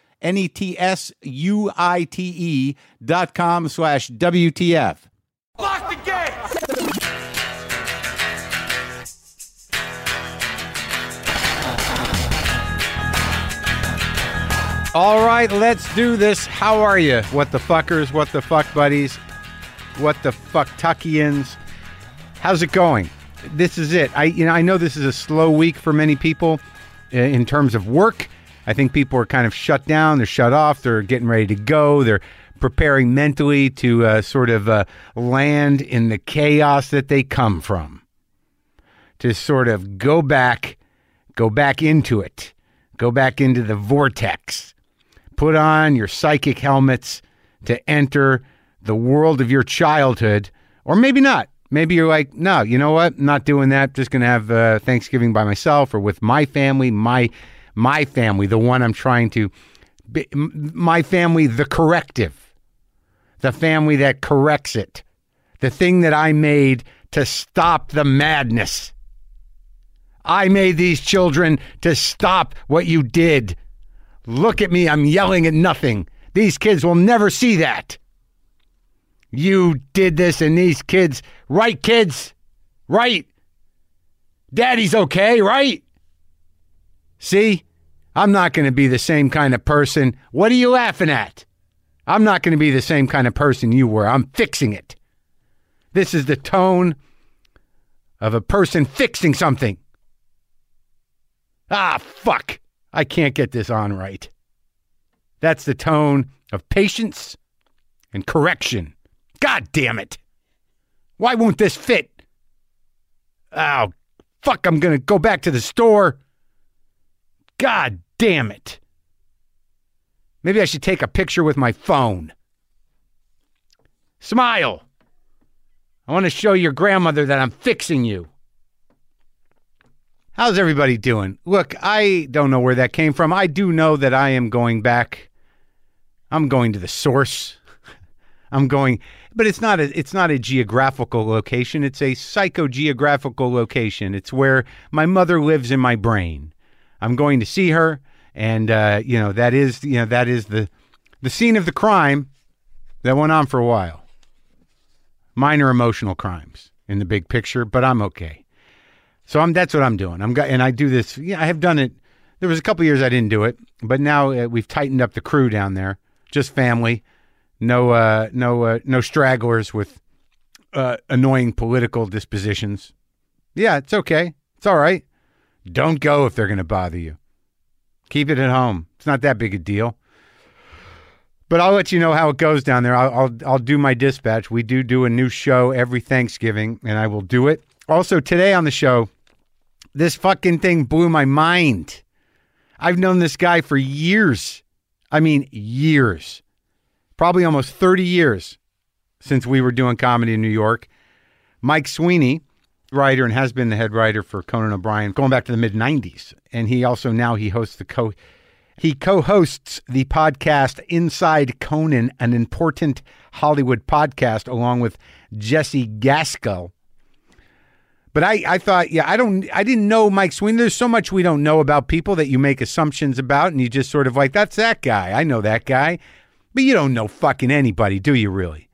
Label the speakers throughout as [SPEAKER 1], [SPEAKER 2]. [SPEAKER 1] N E T S U I T E dot com slash WTF.
[SPEAKER 2] Lock the gate!
[SPEAKER 1] All right, let's do this. How are you? What the fuckers? What the fuck buddies? What the fuck Tuckians? How's it going? This is it. I you know I know this is a slow week for many people uh, in terms of work. I think people are kind of shut down. They're shut off. They're getting ready to go. They're preparing mentally to uh, sort of uh, land in the chaos that they come from. To sort of go back, go back into it, go back into the vortex put on your psychic helmets to enter the world of your childhood, or maybe not. Maybe you're like, no, you know what? Not doing that. Just gonna have uh, Thanksgiving by myself or with my family, my my family, the one I'm trying to, be, m- my family, the corrective, the family that corrects it, the thing that I made to stop the madness. I made these children to stop what you did. Look at me, I'm yelling at nothing. These kids will never see that. You did this, and these kids, right, kids? Right. Daddy's okay, right? See, I'm not going to be the same kind of person. What are you laughing at? I'm not going to be the same kind of person you were. I'm fixing it. This is the tone of a person fixing something. Ah, fuck. I can't get this on right. That's the tone of patience and correction. God damn it. Why won't this fit? Oh, fuck, I'm going to go back to the store. God damn it. Maybe I should take a picture with my phone. Smile. I want to show your grandmother that I'm fixing you. How's everybody doing? Look, I don't know where that came from. I do know that I am going back. I'm going to the source. I'm going, but it's not a it's not a geographical location. It's a psychogeographical location. It's where my mother lives in my brain. I'm going to see her, and uh, you know that is you know that is the the scene of the crime that went on for a while. Minor emotional crimes in the big picture, but I'm okay. So I'm that's what I'm doing. I'm go- and I do this. Yeah, I have done it. There was a couple years I didn't do it, but now uh, we've tightened up the crew down there. Just family, no uh, no uh, no stragglers with uh, annoying political dispositions. Yeah, it's okay. It's all right. Don't go if they're going to bother you. Keep it at home. It's not that big a deal. But I'll let you know how it goes down there. I'll, I'll I'll do my dispatch. We do do a new show every Thanksgiving, and I will do it. Also today on the show, this fucking thing blew my mind. I've known this guy for years. I mean, years. Probably almost 30 years since we were doing comedy in New York. Mike Sweeney, writer and has been the head writer for Conan O'Brien going back to the mid 90s, and he also now he hosts the co he co-hosts the podcast Inside Conan, an important Hollywood podcast along with Jesse Gaskell. But I, I thought, yeah, I don't, I didn't know Mike Sweeney. There's so much we don't know about people that you make assumptions about, and you just sort of like, that's that guy. I know that guy, but you don't know fucking anybody, do you really?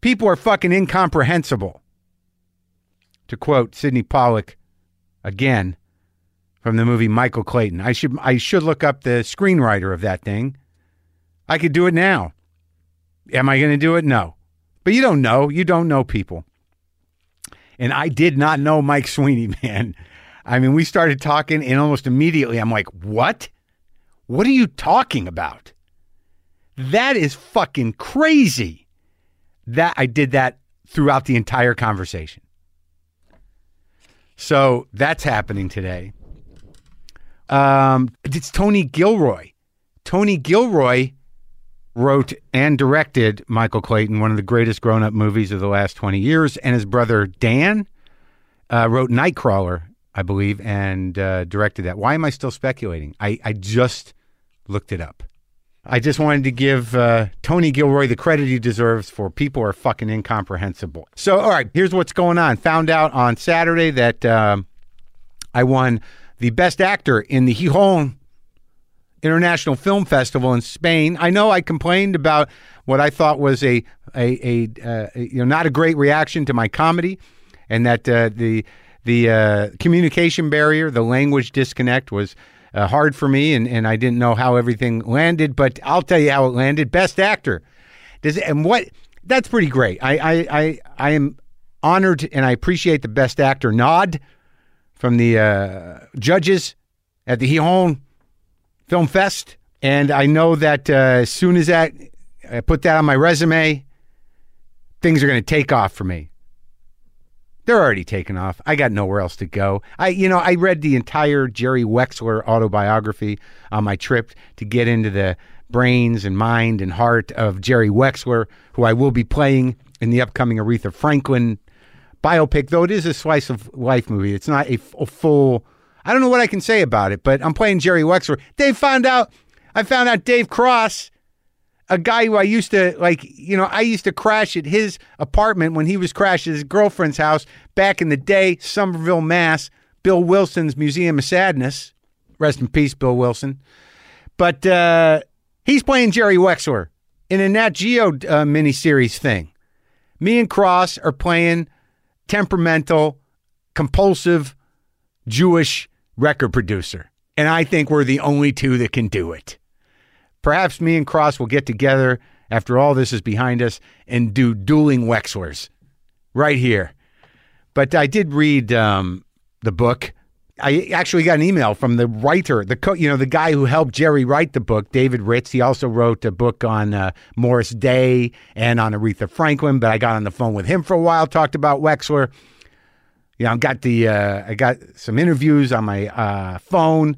[SPEAKER 1] People are fucking incomprehensible. To quote Sidney Pollack again from the movie Michael Clayton, I should, I should look up the screenwriter of that thing. I could do it now. Am I going to do it? No. But you don't know. You don't know people. And I did not know Mike Sweeney, man. I mean, we started talking, and almost immediately I'm like, what? What are you talking about? That is fucking crazy. That I did that throughout the entire conversation. So that's happening today. Um, it's Tony Gilroy. Tony Gilroy wrote and directed Michael Clayton, one of the greatest grown up movies of the last 20 years. And his brother Dan uh, wrote Nightcrawler, I believe, and uh, directed that. Why am I still speculating? I, I just looked it up. I just wanted to give uh, Tony Gilroy the credit he deserves for people are fucking incomprehensible. So, all right, here's what's going on. Found out on Saturday that um, I won the best actor in the Gijón International Film Festival in Spain. I know I complained about what I thought was a a, a, uh, a- you know not a great reaction to my comedy, and that uh, the the uh, communication barrier, the language disconnect, was uh, hard for me, and, and I didn't know how everything landed. But I'll tell you how it landed. Best actor, does and what that's pretty great. I I I, I am honored and I appreciate the best actor nod from the uh, judges at the Gijón Film Fest. And I know that uh, as soon as that I put that on my resume, things are going to take off for me. They're already taken off. I got nowhere else to go. I, you know, I read the entire Jerry Wexler autobiography on my trip to get into the brains and mind and heart of Jerry Wexler, who I will be playing in the upcoming Aretha Franklin biopic, though it is a slice of life movie. It's not a, f- a full. I don't know what I can say about it, but I'm playing Jerry Wexler. They found out. I found out Dave Cross, a guy who I used to like. You know, I used to crash at his apartment when he was crashing at his girlfriend's house back in the day, Somerville, Mass. Bill Wilson's Museum of Sadness. Rest in peace, Bill Wilson. But uh, he's playing Jerry Wexler in a Nat Geo uh, miniseries thing. Me and Cross are playing temperamental, compulsive Jewish record producer. And I think we're the only two that can do it. Perhaps me and Cross will get together after all this is behind us and do dueling Wexlers right here. But I did read um, the book. I actually got an email from the writer, the co- you know the guy who helped Jerry write the book, David Ritz. He also wrote a book on uh, Morris Day and on Aretha Franklin. But I got on the phone with him for a while, talked about Wexler. You know, I got the uh, I got some interviews on my uh, phone,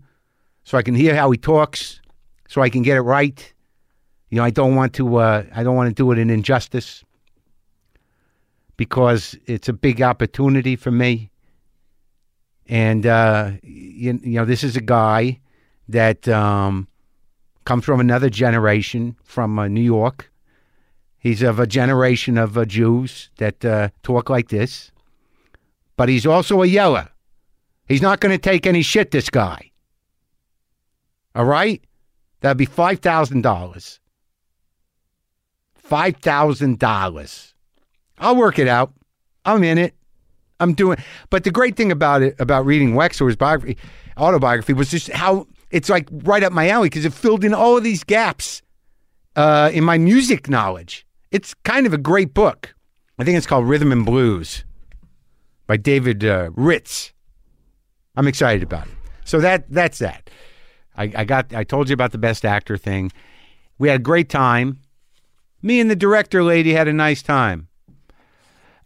[SPEAKER 1] so I can hear how he talks, so I can get it right. You know, I don't want to uh, I don't want to do it an injustice because it's a big opportunity for me and uh, you, you know this is a guy that um, comes from another generation from uh, New York. He's of a generation of uh, Jews that uh, talk like this, but he's also a yeller. He's not going to take any shit. This guy. All right, that'd be five thousand dollars. Five thousand dollars. I'll work it out. I'm in it. I'm doing. But the great thing about it, about reading Wexler's biography, autobiography, was just how it's like right up my alley because it filled in all of these gaps uh, in my music knowledge. It's kind of a great book. I think it's called Rhythm and Blues by David uh, Ritz. I'm excited about it. So that that's that. I, I got. I told you about the best actor thing. We had a great time. Me and the director lady had a nice time.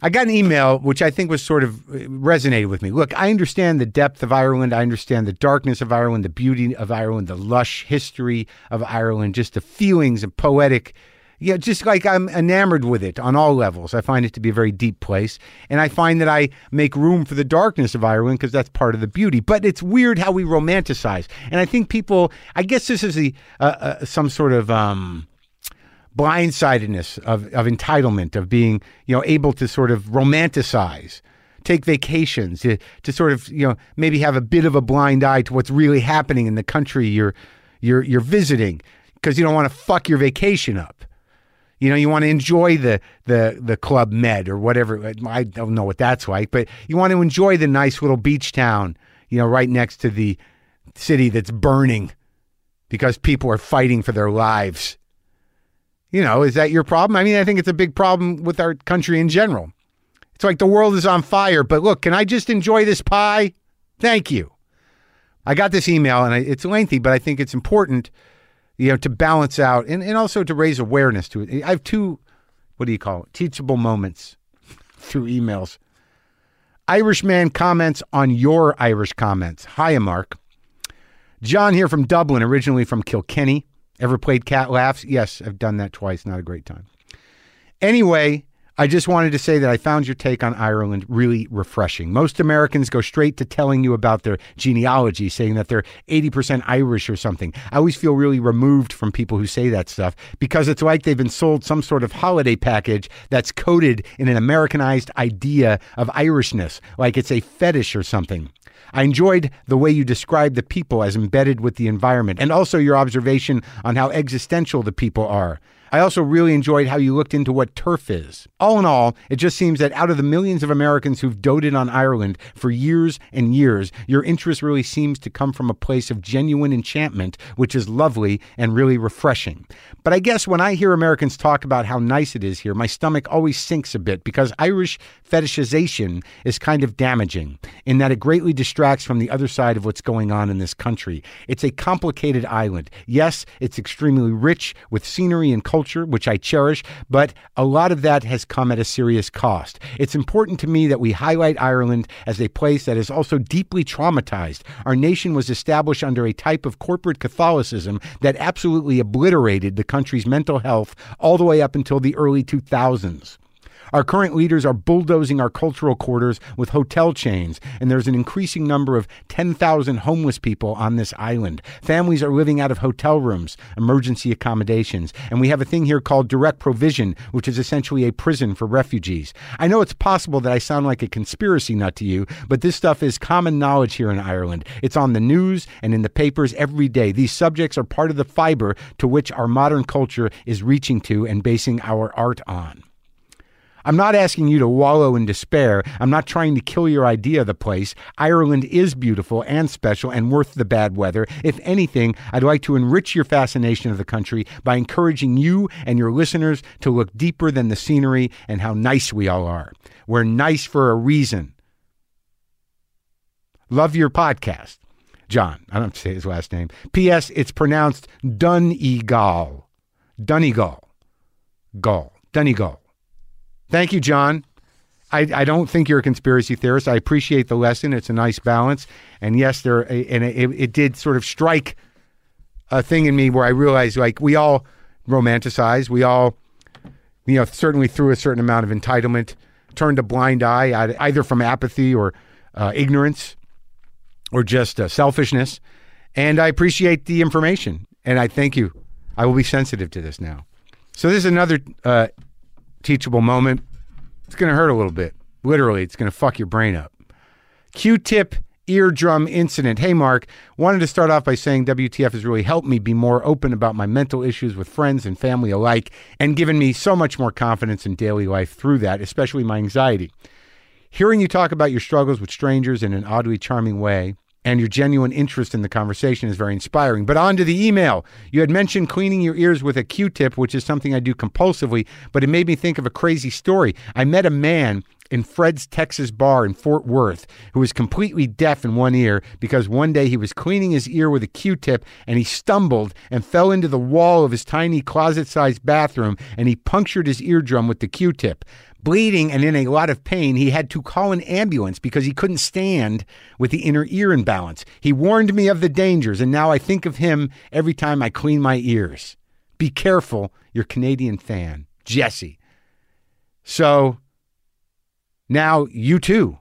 [SPEAKER 1] I got an email which I think was sort of uh, resonated with me. Look, I understand the depth of Ireland. I understand the darkness of Ireland, the beauty of Ireland, the lush history of Ireland, just the feelings and poetic. Yeah, just like I'm enamored with it on all levels. I find it to be a very deep place. And I find that I make room for the darkness of Ireland because that's part of the beauty. But it's weird how we romanticize. And I think people, I guess this is the, uh, uh, some sort of. Um, blindsidedness of, of entitlement of being you know able to sort of romanticize take vacations to, to sort of you know maybe have a bit of a blind eye to what's really happening in the country you're you're you're visiting because you don't want to fuck your vacation up you know, you want to enjoy the the the club med or whatever. I don't know what that's like, but you want to enjoy the nice little beach town, you know, right next to the city that's burning because people are fighting for their lives. You know, is that your problem? I mean, I think it's a big problem with our country in general. It's like the world is on fire, but look, can I just enjoy this pie? Thank you. I got this email and I, it's lengthy, but I think it's important, you know, to balance out and, and also to raise awareness to it. I have two, what do you call it, teachable moments through emails. Irishman comments on your Irish comments. Hiya, Mark. John here from Dublin, originally from Kilkenny. Ever played Cat Laughs? Yes, I've done that twice. Not a great time. Anyway, I just wanted to say that I found your take on Ireland really refreshing. Most Americans go straight to telling you about their genealogy, saying that they're 80% Irish or something. I always feel really removed from people who say that stuff because it's like they've been sold some sort of holiday package that's coded in an Americanized idea of Irishness, like it's a fetish or something. I enjoyed the way you described the people as embedded with the environment and also your observation on how existential the people are. I also really enjoyed how you looked into what turf is. All in all, it just seems that out of the millions of Americans who've doted on Ireland for years and years, your interest really seems to come from a place of genuine enchantment, which is lovely and really refreshing. But I guess when I hear Americans talk about how nice it is here, my stomach always sinks a bit because Irish fetishization is kind of damaging in that it greatly distracts from the other side of what's going on in this country. It's a complicated island. Yes, it's extremely rich with scenery and culture, which I cherish, but a lot of that has come at a serious cost. It's important to me that we highlight Ireland as a place that is also deeply traumatized. Our nation was established under a type of corporate Catholicism that absolutely obliterated the country's mental health all the way up until the early 2000s. Our current leaders are bulldozing our cultural quarters with hotel chains, and there's an increasing number of 10,000 homeless people on this island. Families are living out of hotel rooms, emergency accommodations, and we have a thing here called direct provision, which is essentially a prison for refugees. I know it's possible that I sound like a conspiracy nut to you, but this stuff is common knowledge here in Ireland. It's on the news and in the papers every day. These subjects are part of the fiber to which our modern culture is reaching to and basing our art on. I'm not asking you to wallow in despair. I'm not trying to kill your idea of the place. Ireland is beautiful and special and worth the bad weather. If anything, I'd like to enrich your fascination of the country by encouraging you and your listeners to look deeper than the scenery and how nice we all are. We're nice for a reason. Love your podcast. John, I don't have to say his last name. P.S. It's pronounced Donegal. Donegal. Gall. Donegal. Thank you, John. I, I don't think you're a conspiracy theorist. I appreciate the lesson. It's a nice balance. And yes, there and it, it did sort of strike a thing in me where I realized like we all romanticize. We all, you know, certainly through a certain amount of entitlement, turned a blind eye ei- either from apathy or uh, ignorance or just uh, selfishness. And I appreciate the information. And I thank you. I will be sensitive to this now. So this is another uh, teachable moment. It's going to hurt a little bit. Literally, it's going to fuck your brain up. Q tip eardrum incident. Hey, Mark, wanted to start off by saying WTF has really helped me be more open about my mental issues with friends and family alike and given me so much more confidence in daily life through that, especially my anxiety. Hearing you talk about your struggles with strangers in an oddly charming way and your genuine interest in the conversation is very inspiring. But on to the email. You had mentioned cleaning your ears with a Q tip, which is something I do compulsively, but it made me think of a crazy story. I met a man in Fred's Texas bar in Fort Worth who was completely deaf in one ear because one day he was cleaning his ear with a Q tip and he stumbled and fell into the wall of his tiny closet sized bathroom and he punctured his eardrum with the Q tip. Bleeding and in a lot of pain, he had to call an ambulance because he couldn't stand with the inner ear imbalance. He warned me of the dangers, and now I think of him every time I clean my ears. Be careful, your Canadian fan, Jesse. So, now you too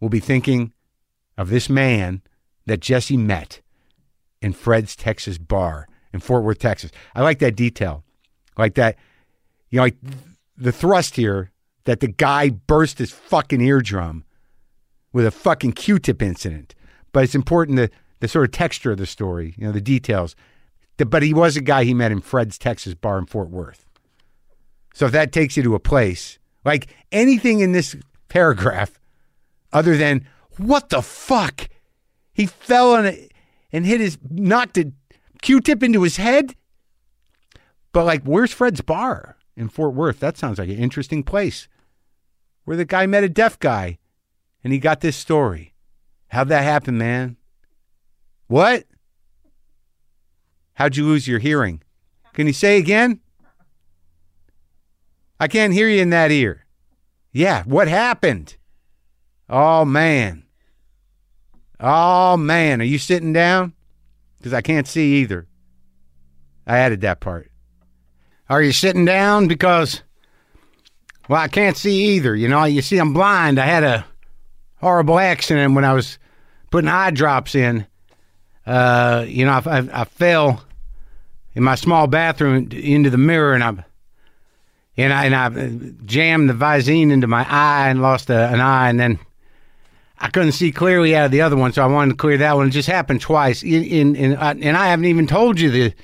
[SPEAKER 1] will be thinking of this man that Jesse met in Fred's Texas bar in Fort Worth, Texas. I like that detail. I like that, you know, like the thrust here that the guy burst his fucking eardrum with a fucking Q-tip incident. But it's important the the sort of texture of the story, you know, the details. The- but he was a guy he met in Fred's Texas bar in Fort Worth. So if that takes you to a place, like anything in this paragraph other than what the fuck? He fell on it and hit his knocked a Q-tip into his head. But like, where's Fred's Bar in Fort Worth? That sounds like an interesting place where the guy met a deaf guy and he got this story. How'd that happen, man? What? How'd you lose your hearing? Can you say again? I can't hear you in that ear. Yeah, what happened? Oh, man. Oh, man. Are you sitting down? Because I can't see either. I added that part. Are you sitting down? Because, well, I can't see either. You know, you see, I'm blind. I had a horrible accident when I was putting eye drops in. Uh, you know, I, I, I fell in my small bathroom into the mirror and I and I, and I jammed the Visine into my eye and lost a, an eye, and then I couldn't see clearly out of the other one, so I wanted to clear that one. It just happened twice, in, in, in, I, and I haven't even told you the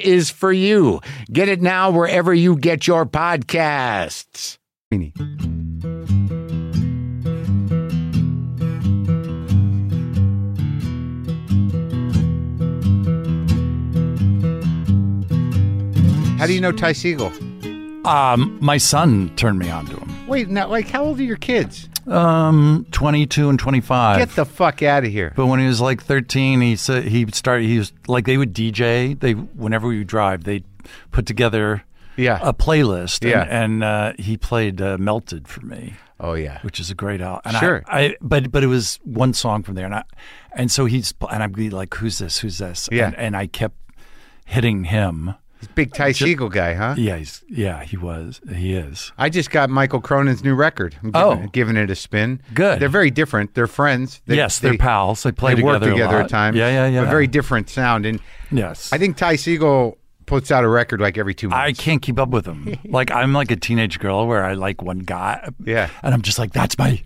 [SPEAKER 1] is for you. Get it now wherever you get your podcasts. How do you know Ty Siegel?
[SPEAKER 3] Um, my son turned me on to him.
[SPEAKER 1] Wait, now, like, how old are your kids?
[SPEAKER 3] Um, 22 and 25.
[SPEAKER 1] Get the fuck out of here.
[SPEAKER 3] but when he was like 13, he said he started. He was like they would DJ. They whenever we would drive, they put together
[SPEAKER 1] Yeah.
[SPEAKER 3] a playlist.
[SPEAKER 1] Yeah.
[SPEAKER 3] and, and uh, he played uh, "Melted" for me,
[SPEAKER 1] Oh, yeah.
[SPEAKER 3] which is a great album. And I-
[SPEAKER 1] Sure.
[SPEAKER 3] I, but but it was one song from there, and I, and so he's and I'd be like, "Who's this? Who's this?"
[SPEAKER 1] Yeah.
[SPEAKER 3] and, and I kept hitting him.
[SPEAKER 1] He's a big Ty Siegel guy, huh?
[SPEAKER 3] Yeah, he's yeah, he was, he is.
[SPEAKER 1] I just got Michael Cronin's new record. I'm giving,
[SPEAKER 3] Oh.
[SPEAKER 1] giving it a spin.
[SPEAKER 3] Good.
[SPEAKER 1] They're very different. They're friends. They,
[SPEAKER 3] yes, they're pals. They play
[SPEAKER 1] They work
[SPEAKER 3] together.
[SPEAKER 1] together
[SPEAKER 3] a lot.
[SPEAKER 1] at times.
[SPEAKER 3] Yeah, yeah, yeah.
[SPEAKER 1] But very different sound. And
[SPEAKER 3] Yes.
[SPEAKER 1] I think Ty Siegel puts out a record like every two
[SPEAKER 3] I
[SPEAKER 1] months.
[SPEAKER 3] can't keep up with them. like I'm like a teenage girl where I like one guy.
[SPEAKER 1] Yeah.
[SPEAKER 3] And I'm just like that's my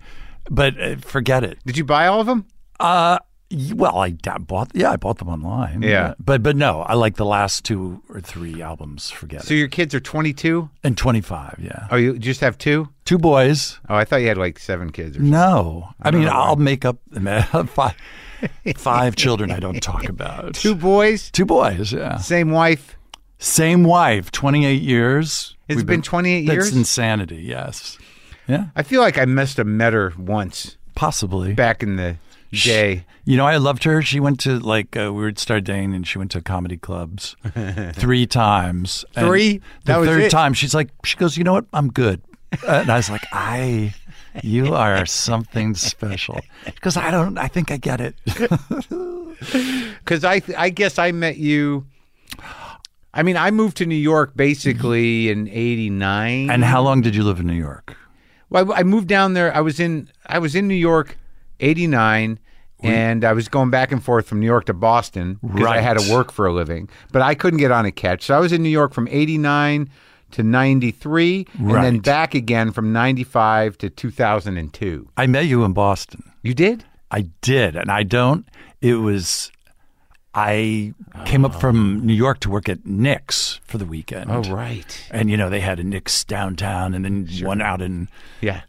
[SPEAKER 3] but uh, forget it.
[SPEAKER 1] Did you buy all of them?
[SPEAKER 3] Uh y- well, I d- bought yeah, I bought them online.
[SPEAKER 1] Yeah.
[SPEAKER 3] But but no, I like the last two or three albums, forget
[SPEAKER 1] So
[SPEAKER 3] it.
[SPEAKER 1] your kids are 22?
[SPEAKER 3] And 25, yeah.
[SPEAKER 1] Oh, you just have two?
[SPEAKER 3] Two boys?
[SPEAKER 1] Oh, I thought you had like seven kids. Or
[SPEAKER 3] No. I, mean, I'll make up five five children I don't talk about.
[SPEAKER 1] Two boys,
[SPEAKER 3] two boys, yeah.
[SPEAKER 1] same wife.
[SPEAKER 3] Same wife, 28 years.
[SPEAKER 1] It's
[SPEAKER 3] We've
[SPEAKER 1] been 28 years?
[SPEAKER 3] That's insanity, yes. Yeah,
[SPEAKER 1] I feel like I must have met her once
[SPEAKER 3] possibly.
[SPEAKER 1] back in the day.
[SPEAKER 3] You know, I loved her. She went to like uh, we would start dating, and she went to comedy clubs three times. And
[SPEAKER 1] Three?
[SPEAKER 3] The
[SPEAKER 1] That was
[SPEAKER 3] third
[SPEAKER 1] it?
[SPEAKER 3] time, she's like, she goes, "You know what? I'm good." Uh, and I was like, "I, you are something special." Because I don't. I think I get it.
[SPEAKER 1] Because I, th- I guess I met you. I mean, I moved to New York basically in '89.
[SPEAKER 3] and how long did you live in New York?
[SPEAKER 1] Well, I I moved down there. I was in I was in New York, eighty nine, and I was going back and forth from New York to Boston because I had
[SPEAKER 3] Right.
[SPEAKER 1] to work for a living. But I couldn't get on a catch, so I was in New York from eighty nine to 93 and then
[SPEAKER 3] Right.
[SPEAKER 1] back again from 95 to 2002.
[SPEAKER 3] I met you in Boston.
[SPEAKER 1] You did?
[SPEAKER 3] I did, and I don't. It was. I came
[SPEAKER 1] Oh.
[SPEAKER 3] up from New York to work at Nick's for the weekend.
[SPEAKER 1] right.
[SPEAKER 3] And you know they had a Nick's downtown, and then one out in
[SPEAKER 1] Yeah.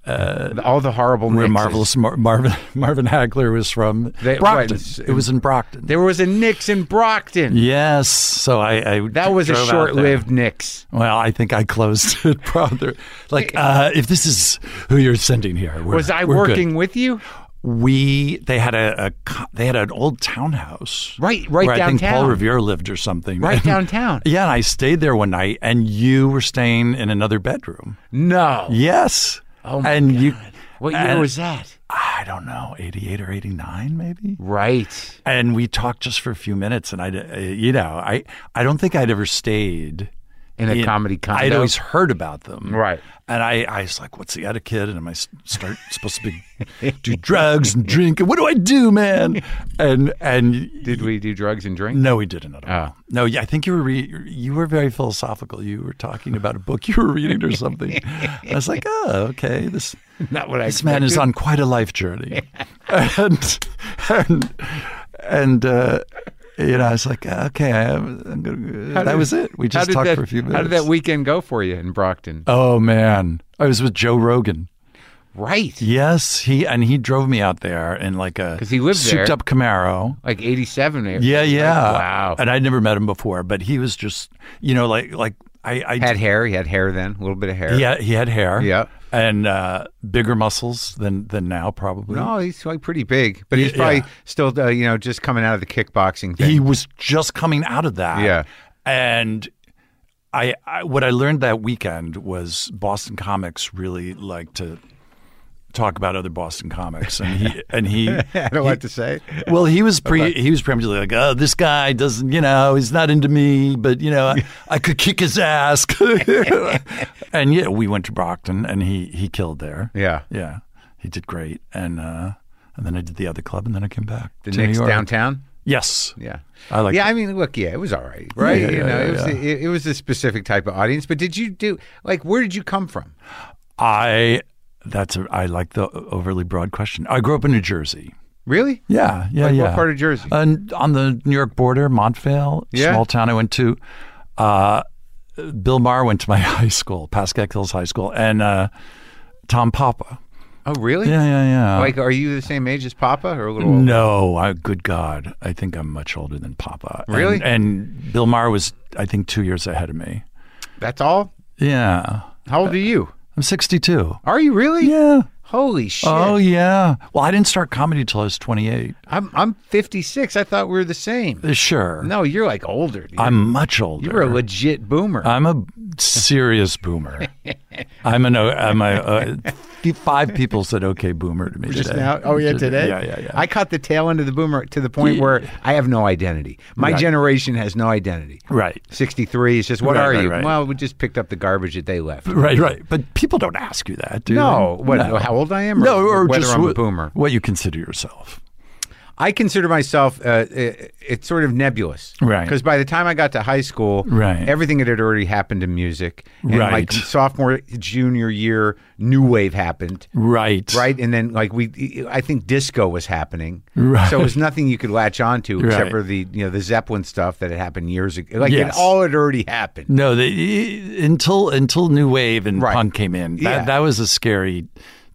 [SPEAKER 1] All the horrible
[SPEAKER 3] where
[SPEAKER 1] Knicks.
[SPEAKER 3] Uh, marvelous Mar- Marvin Marvin Hagler was from.
[SPEAKER 1] They-
[SPEAKER 3] Brockton.
[SPEAKER 1] right,
[SPEAKER 3] it was in Brockton.
[SPEAKER 1] There was a Knicks in Brockton.
[SPEAKER 3] yes, so I. I
[SPEAKER 1] That was a
[SPEAKER 3] drove out
[SPEAKER 1] short
[SPEAKER 3] there.
[SPEAKER 1] lived Knicks.
[SPEAKER 3] Well, I think I closed it, brother. Like, uh, if this is who you're sending here, we're,
[SPEAKER 1] Was I
[SPEAKER 3] we're good.
[SPEAKER 1] working with you?
[SPEAKER 3] We they had a, a co- they had an old townhouse,
[SPEAKER 1] Right- right
[SPEAKER 3] where I think Paul
[SPEAKER 1] downtown.
[SPEAKER 3] Revere lived or something,
[SPEAKER 1] Right
[SPEAKER 3] And-
[SPEAKER 1] downtown.
[SPEAKER 3] Yeah, and I stayed there one night, and you were staying in another bedroom.
[SPEAKER 1] No.
[SPEAKER 3] Yes.
[SPEAKER 1] Oh my
[SPEAKER 3] and
[SPEAKER 1] God.
[SPEAKER 3] You,
[SPEAKER 1] what year
[SPEAKER 3] and-
[SPEAKER 1] was that?
[SPEAKER 3] I don't know, eighty-eight or eighty-nine, maybe.
[SPEAKER 1] Right.
[SPEAKER 3] And we talked just for a few minutes, and I, d- uh, you know, I I don't think I'd ever stayed
[SPEAKER 1] In a
[SPEAKER 3] in-
[SPEAKER 1] comedy
[SPEAKER 3] I'd
[SPEAKER 1] condo.
[SPEAKER 3] always heard about them,
[SPEAKER 1] Right.
[SPEAKER 3] And I, I was like, "What's the etiquette?" And am I s- start supposed to be do drugs and drink? And what do I do, man? And and
[SPEAKER 1] Did we do drugs and drink?
[SPEAKER 3] no, we didn't at all.
[SPEAKER 1] Oh.
[SPEAKER 3] No, yeah, I think you were re- you were very philosophical. You were talking about a book you were reading or something. I was like, "Oh, okay, this
[SPEAKER 1] Not what I
[SPEAKER 3] this man is
[SPEAKER 1] expected.
[SPEAKER 3] on quite a life journey. and and, and uh, you know, I was like, uh, okay, I'm, I'm gonna, that
[SPEAKER 1] did-
[SPEAKER 3] was it. We
[SPEAKER 1] How
[SPEAKER 3] just
[SPEAKER 1] did
[SPEAKER 3] talked
[SPEAKER 1] that-
[SPEAKER 3] for a few minutes.
[SPEAKER 1] How did that weekend go for you in Brockton?
[SPEAKER 3] oh man, I was with Joe Rogan.
[SPEAKER 1] right.
[SPEAKER 3] Yes, he and he drove me out there in like a
[SPEAKER 1] 'Cause he lived there.
[SPEAKER 3] souped up Camaro.
[SPEAKER 1] Like 87. or-
[SPEAKER 3] Yeah,
[SPEAKER 1] like,
[SPEAKER 3] yeah.
[SPEAKER 1] wow.
[SPEAKER 3] And I'd never met him before, but he was just, you know, like like I, I
[SPEAKER 1] had hair. He had hair then. A little bit of hair.
[SPEAKER 3] he had, he had hair.
[SPEAKER 1] Yeah.
[SPEAKER 3] And uh, bigger muscles than than now probably.
[SPEAKER 1] No, he's like pretty big, but he's
[SPEAKER 3] Yeah.
[SPEAKER 1] probably still, uh, you know, just coming out of the kickboxing thing.
[SPEAKER 3] He was just coming out of that.
[SPEAKER 1] Yeah.
[SPEAKER 3] And I, I what I learned that weekend was Boston comics really like to talk about other Boston comics and he and he
[SPEAKER 1] I don't like to say.
[SPEAKER 3] well he was pre he was prematurely like oh this guy doesn't you know he's not into me but you know I, I could kick his ass and yeah we went to Brockton and he he killed there
[SPEAKER 1] Yeah.
[SPEAKER 3] yeah he did great and uh and then I did the other club and then I came back
[SPEAKER 1] The
[SPEAKER 3] to
[SPEAKER 1] Knicks
[SPEAKER 3] New York.
[SPEAKER 1] downtown.
[SPEAKER 3] yes
[SPEAKER 1] Yeah.
[SPEAKER 3] I like
[SPEAKER 1] yeah, I mean, look, yeah, it was all right, right?
[SPEAKER 3] Yeah,
[SPEAKER 1] you
[SPEAKER 3] yeah,
[SPEAKER 1] know, it
[SPEAKER 3] yeah,
[SPEAKER 1] was
[SPEAKER 3] yeah.
[SPEAKER 1] It, it was a specific type of audience. But did you do like where did you come from?
[SPEAKER 3] I that's a, I like the overly broad question. I grew up in New Jersey.
[SPEAKER 1] Really?
[SPEAKER 3] Yeah, yeah,
[SPEAKER 1] Like,
[SPEAKER 3] yeah. Uh,
[SPEAKER 1] what part of Jersey?
[SPEAKER 3] And on the New York border, Montvale,
[SPEAKER 1] Yeah.
[SPEAKER 3] small town I went to. Uh, Bill Maher went to my high school, Pascack Hills High School, and uh, Tom Papa.
[SPEAKER 1] Oh, really?
[SPEAKER 3] Yeah, yeah, yeah.
[SPEAKER 1] Like, are you the same age as Papa or a little? older?
[SPEAKER 3] no, I, good God, I think I'm much older than Papa. And-
[SPEAKER 1] Really?
[SPEAKER 3] and Bill Maher was, I think, two years ahead of me.
[SPEAKER 1] That's all.
[SPEAKER 3] Yeah,
[SPEAKER 1] How old are you?
[SPEAKER 3] I'm 62.
[SPEAKER 1] Are you really?
[SPEAKER 3] Yeah.
[SPEAKER 1] Holy shit!
[SPEAKER 3] Oh yeah. Well, I didn't start comedy till I was 28.
[SPEAKER 1] I'm I'm 56. I thought we were the same.
[SPEAKER 3] Uh, Sure.
[SPEAKER 1] No, you're like older. Dude.
[SPEAKER 3] I'm much older.
[SPEAKER 1] You're a legit boomer.
[SPEAKER 3] I'm a serious boomer. I'm an o- I'm a, uh, five people said okay boomer to me
[SPEAKER 1] just
[SPEAKER 3] today.
[SPEAKER 1] now. Oh yeah,
[SPEAKER 3] Just-
[SPEAKER 1] today.
[SPEAKER 3] Yeah, yeah, yeah.
[SPEAKER 1] I caught the tail end of the boomer to the point where I have no identity. My
[SPEAKER 3] Right.
[SPEAKER 1] generation has no identity.
[SPEAKER 3] right.
[SPEAKER 1] 63 is just what
[SPEAKER 3] Right,
[SPEAKER 1] are
[SPEAKER 3] right,
[SPEAKER 1] you?
[SPEAKER 3] right.
[SPEAKER 1] Well, we just picked up the garbage that they left.
[SPEAKER 3] Right, right. But people don't ask you that, do
[SPEAKER 1] No,
[SPEAKER 3] they?
[SPEAKER 1] what how old I am? Or,
[SPEAKER 3] no, or
[SPEAKER 1] whether
[SPEAKER 3] just
[SPEAKER 1] I'm a
[SPEAKER 3] what-
[SPEAKER 1] boomer.
[SPEAKER 3] What you consider yourself.
[SPEAKER 1] I consider myself uh, it, it's sort of nebulous,
[SPEAKER 3] Right.
[SPEAKER 1] Because by the time I got to high school,
[SPEAKER 3] Right.
[SPEAKER 1] everything that had already happened in music, and like
[SPEAKER 3] Right.
[SPEAKER 1] sophomore, junior year, new wave happened,
[SPEAKER 3] Right.
[SPEAKER 1] right? And then like we, I think disco was happening,
[SPEAKER 3] Right.
[SPEAKER 1] so it was nothing you could latch onto except
[SPEAKER 3] Right.
[SPEAKER 1] for the you know the Zeppelin stuff that had happened years ago. Like
[SPEAKER 3] Yes. Mm,
[SPEAKER 1] it all had already happened.
[SPEAKER 3] No, the, until until new wave and
[SPEAKER 1] Right.
[SPEAKER 3] punk came in. That
[SPEAKER 1] Yeah.
[SPEAKER 3] that was a scary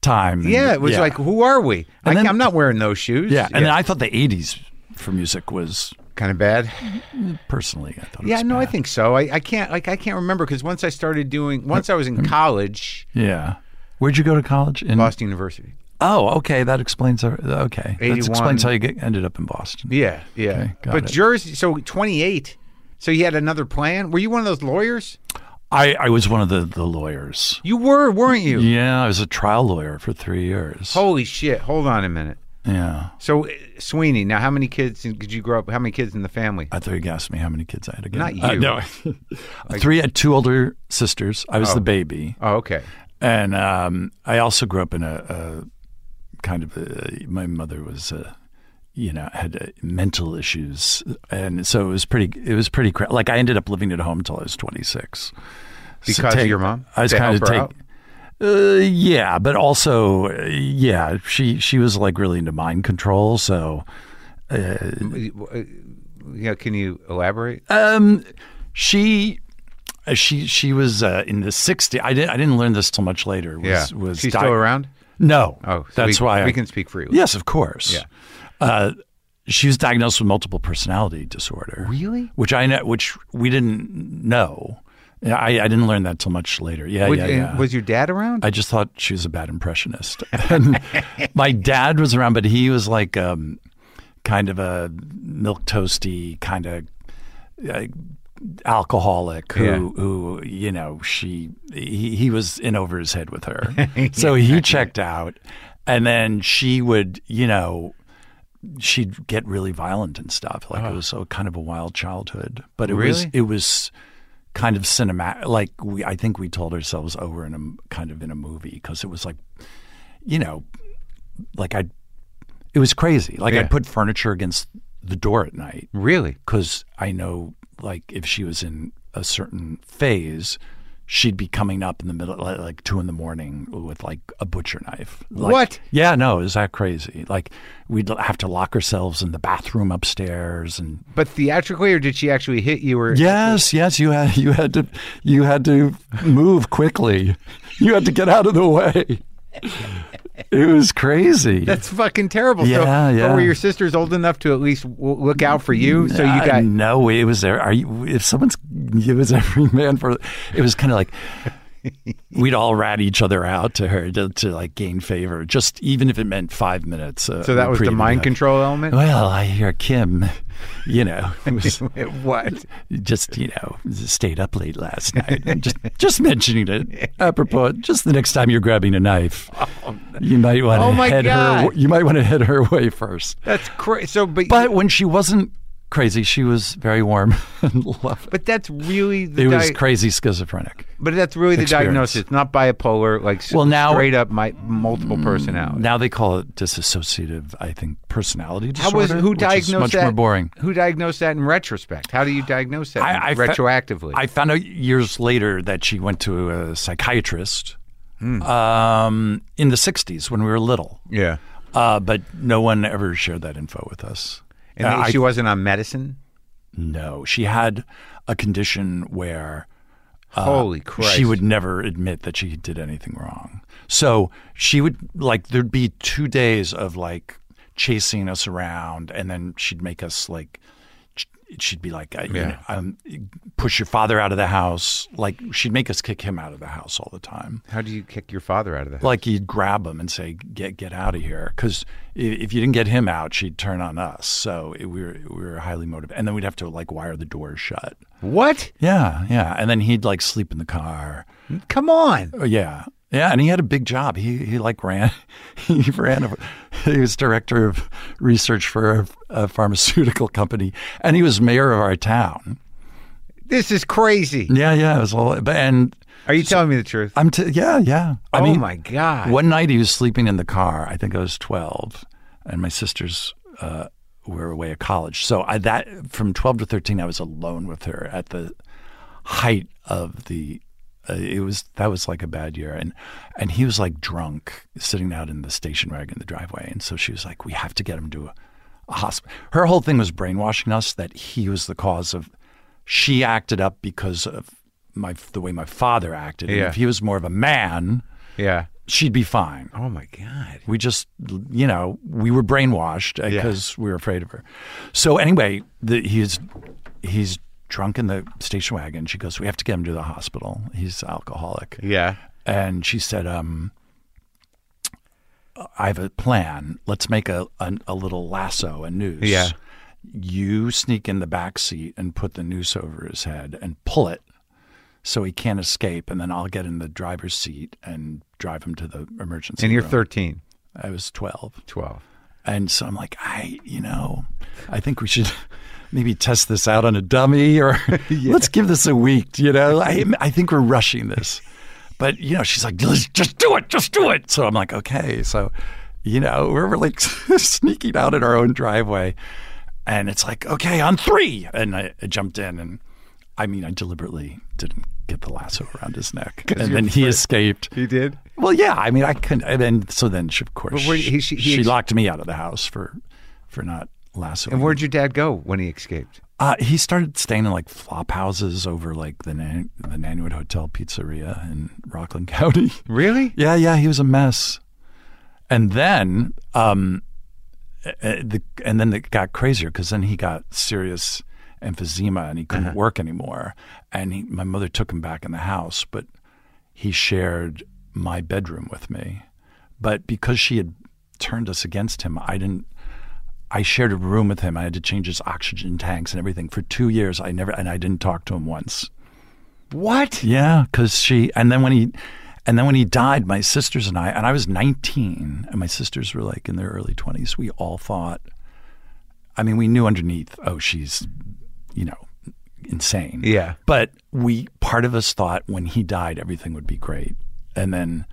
[SPEAKER 3] time.
[SPEAKER 1] Yeah, it was like, who are we? I,
[SPEAKER 3] And then-
[SPEAKER 1] I'm not wearing those shoes.
[SPEAKER 3] Yeah, and then I thought the 80s for music was
[SPEAKER 1] kind of bad.
[SPEAKER 3] personally I thought it
[SPEAKER 1] Yeah,
[SPEAKER 3] was
[SPEAKER 1] no, I
[SPEAKER 3] bad.
[SPEAKER 1] think so. I, I can't like I can't remember because once I started doing once I was
[SPEAKER 3] Mm.
[SPEAKER 1] in college,
[SPEAKER 3] Yeah. Where'd you go to college? In
[SPEAKER 1] Boston University.
[SPEAKER 3] Oh, okay. That explains. Our, okay, that
[SPEAKER 1] 81.
[SPEAKER 3] explains how you get, ended up in Boston.
[SPEAKER 1] Yeah, yeah.
[SPEAKER 3] Okay, got
[SPEAKER 1] but
[SPEAKER 3] it.
[SPEAKER 1] Jersey, so 28. So you had another plan. Were you one of those lawyers?
[SPEAKER 3] I, I was one of the, the lawyers.
[SPEAKER 1] You were, weren't you?
[SPEAKER 3] Yeah, I was a trial lawyer for three years.
[SPEAKER 1] Holy shit! Hold on a minute.
[SPEAKER 3] Yeah,
[SPEAKER 1] So uh, Sweeney, now how many kids did you grow up? How many kids in the family?
[SPEAKER 3] I thought you asked me how many kids I had again.
[SPEAKER 1] Not you.
[SPEAKER 3] Uh, no, three. I had two older sisters. I was the baby,
[SPEAKER 1] Oh, okay.
[SPEAKER 3] and um, I also grew up in a, a kind of. A, my mother was. A, you know, had uh, mental issues, and so it was pretty. It was pretty. Cra- like I ended up living at home till I was twenty six,
[SPEAKER 1] Because
[SPEAKER 3] take-
[SPEAKER 1] of your mom?
[SPEAKER 3] I was
[SPEAKER 1] To
[SPEAKER 3] kind
[SPEAKER 1] help
[SPEAKER 3] of
[SPEAKER 1] her
[SPEAKER 3] take.
[SPEAKER 1] out?
[SPEAKER 3] Uh, yeah, but also, uh, yeah, she she was like really into mind control, so
[SPEAKER 1] Yeah, can you elaborate?
[SPEAKER 3] Um, she, she, she was uh, in the '60s. I didn't. I didn't learn this till much later. Was,
[SPEAKER 1] yeah.
[SPEAKER 3] was
[SPEAKER 1] She's
[SPEAKER 3] di-
[SPEAKER 1] still around?
[SPEAKER 3] No.
[SPEAKER 1] Oh, so
[SPEAKER 3] that's
[SPEAKER 1] we,
[SPEAKER 3] why
[SPEAKER 1] we
[SPEAKER 3] I-
[SPEAKER 1] can speak freely.
[SPEAKER 3] Yes, of course.
[SPEAKER 1] Yeah.
[SPEAKER 3] Uh, she was diagnosed with multiple personality disorder.
[SPEAKER 1] Really?
[SPEAKER 3] Which I know. Which we didn't know. Yeah, I, I didn't learn that till much later. Yeah,
[SPEAKER 1] Would-
[SPEAKER 3] yeah,
[SPEAKER 1] and
[SPEAKER 3] yeah.
[SPEAKER 1] Was your dad around?
[SPEAKER 3] I just thought she was a bad impressionist. and my dad was around, but he was like um, kind of a milk toasty kind of uh, alcoholic who,
[SPEAKER 1] Yeah.
[SPEAKER 3] who you know, she he, he was in over his head with her. so he checked out, and then she would, you know. She'd get really violent and stuff. Like it was a kind of a wild childhood, but it was
[SPEAKER 1] Uh-huh. Really?
[SPEAKER 3] it was kind of cinematic. Like we, I think we told ourselves, oh, we're in a m- kind of in a movie because it was like, you know, like I, it was crazy. Like
[SPEAKER 1] Yeah.
[SPEAKER 3] I put furniture against the door at night
[SPEAKER 1] really?
[SPEAKER 3] because I know, like, if she was in a certain phase. She'd be coming up in the middle, like, like two in the morning, with like a butcher knife. Like-
[SPEAKER 1] What?
[SPEAKER 3] Yeah, no, is that crazy? Like we'd have to lock ourselves in the bathroom upstairs, and
[SPEAKER 1] But theatrically, or did she actually hit you? Or
[SPEAKER 3] Yes, yes, you had you had to you had to move quickly. You had to get out of the way. It was crazy.
[SPEAKER 1] That's fucking terrible. so,
[SPEAKER 3] Yeah,
[SPEAKER 1] But
[SPEAKER 3] yeah.
[SPEAKER 1] were your sisters old enough to at least w- look out for you? So you
[SPEAKER 3] Uh,
[SPEAKER 1] got.
[SPEAKER 3] no. It was there. Are you? If someone's, it was every man for. It was kind of like we'd all rat each other out to her to, to like gain favor, just even if it meant five minutes. uh,
[SPEAKER 1] So that was the
[SPEAKER 3] reprieve.
[SPEAKER 1] mind control element.
[SPEAKER 3] Well, I hear Kim, you know, was-
[SPEAKER 1] what?
[SPEAKER 3] just you know stayed up late last night And just just mentioning it apropos just the next time you're grabbing a knife you might want to
[SPEAKER 1] Oh, my
[SPEAKER 3] head her
[SPEAKER 1] God.
[SPEAKER 3] you might want to head her way first
[SPEAKER 1] That's crazy. So, but
[SPEAKER 3] but when she wasn't crazy she was very warm and loving
[SPEAKER 1] but that's really the.
[SPEAKER 3] it was
[SPEAKER 1] di-
[SPEAKER 3] crazy schizophrenic
[SPEAKER 1] But that's really the
[SPEAKER 3] Experience.
[SPEAKER 1] diagnosis, not bipolar, like s-
[SPEAKER 3] Well, now- Mm,
[SPEAKER 1] straight up my multiple personality.
[SPEAKER 3] now they call it disassociative i think personality
[SPEAKER 1] How
[SPEAKER 3] disorder
[SPEAKER 1] was who
[SPEAKER 3] which is
[SPEAKER 1] diagnosed
[SPEAKER 3] much
[SPEAKER 1] that?
[SPEAKER 3] more boring
[SPEAKER 1] Who diagnosed that in retrospect? How do you diagnose that
[SPEAKER 3] I- I fa-
[SPEAKER 1] retroactively?
[SPEAKER 3] I found out years later that she went to a psychiatrist
[SPEAKER 1] Hmm.
[SPEAKER 3] um, in the 60s when we were little.
[SPEAKER 1] yeah,
[SPEAKER 3] Uh, but no one ever shared that info with us.
[SPEAKER 1] and
[SPEAKER 3] Uh,
[SPEAKER 1] they-
[SPEAKER 3] I-
[SPEAKER 1] she wasn't on medicine.
[SPEAKER 3] no, she had a condition where
[SPEAKER 1] Holy Christ!
[SPEAKER 3] Uh, she would never admit that she did anything wrong. So she would like there'd be two days of like chasing us around, and then she'd make us like sh- she'd be like, uh, you
[SPEAKER 1] Yeah.
[SPEAKER 3] know, um, push your father out of the house. Like she'd make us kick him out of the house all the time.
[SPEAKER 1] How do you kick your father out of the house?
[SPEAKER 3] Like you'd grab him and say, "Get get out of here," because if you didn't get him out, she'd turn on us. So it, we were we were highly motivated, and then we'd have to like wire the doors shut.
[SPEAKER 1] what?
[SPEAKER 3] Yeah, yeah, and then he'd like sleep in the car.
[SPEAKER 1] Come on!
[SPEAKER 3] Oh, yeah. Yeah, and he had a big job. He he like ran, he ran. A, he was director of research for a, a pharmaceutical company, and he was mayor of our town.
[SPEAKER 1] This is crazy.
[SPEAKER 3] Yeah, yeah, it was all. But and
[SPEAKER 1] Are you telling me the truth?
[SPEAKER 3] I'm t- yeah, yeah. I
[SPEAKER 1] oh
[SPEAKER 3] mean,
[SPEAKER 1] my god!
[SPEAKER 3] One night he was sleeping in the car. I think I was 12, and my sisters uh, were away at college. So I, that from 12 to 13, I was alone with her at the height of the. Uh, it was that was like a bad year, and and he was like drunk, sitting out in the station wagon in the driveway, and so she was like, "We have to get him to a, a hospital." Her whole thing was brainwashing us that he was the cause of. She acted up because of my the way my father acted. And
[SPEAKER 1] Yeah.
[SPEAKER 3] If he was more of a man,
[SPEAKER 1] Yeah.
[SPEAKER 3] she'd be fine.
[SPEAKER 1] Oh my god!
[SPEAKER 3] We just, you know, we were brainwashed because we were afraid of her. So anyway, the, he's he's drunk in the station wagon. She goes, "We have to get him to the hospital. He's alcoholic."
[SPEAKER 1] Yeah.
[SPEAKER 3] And she said, um, "I have a plan. Let's make a a, a little lasso, a noose.
[SPEAKER 1] Yeah.
[SPEAKER 3] You sneak in the back seat and put the noose over his head and pull it." So he can't escape, and then I'll get in the driver's seat and drive him to the emergency.
[SPEAKER 1] And you're
[SPEAKER 3] room."
[SPEAKER 1] 13,
[SPEAKER 3] I was 12.
[SPEAKER 1] 12.
[SPEAKER 3] And so I'm like, I, you know, I think we should maybe test this out on a dummy or let's give this a week, you know? I, I think we're rushing this. But, you know, she's like, "Let's just do it, just do it. So I'm like, okay. So, you know, we're, we're like sneaking out in our own driveway. And it's like, okay, on three. And I, I jumped in and I mean, I deliberately didn't get the lasso around his neck, and then he escaped.
[SPEAKER 1] He did.
[SPEAKER 3] Well, yeah, I mean, I couldn't. And then, so then, she, of course,
[SPEAKER 1] But where- he-
[SPEAKER 3] she,
[SPEAKER 1] she- he
[SPEAKER 3] she
[SPEAKER 1] ex-
[SPEAKER 3] locked me out of the house for for not lassoing.
[SPEAKER 1] And where'd your dad go when he escaped?
[SPEAKER 3] Uh, he started staying in like flop houses over like the Nan- the Nanwood Hotel Pizzeria in Rockland County.
[SPEAKER 1] Really?
[SPEAKER 3] yeah, yeah, he was a mess. And then, um, uh, the and then it got crazier because then he got serious emphysema and he couldn't work anymore. And he, my mother took him back in the house, but he shared my bedroom with me. But because she had turned us against him, I didn't. I shared a room with him. I had to change his oxygen tanks and everything for two years. I never and I didn't talk to him once.
[SPEAKER 1] What?
[SPEAKER 3] Yeah, because she and then when he and then when he died, my sisters and I and I was 19 and my sisters were like in their early 20s. We all thought, I mean, we knew underneath, oh, she's, you know, insane.
[SPEAKER 1] Yeah.
[SPEAKER 3] But we part of us thought when he died, everything would be great, and then.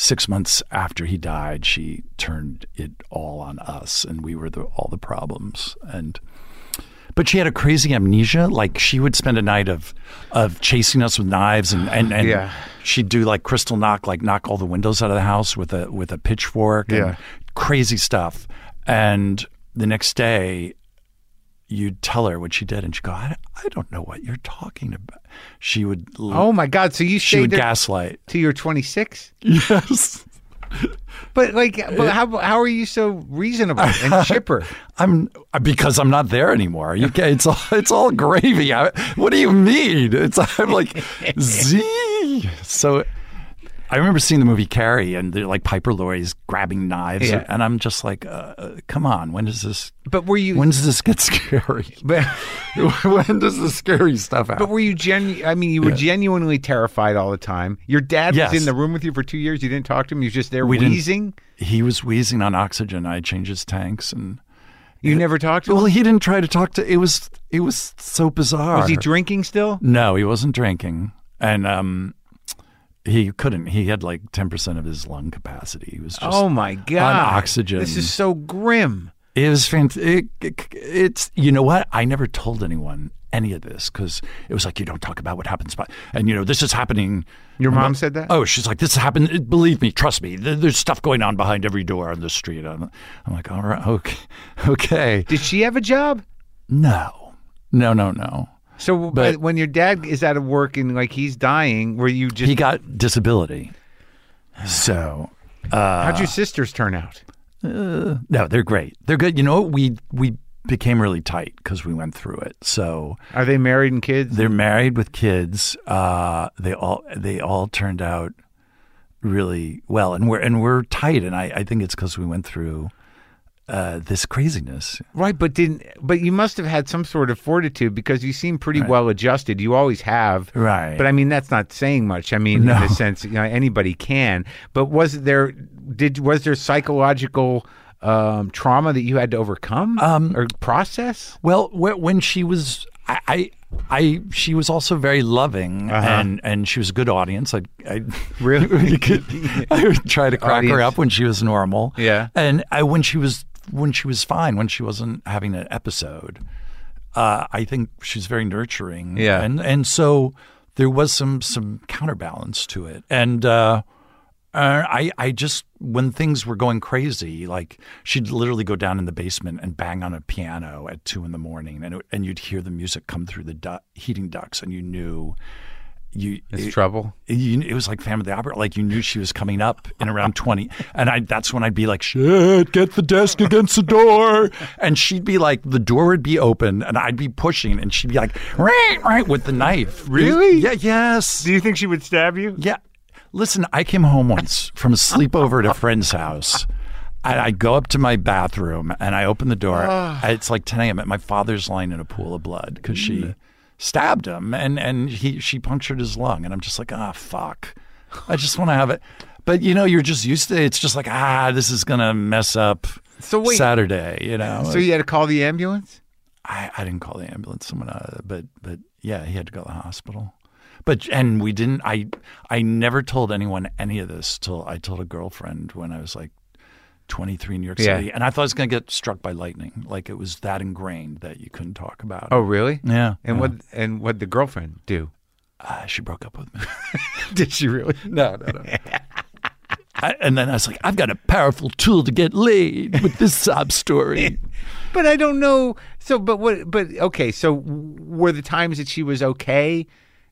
[SPEAKER 3] Six months after he died, she turned it all on us, and we were the, all the problems. And but she had a crazy amnesia. Like she would spend a night of of chasing us with knives and and, and
[SPEAKER 1] Yeah.
[SPEAKER 3] she'd do like crystal knock, like knock all the windows out of the house with a with a pitchfork and
[SPEAKER 1] Yeah.
[SPEAKER 3] crazy stuff. And the next day you'd tell her what she did and she'd go, I, I don't know what you're talking about. She would
[SPEAKER 1] Oh my God! So you
[SPEAKER 3] she
[SPEAKER 1] stayed
[SPEAKER 3] would
[SPEAKER 1] there
[SPEAKER 3] gaslight.
[SPEAKER 1] till you were 26?
[SPEAKER 3] Yes.
[SPEAKER 1] But like, but how how are you so reasonable and chipper?
[SPEAKER 3] I'm uh, because I'm not there anymore. You can, it's all it's all gravy. I, what do you mean? It's I'm like Z. So I remember seeing the movie Carrie, and they're like Piper Laurie's grabbing knives,
[SPEAKER 1] Yeah.
[SPEAKER 3] and I'm just like, uh, uh, come on, when does this?
[SPEAKER 1] But were you?
[SPEAKER 3] When does this get scary?
[SPEAKER 1] but,
[SPEAKER 3] when does the scary stuff
[SPEAKER 1] but
[SPEAKER 3] happen?
[SPEAKER 1] were you genu- I mean, you were genuinely terrified all the time. Your dad
[SPEAKER 3] Yes.
[SPEAKER 1] was in the room with you for two years. You didn't talk to him. He was just there
[SPEAKER 3] We didn't-
[SPEAKER 1] wheezing.
[SPEAKER 3] He was wheezing on oxygen. I changed his tanks, and
[SPEAKER 1] You
[SPEAKER 3] Uh,
[SPEAKER 1] never talked to him.
[SPEAKER 3] well, he didn't try to talk to. It was it was so bizarre.
[SPEAKER 1] Was he drinking still?
[SPEAKER 3] No, he wasn't drinking, and um, he couldn't. He had like ten percent of his lung capacity. He was just.
[SPEAKER 1] oh my God!
[SPEAKER 3] oxygen.
[SPEAKER 1] This is so grim.
[SPEAKER 3] It was fantastic. It, it's you know what? I never told anyone any of this because it was like you don't talk about what happens, but and you know this is happening.
[SPEAKER 1] Your mom said that.
[SPEAKER 3] Oh, she's like, this happened. Believe me, trust me. There- There's stuff going on behind every door on the street. I'm, I'm like, all right, okay, okay.
[SPEAKER 1] Did she have a job?
[SPEAKER 3] No, no, no, no.
[SPEAKER 1] So
[SPEAKER 3] But-
[SPEAKER 1] uh, when your dad is out of work and like he's dying, were you just?
[SPEAKER 3] He got disability, so
[SPEAKER 1] how'd your
[SPEAKER 3] uh,
[SPEAKER 1] sisters turn out?
[SPEAKER 3] No, they're great. They're good. You know, what? we we became really tight because we went through it. So
[SPEAKER 1] Are they married and kids?
[SPEAKER 3] they're married with kids. Uh, they all they all turned out really well, and we're and we're tight. And I, I think it's because we went through uh, this craziness.
[SPEAKER 1] Right, but didn't but you must have had some sort of fortitude because you seem pretty well adjusted. You always have.
[SPEAKER 3] Right.
[SPEAKER 1] But I mean that's not saying much. I mean in
[SPEAKER 3] No.
[SPEAKER 1] the sense you know anybody can. But was there did was there psychological um, trauma that you had to overcome
[SPEAKER 3] Um,
[SPEAKER 1] or process?
[SPEAKER 3] Well, wh- when she was, I, I, I she was also very loving, and and she was a good audience. I, I
[SPEAKER 1] Uh-huh. Really?
[SPEAKER 3] you could- I would try to crack her
[SPEAKER 1] Audience.
[SPEAKER 3] up when she was normal.
[SPEAKER 1] Yeah.
[SPEAKER 3] and I, when she was when she was fine, when she wasn't having an episode, uh, I think she's very nurturing.
[SPEAKER 1] Yeah.
[SPEAKER 3] and and so there was some some counterbalance to it, and. uh uh, I, I just when things were going crazy, like she'd literally go down in the basement and bang on a piano at two in the morning, and it, and you'd hear the music come through the du- heating ducts, and you knew you
[SPEAKER 1] It's
[SPEAKER 3] it,
[SPEAKER 1] trouble.
[SPEAKER 3] you- it was like Phantom of the Opera, like you knew she was coming up in around twenty, and I that's when I'd be like, shit, get the desk against the door, and she'd be like, the door would be open, and I'd be pushing, and she'd be like, right, right, with the knife.
[SPEAKER 1] Really?
[SPEAKER 3] Yeah. Yes.
[SPEAKER 1] you think she would stab you?
[SPEAKER 3] Yeah. Listen, I came home once from a sleepover at a friend's house. And I go up to my bathroom and I open the door.
[SPEAKER 1] Ah.
[SPEAKER 3] It's like 10 a.m. and my father's lying in a pool of blood because
[SPEAKER 1] Mm.
[SPEAKER 3] she stabbed him and, and he she punctured his lung. And I'm just like, ah, fuck. I just want to have it. But you know, you're just used to it. It's just like, ah, this is going to mess up
[SPEAKER 1] So wait-
[SPEAKER 3] Saturday, you know?
[SPEAKER 1] So you had to call the ambulance?
[SPEAKER 3] I, I didn't call the ambulance. Someone, uh, but but yeah, he had to go to the hospital. But and we didn't. I I never told anyone any of this till I told a girlfriend when I was like 23 in New York
[SPEAKER 1] Yeah.
[SPEAKER 3] City, and I thought I was gonna get struck by lightning. Like it was that ingrained that you couldn't talk about. it.
[SPEAKER 1] Oh really?
[SPEAKER 3] yeah.
[SPEAKER 1] And
[SPEAKER 3] yeah.
[SPEAKER 1] what and what the girlfriend do?
[SPEAKER 3] uh, she broke up with me.
[SPEAKER 1] Did she really?
[SPEAKER 3] No, no, no. I, and then I was like, I've got a powerful tool to get laid with this sob story.
[SPEAKER 1] But I don't know. So, but what? But okay. So, were the times that she was okay?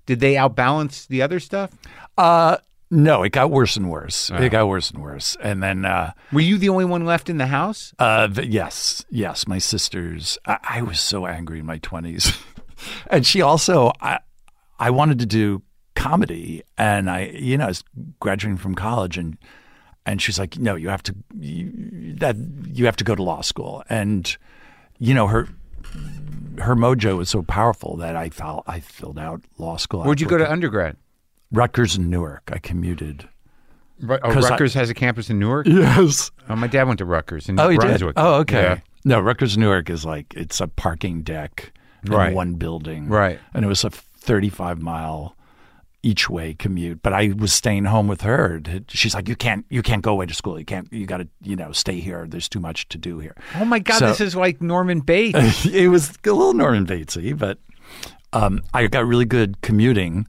[SPEAKER 1] Did they outbalance the other stuff?
[SPEAKER 3] Uh, no, it got worse and worse. It got worse and worse. And then, uh,
[SPEAKER 1] Were you the only one left in the house?
[SPEAKER 3] uh, th- yes, yes, my sisters. I, I was so angry in my twenties, and she also. I, I wanted to do comedy, and I, you know, I was graduating from college, and and she's like, no, you have to you, that you have to go to law school, and you know her. Her mojo was so powerful that I felt I filled out law school.
[SPEAKER 1] Where'd you go to undergrad?
[SPEAKER 3] Rutgers and Newark. I commuted.
[SPEAKER 1] Ru- Oh,
[SPEAKER 3] 'Cause I-
[SPEAKER 1] Rutgers has a campus in Newark.
[SPEAKER 3] Yes.
[SPEAKER 1] Oh, my dad went to Rutgers in
[SPEAKER 3] Oh,
[SPEAKER 1] New
[SPEAKER 3] you
[SPEAKER 1] Brunswick.
[SPEAKER 3] did. Oh, okay.
[SPEAKER 1] Yeah.
[SPEAKER 3] No, Rutgers Newark is like it's a parking deck in
[SPEAKER 1] Right.
[SPEAKER 3] one building,
[SPEAKER 1] Right.
[SPEAKER 3] And it was a thirty-five mile each way commute. But I was staying home with her. She's like, "You can't, you can't go away to school. You can't. You got to, you know, stay here. There's too much to do here."
[SPEAKER 1] Oh my God,
[SPEAKER 3] So-
[SPEAKER 1] this is like Norman Bates.
[SPEAKER 3] it was a little Norman Batesy, but um, I got really good commuting.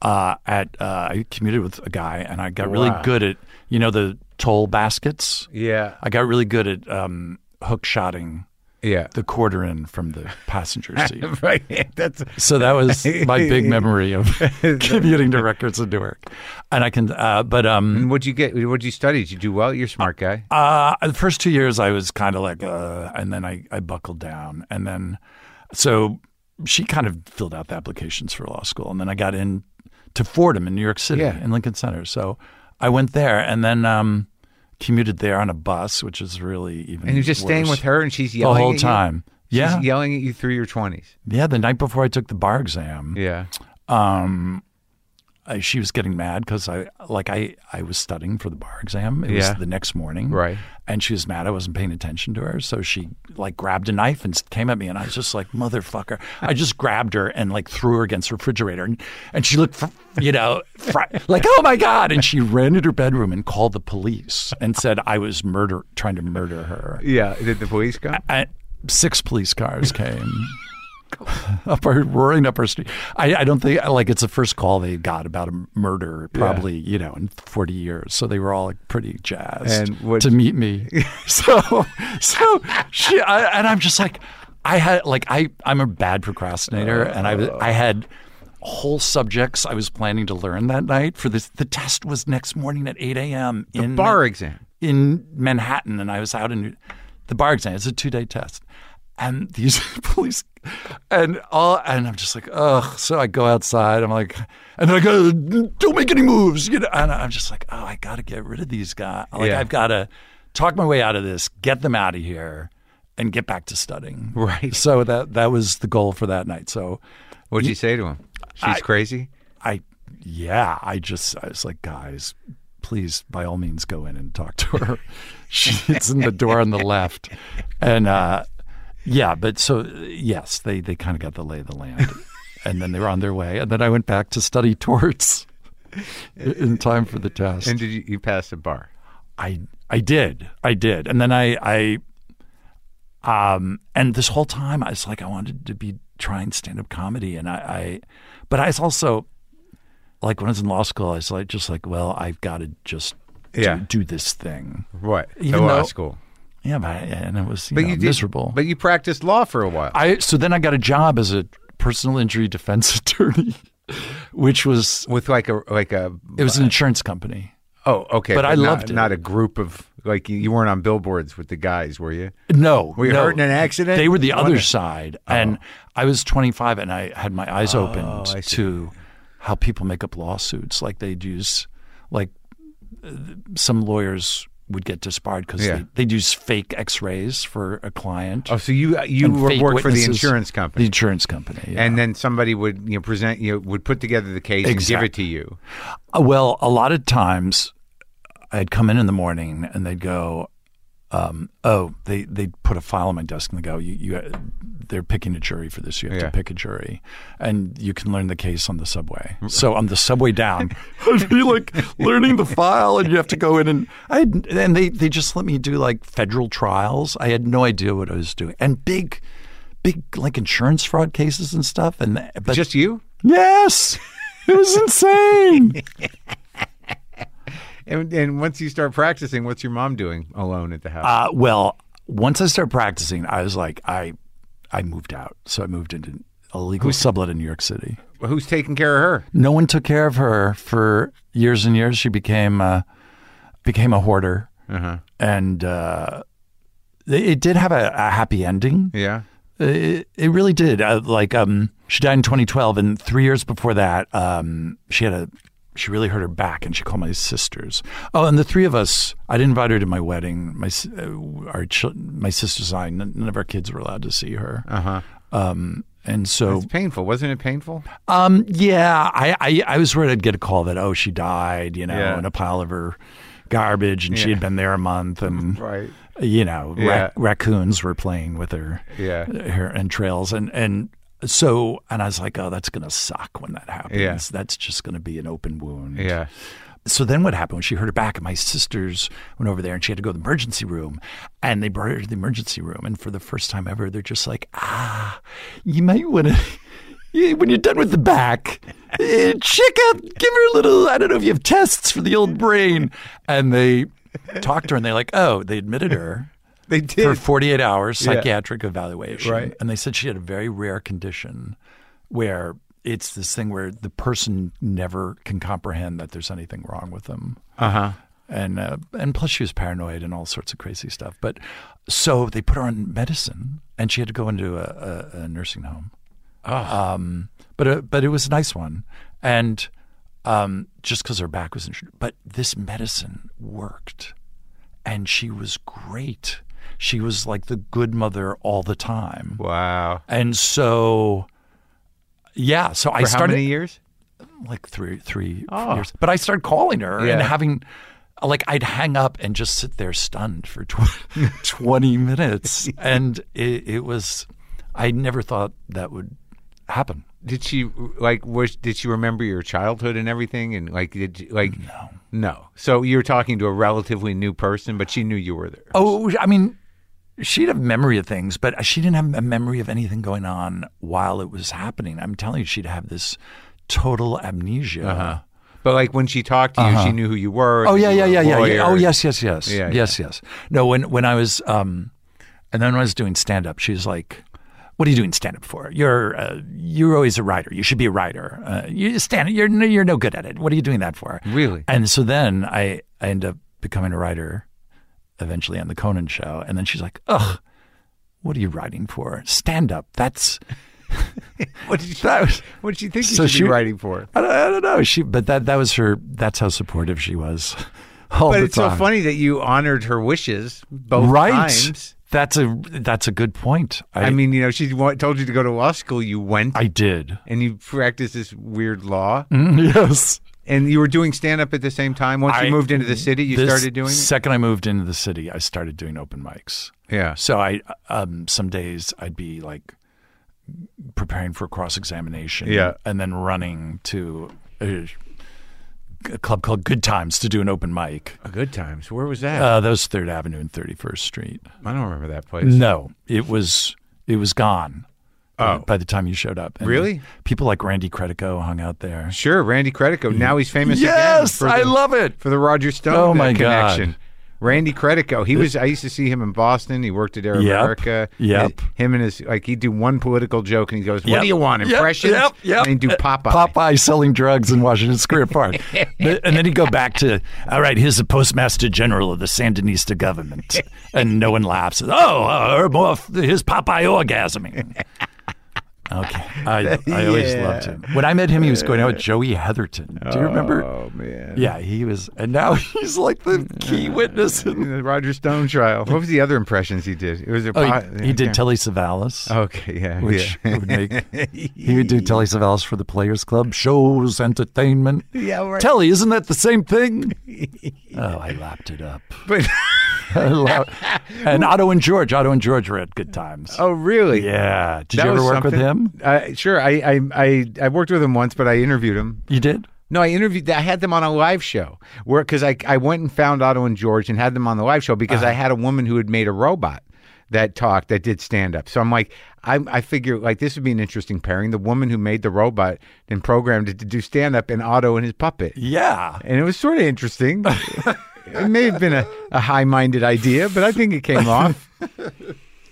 [SPEAKER 3] Uh, at uh, I commuted with a guy, and I got really
[SPEAKER 1] Wow.
[SPEAKER 3] good at you know the toll baskets.
[SPEAKER 1] yeah,
[SPEAKER 3] I got really good at um, hook shotting
[SPEAKER 1] yeah,
[SPEAKER 3] the quarter in from the passenger seat.
[SPEAKER 1] right. That's
[SPEAKER 3] so that was my big memory of commuting to records in Newark. And I can, uh, but um,
[SPEAKER 1] And what'd you get? What'd you study? Did you do well? You're a smart guy.
[SPEAKER 3] uh,
[SPEAKER 1] Mm-hmm.
[SPEAKER 3] the first two years I was kind of like, uh, and then I, I buckled down. And then, so she kind of filled out the applications for law school. And then I got in to Fordham in New York City,
[SPEAKER 1] Yeah.
[SPEAKER 3] in Lincoln Center. So I went there and then um, commuted there on a bus, which is really even
[SPEAKER 1] And you're just staying
[SPEAKER 3] worse
[SPEAKER 1] with her, and she's
[SPEAKER 3] the
[SPEAKER 1] yelling
[SPEAKER 3] whole
[SPEAKER 1] at you?
[SPEAKER 3] time. Yeah.
[SPEAKER 1] She's yelling at you through your twenties.
[SPEAKER 3] Yeah, the night before I took the bar exam,
[SPEAKER 1] Yeah.
[SPEAKER 3] I, she was getting mad because I like I I was studying for the bar exam. It
[SPEAKER 1] Yeah.
[SPEAKER 3] was the next morning,
[SPEAKER 1] Right.
[SPEAKER 3] And she was mad I wasn't paying attention to her, so she like grabbed a knife and came at me, and I was just like motherfucker. I just grabbed her and like threw her against the refrigerator, and and she looked, fr- you know, fr- like oh my god, and she ran into her bedroom and called the police and said I was murder trying to murder her.
[SPEAKER 1] Yeah. Did the police come?
[SPEAKER 3] I, six police cars came up our roaring up our street. I, I don't think like it's the first call they got about a murder, probably you know in forty years. So they were all like pretty jazzed
[SPEAKER 1] And what-
[SPEAKER 3] to meet me. so so she I, and I'm just like I had like I I'm a bad procrastinator and I I had. Whole subjects I was planning to learn that night for this. The test was next morning at eight a.m. in
[SPEAKER 1] Bar exam.
[SPEAKER 3] in Manhattan, and I was out in the bar exam. It's a two day test, and these police and all, and I'm just like, ugh. So I go outside. I'm like, and then I go, don't make any moves, you know. And I'm just like, oh, I got to get rid of these guys. Like
[SPEAKER 1] Yeah.
[SPEAKER 3] I've got to talk my way out of this, get them out of here, and get back to studying.
[SPEAKER 1] Right.
[SPEAKER 3] So that that was the goal for that night. So
[SPEAKER 1] What'd you say to him? She's crazy.
[SPEAKER 3] I, yeah, I just, I was like, guys, please, by all means, go in and talk to her. She's in the door on the left. And, uh, yeah, but so, yes, they, they kind of got the lay of the land. and then they were on their way. And then I went back to study torts in- in time for the test.
[SPEAKER 1] And did you, you pass the bar?
[SPEAKER 3] I I did. I did. And then I I um and this whole time I was like I wanted to be trying stand up comedy and I, I but I was also like when I was in law school I was like just like well I've got to just do-
[SPEAKER 1] Yeah.
[SPEAKER 3] do, this thing.
[SPEAKER 1] What?
[SPEAKER 3] Even
[SPEAKER 1] law
[SPEAKER 3] though-
[SPEAKER 1] school.
[SPEAKER 3] Yeah, but I, and it was you know,
[SPEAKER 1] you did-
[SPEAKER 3] miserable.
[SPEAKER 1] But you practiced law for a while.
[SPEAKER 3] I so then I got a job as a personal injury defense attorney which was
[SPEAKER 1] with like a like a
[SPEAKER 3] it was an insurance company.
[SPEAKER 1] oh okay
[SPEAKER 3] but I
[SPEAKER 1] not-
[SPEAKER 3] loved it.
[SPEAKER 1] not a group of like you, you weren't on billboards with the guys were you
[SPEAKER 3] No,
[SPEAKER 1] were you
[SPEAKER 3] no.
[SPEAKER 1] hurt in an accident
[SPEAKER 3] They were the
[SPEAKER 1] What Oh.
[SPEAKER 3] other side. And I was 25 and I had my eyes opened to how people make up lawsuits. Like they'd use, like uh, some lawyers would get disbarred because
[SPEAKER 1] Yeah.
[SPEAKER 3] they, they'd use fake x rays for a client.
[SPEAKER 1] oh so you you
[SPEAKER 3] and
[SPEAKER 1] were,
[SPEAKER 3] fake
[SPEAKER 1] worked for the
[SPEAKER 3] witnesses.
[SPEAKER 1] insurance company
[SPEAKER 3] The insurance company. yeah.
[SPEAKER 1] and then somebody would you know present you know, would put together the case and give
[SPEAKER 3] Exactly.
[SPEAKER 1] it to you
[SPEAKER 3] Uh, Well, a lot of times I'd come in in the morning and they'd go, um, oh, they, they'd put a file on my desk and they go, you, you, uh, they're picking a jury for this. You have
[SPEAKER 1] Yeah.
[SPEAKER 3] to pick a jury. And you can learn the case on the subway. So on the subway down, Mm-hmm. I'd be like learning the file and you have to go in and I had- and they, they just let me do like federal trials. I had no idea what I was doing. And big, big like insurance fraud cases and stuff. And but
[SPEAKER 1] just you
[SPEAKER 3] Yes. It was insane.
[SPEAKER 1] And, and once you start practicing, what's your mom doing alone at the house?
[SPEAKER 3] Uh, well, once I started practicing, I was like, I, I moved out, so I moved into a legal sublet in New York City.
[SPEAKER 1] Who's taking care of her?
[SPEAKER 3] No one took care of her for years and years. She became uh, became a hoarder, and uh, it it did have a, a happy ending.
[SPEAKER 1] Yeah.
[SPEAKER 3] It, it really did. Uh, like, um, she died in 2012, and three years before that, um, she had a she really hurt her back, and she called my sisters. Oh, and the three of us. I didn't invite her to my wedding. My s- uh, our chil- my sisters and I. None none of our kids were allowed to see her. Uh huh. Um, and so,
[SPEAKER 1] It's painful. Wasn't it painful?
[SPEAKER 3] um, yeah, I, I I was worried I'd get a call that oh she died, you know,
[SPEAKER 1] Yeah.
[SPEAKER 3] in a pile of her garbage, and she had been there a month, and
[SPEAKER 1] Right.
[SPEAKER 3] you know,
[SPEAKER 1] Yeah.
[SPEAKER 3] rac- raccoons were playing with her
[SPEAKER 1] Yeah.
[SPEAKER 3] her entrails and and so and I was like, oh, that's gonna suck when that happens.
[SPEAKER 1] Yeah.
[SPEAKER 3] That's just gonna be an open wound.
[SPEAKER 1] Yeah.
[SPEAKER 3] So then what happened when she hurt her back and my sisters went over there and she had to go to the emergency room and they brought her to the emergency room and for the first time ever they're just like, ah, you might want to when you're done with the back, eh, check out, give her a little. I don't know if you have tests for the old brain. And they talked to her and they're like, oh, they admitted her
[SPEAKER 1] They
[SPEAKER 3] for
[SPEAKER 1] did.
[SPEAKER 3] 48 hours psychiatric evaluation.
[SPEAKER 1] Right.
[SPEAKER 3] And they said she had a very rare condition where it's this thing where the person never can comprehend that there's anything wrong with them.
[SPEAKER 1] Uh huh.
[SPEAKER 3] And uh, and plus she was paranoid and all sorts of crazy stuff. But so they put her on medicine and she had to go into a, a, a nursing home.
[SPEAKER 1] Ah.
[SPEAKER 3] Um, but uh, but it was a nice one. And um, just because her back was injured, but this medicine worked and she was great. She was like the good mother all the time.
[SPEAKER 1] Wow.
[SPEAKER 3] And so, yeah. So
[SPEAKER 1] For
[SPEAKER 3] I
[SPEAKER 1] how
[SPEAKER 3] started
[SPEAKER 1] many years?
[SPEAKER 3] like three, three
[SPEAKER 1] Oh.
[SPEAKER 3] years. But I started calling her and
[SPEAKER 1] Yeah.
[SPEAKER 3] having, like, I'd hang up and just sit there stunned for tw- 20 minutes. And it, it was, I never thought that would happen.
[SPEAKER 1] Did she like? Was did she remember your childhood and everything? And like, did you, like no, no. So you were talking to a relatively new person, but she knew you were there.
[SPEAKER 3] Oh, I mean, she'd have memory of things, but she didn't have a memory of anything going on while it was happening. I'm telling you, she'd have this total amnesia.
[SPEAKER 1] But like when she talked to you, she knew who you were.
[SPEAKER 3] Oh
[SPEAKER 1] that
[SPEAKER 3] yeah,
[SPEAKER 1] you were
[SPEAKER 3] yeah, yeah,
[SPEAKER 1] a
[SPEAKER 3] yeah, yeah.
[SPEAKER 1] lawyer.
[SPEAKER 3] Oh yes, yes, yes,
[SPEAKER 1] Yeah,
[SPEAKER 3] yes, yes. No, when when I was, um, and then when I was doing stand up, she was like, "What are you doing stand up for? You're uh, you're always a writer. You should be a writer. Uh, you stand. You're no- you're no good at it. What are you doing that for?
[SPEAKER 1] Really?
[SPEAKER 3] And so then I I end up becoming a writer, eventually on the Conan show, and then she's like, "Ugh, what are you writing for? Stand up. That's."
[SPEAKER 1] What did she,
[SPEAKER 3] That was,
[SPEAKER 1] what did she think you
[SPEAKER 3] So
[SPEAKER 1] should
[SPEAKER 3] she-
[SPEAKER 1] be writing for?
[SPEAKER 3] I, don't, I don't know. She, but that that was her. That's how supportive she was. All
[SPEAKER 1] But
[SPEAKER 3] the
[SPEAKER 1] it's so
[SPEAKER 3] time.
[SPEAKER 1] funny that you honored her wishes both
[SPEAKER 3] right.
[SPEAKER 1] times.
[SPEAKER 3] That's a that's a good point. I,
[SPEAKER 1] I mean, you know, she wa- told you to go to law school. You went
[SPEAKER 3] I did.
[SPEAKER 1] and you practiced this weird law,
[SPEAKER 3] yes.
[SPEAKER 1] and you were doing stand up at the same time. Once
[SPEAKER 3] I-
[SPEAKER 1] you moved into the city, you
[SPEAKER 3] This
[SPEAKER 1] started doing it.
[SPEAKER 3] Second, I moved into the city. I started doing open mics.
[SPEAKER 1] Yeah.
[SPEAKER 3] So I um, some days I'd be like preparing for cross examination.
[SPEAKER 1] Yeah.
[SPEAKER 3] And then running to a, a club called Good Times to do an open mic.
[SPEAKER 1] Good times. Where was that?
[SPEAKER 3] Uh, that was Third Avenue and Thirty First Street.
[SPEAKER 1] I don't remember that place.
[SPEAKER 3] No, it was it was gone.
[SPEAKER 1] Oh.
[SPEAKER 3] By the time you showed up. And
[SPEAKER 1] Really?
[SPEAKER 3] People like Randy Credico hung out there.
[SPEAKER 1] Sure, Randy Credico. Now he's famous. again
[SPEAKER 3] Yes,
[SPEAKER 1] for
[SPEAKER 3] I
[SPEAKER 1] the-
[SPEAKER 3] love it.
[SPEAKER 1] for the Roger Stone
[SPEAKER 3] Oh,
[SPEAKER 1] uh,
[SPEAKER 3] my God.
[SPEAKER 1] connection. Randy Credico. He was. I used to see him in Boston. He worked at Air
[SPEAKER 3] Yep.
[SPEAKER 1] America.
[SPEAKER 3] Yep.
[SPEAKER 1] Hi- Him and his like he'd do one political joke and he goes, "What
[SPEAKER 3] Yep.
[SPEAKER 1] do you want?
[SPEAKER 3] Yep,
[SPEAKER 1] Impressions?"
[SPEAKER 3] Yep, yep.
[SPEAKER 1] And he'd do
[SPEAKER 3] Uh,
[SPEAKER 1] Popeye.
[SPEAKER 3] Popeye selling drugs in Washington Square Park. But- and then he'd go back to, all right, here's the postmaster general of the Sandinista government. And no one laughs. Oh, uh, or more, f- here's Popeye orgasming. Okay. I, I always
[SPEAKER 1] Yeah.
[SPEAKER 3] loved him. When I met him, he was going out with Joey Heatherton. Do you remember?
[SPEAKER 1] Oh man.
[SPEAKER 3] Yeah, he was. And now he's like the key witness. In,
[SPEAKER 1] The Roger Stone trial. What was the other impressions he did? It was a.
[SPEAKER 3] oh,
[SPEAKER 1] po-
[SPEAKER 3] he, he did Telly Savalas.
[SPEAKER 1] Okay. Yeah.
[SPEAKER 3] which
[SPEAKER 1] yeah.
[SPEAKER 3] would make he would do Telly Savalas for the Players Club shows, entertainment.
[SPEAKER 1] Yeah, right.
[SPEAKER 3] Telly, isn't that the same thing? oh, I lapped it up.
[SPEAKER 1] But-
[SPEAKER 3] I lap- and Otto and George, Otto and George were at good times.
[SPEAKER 1] oh really?
[SPEAKER 3] yeah. Did
[SPEAKER 1] That
[SPEAKER 3] you ever
[SPEAKER 1] was
[SPEAKER 3] work with
[SPEAKER 1] something.
[SPEAKER 3] him?
[SPEAKER 1] Uh, sure. I, I I I worked with him once, but I interviewed him.
[SPEAKER 3] You did.
[SPEAKER 1] No, I interviewed. I had them on a live show
[SPEAKER 3] Uh-huh.
[SPEAKER 1] where because I I went and found Otto and George and had them on the live show because I had a woman who had made a robot that talked that did stand up. So I'm like, I, I figure like this would be an interesting pairing. The woman who made the robot and programmed it to do stand up and Otto and his puppet.
[SPEAKER 3] Yeah.
[SPEAKER 1] And it was sort of interesting. it may have been a, a high minded idea, but I think it came off.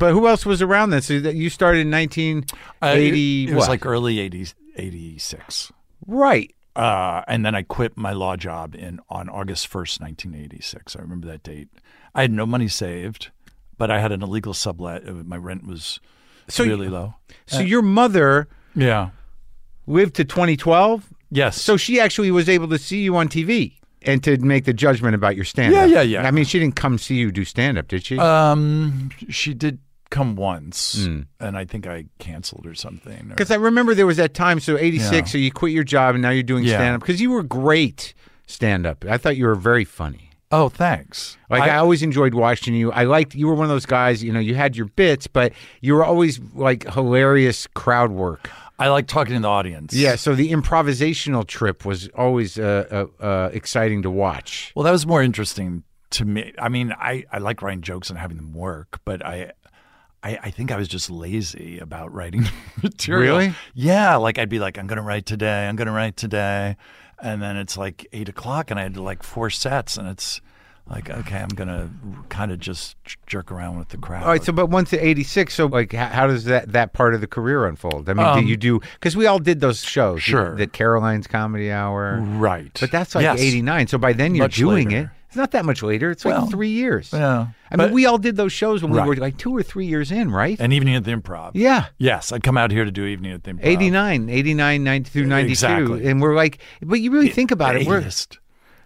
[SPEAKER 1] But who else was around then? So that you started in 1980.
[SPEAKER 3] Uh, it- it, was
[SPEAKER 1] what?
[SPEAKER 3] like early 80, 86.
[SPEAKER 1] right.
[SPEAKER 3] Uh, and then I quit my law job in on August 1st, 1986. I remember that date. I had no money saved, but I had an illegal sublet. Uh, My rent was
[SPEAKER 1] So you-
[SPEAKER 3] really low.
[SPEAKER 1] So your mother
[SPEAKER 3] Yeah.
[SPEAKER 1] lived to 2012.
[SPEAKER 3] Yes.
[SPEAKER 1] So she actually was able to see you on TV and to make the judgment about your stand up.
[SPEAKER 3] Yeah, yeah, yeah.
[SPEAKER 1] I mean, she didn't come see you do stand up, did she?
[SPEAKER 3] um, she did come once,
[SPEAKER 1] Mm.
[SPEAKER 3] and I think I canceled or something. or-
[SPEAKER 1] Because I remember there was that time, so 86,
[SPEAKER 3] Yeah.
[SPEAKER 1] so you quit your job and now you're doing
[SPEAKER 3] Yeah.
[SPEAKER 1] stand up because you were great stand up. I thought you were very funny.
[SPEAKER 3] oh, thanks.
[SPEAKER 1] Like I, always enjoyed watching you. I liked you were one of those guys, you know, you had your bits, but you were always like hilarious crowd work.
[SPEAKER 3] I like talking to the audience.
[SPEAKER 1] Yeah, so the improvisational trip was always uh, uh, uh, exciting to watch.
[SPEAKER 3] Well, that was more interesting to me. I mean, I, I like writing jokes and having them work, but I, I I think I was just lazy about writing material.
[SPEAKER 1] Really?
[SPEAKER 3] Yeah. Like I'd be like, I'm gonna write today. I'm gonna write today, and then it's like eight o'clock, and I had like four sets, and it's like, okay, I'm gonna kind of just j- jerk around with the crowd.
[SPEAKER 1] All right, so but once at 86, so like how, how does that that part of the career unfold? I mean, do you do cuz we all did those shows,
[SPEAKER 3] Sure.
[SPEAKER 1] the Caroline's Comedy Hour.
[SPEAKER 3] right.
[SPEAKER 1] But that's like
[SPEAKER 3] Yes.
[SPEAKER 1] 89. So by then you're
[SPEAKER 3] Much
[SPEAKER 1] doing
[SPEAKER 3] later.
[SPEAKER 1] it. It's not that much later. It's like
[SPEAKER 3] Well,
[SPEAKER 1] 3 years.
[SPEAKER 3] yeah,
[SPEAKER 1] I
[SPEAKER 3] but-
[SPEAKER 1] mean, we all did those shows when
[SPEAKER 3] Right.
[SPEAKER 1] we were like 2 or 3 years in, right?
[SPEAKER 3] And evening at the improv.
[SPEAKER 1] yeah.
[SPEAKER 3] Yes, I'd come out here to do evening at the improv.
[SPEAKER 1] 89, 89, 90 through 92.
[SPEAKER 3] Exactly.
[SPEAKER 1] And we're like, but you really think about it. We're,
[SPEAKER 3] A-list.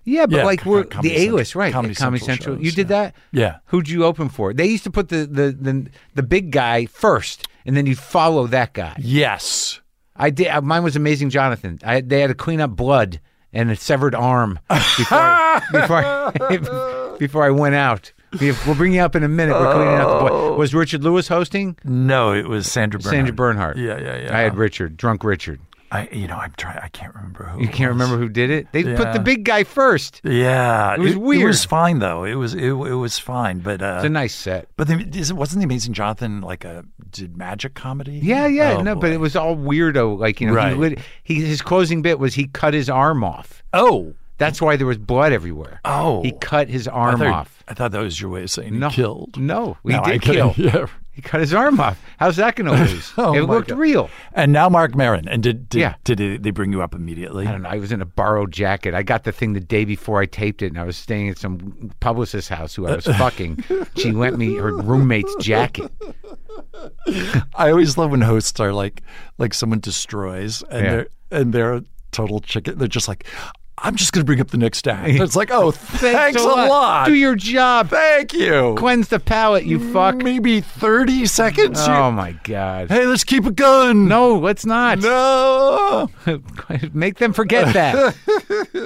[SPEAKER 1] yeah, but
[SPEAKER 3] Yeah,
[SPEAKER 1] like we're
[SPEAKER 3] Comedy
[SPEAKER 1] the A list,
[SPEAKER 3] Central-
[SPEAKER 1] right?
[SPEAKER 3] Comedy
[SPEAKER 1] at Comedy
[SPEAKER 3] Central
[SPEAKER 1] Central.
[SPEAKER 3] shows,
[SPEAKER 1] you did
[SPEAKER 3] yeah.
[SPEAKER 1] that?
[SPEAKER 3] Yeah.
[SPEAKER 1] Who'd you open for? They used to put the, the, the, the big guy first, and then you'd follow that guy.
[SPEAKER 3] Yes.
[SPEAKER 1] I did. uh, Mine was Amazing Jonathan. I, they had to clean up blood and a severed arm before, I- before, I, before I went out. We- We'll bring you up in a minute. We're cleaning out the blood. Was Richard Lewis hosting?
[SPEAKER 3] No, it was Sandra Bernhard.
[SPEAKER 1] Sandra Bernhardt.
[SPEAKER 3] Yeah, yeah, yeah.
[SPEAKER 1] I had Richard, drunk Richard.
[SPEAKER 3] I, you know, I'm trying. I can't remember who.
[SPEAKER 1] You
[SPEAKER 3] it
[SPEAKER 1] can't
[SPEAKER 3] was.
[SPEAKER 1] remember who did it? They put the
[SPEAKER 3] Yeah.
[SPEAKER 1] big guy first.
[SPEAKER 3] Yeah,
[SPEAKER 1] It was
[SPEAKER 3] It
[SPEAKER 1] weird.
[SPEAKER 3] was fine though. It was it, it was fine, but uh,
[SPEAKER 1] It's a nice set.
[SPEAKER 3] but the, is- wasn't the Amazing Jonathan like a did magic comedy?
[SPEAKER 1] Yeah, yeah,
[SPEAKER 3] Oh,
[SPEAKER 1] no, but
[SPEAKER 3] boy.
[SPEAKER 1] it was all weirdo. Like you know, he,
[SPEAKER 3] Right.
[SPEAKER 1] lit, he his closing bit was he cut his arm off.
[SPEAKER 3] oh
[SPEAKER 1] That's why there was blood everywhere.
[SPEAKER 3] oh.
[SPEAKER 1] He cut his
[SPEAKER 3] I
[SPEAKER 1] arm
[SPEAKER 3] thought,
[SPEAKER 1] off.
[SPEAKER 3] I thought that was your way of saying
[SPEAKER 1] No,
[SPEAKER 3] he killed.
[SPEAKER 1] No, he
[SPEAKER 3] No, I
[SPEAKER 1] did kill.
[SPEAKER 3] couldn't- Yeah.
[SPEAKER 1] He cut his arm off. How's that going to lose?
[SPEAKER 3] Oh,
[SPEAKER 1] it
[SPEAKER 3] my
[SPEAKER 1] looked
[SPEAKER 3] God.
[SPEAKER 1] real.
[SPEAKER 3] And now Mark Maron. And did did,
[SPEAKER 1] Yeah.
[SPEAKER 3] did they- they bring you up immediately?
[SPEAKER 1] I don't know. I was in a borrowed jacket. I got the thing the day before I taped it, and I was staying at some publicist's house who I was fucking. She lent me her roommate's jacket.
[SPEAKER 3] I always love when hosts are like, like someone destroys and
[SPEAKER 1] Yeah.
[SPEAKER 3] they're and they're a total chicken. They're just like, I'm just going to bring up the next act. It's like, oh, thanks, a lot.
[SPEAKER 1] Do your job.
[SPEAKER 3] Thank you.
[SPEAKER 1] Cleanse the palate,
[SPEAKER 3] Mm.
[SPEAKER 1] you fuck.
[SPEAKER 3] Maybe 30 seconds. You-
[SPEAKER 1] Oh my god.
[SPEAKER 3] hey, let's keep it going.
[SPEAKER 1] No, let's not.
[SPEAKER 3] no.
[SPEAKER 1] Make them forget that.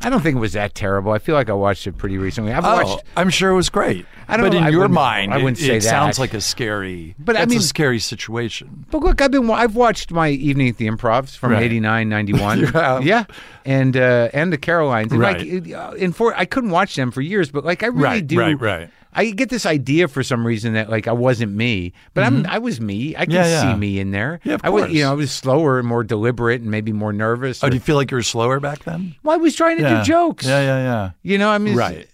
[SPEAKER 1] I don't think it was that terrible. I feel like I watched it pretty recently. I've
[SPEAKER 3] Oh,
[SPEAKER 1] watched.
[SPEAKER 3] I'm sure it was great.
[SPEAKER 1] I don't
[SPEAKER 3] but
[SPEAKER 1] know.
[SPEAKER 3] in
[SPEAKER 1] I
[SPEAKER 3] your
[SPEAKER 1] wouldn't-
[SPEAKER 3] mind,
[SPEAKER 1] I wouldn't
[SPEAKER 3] it,
[SPEAKER 1] say
[SPEAKER 3] it sounds
[SPEAKER 1] that.
[SPEAKER 3] like a scary.
[SPEAKER 1] But I
[SPEAKER 3] it's
[SPEAKER 1] mean-
[SPEAKER 3] a scary situation.
[SPEAKER 1] But look, I've been I've watched my evening at the Improvs from
[SPEAKER 3] Right.
[SPEAKER 1] '89, '91.
[SPEAKER 3] You have?
[SPEAKER 1] Yeah, and uh, and the Carolines. And
[SPEAKER 3] Right.
[SPEAKER 1] Like, it- uh, and for I couldn't watch them for years, but like I really
[SPEAKER 3] Right,
[SPEAKER 1] do.
[SPEAKER 3] right, right.
[SPEAKER 1] I get this idea for some reason that like I wasn't me, but I'm I was me. I can
[SPEAKER 3] Mm-hmm. Yeah, yeah.
[SPEAKER 1] see me in there.
[SPEAKER 3] Yeah, of
[SPEAKER 1] I was, you
[SPEAKER 3] course.
[SPEAKER 1] know, I was slower and more deliberate and maybe more nervous.
[SPEAKER 3] Oh,
[SPEAKER 1] or-
[SPEAKER 3] do you feel like you were slower back then?
[SPEAKER 1] well, I was trying to
[SPEAKER 3] Yeah.
[SPEAKER 1] do jokes.
[SPEAKER 3] Yeah, yeah, yeah.
[SPEAKER 1] You know, I mean, it's-
[SPEAKER 3] Right.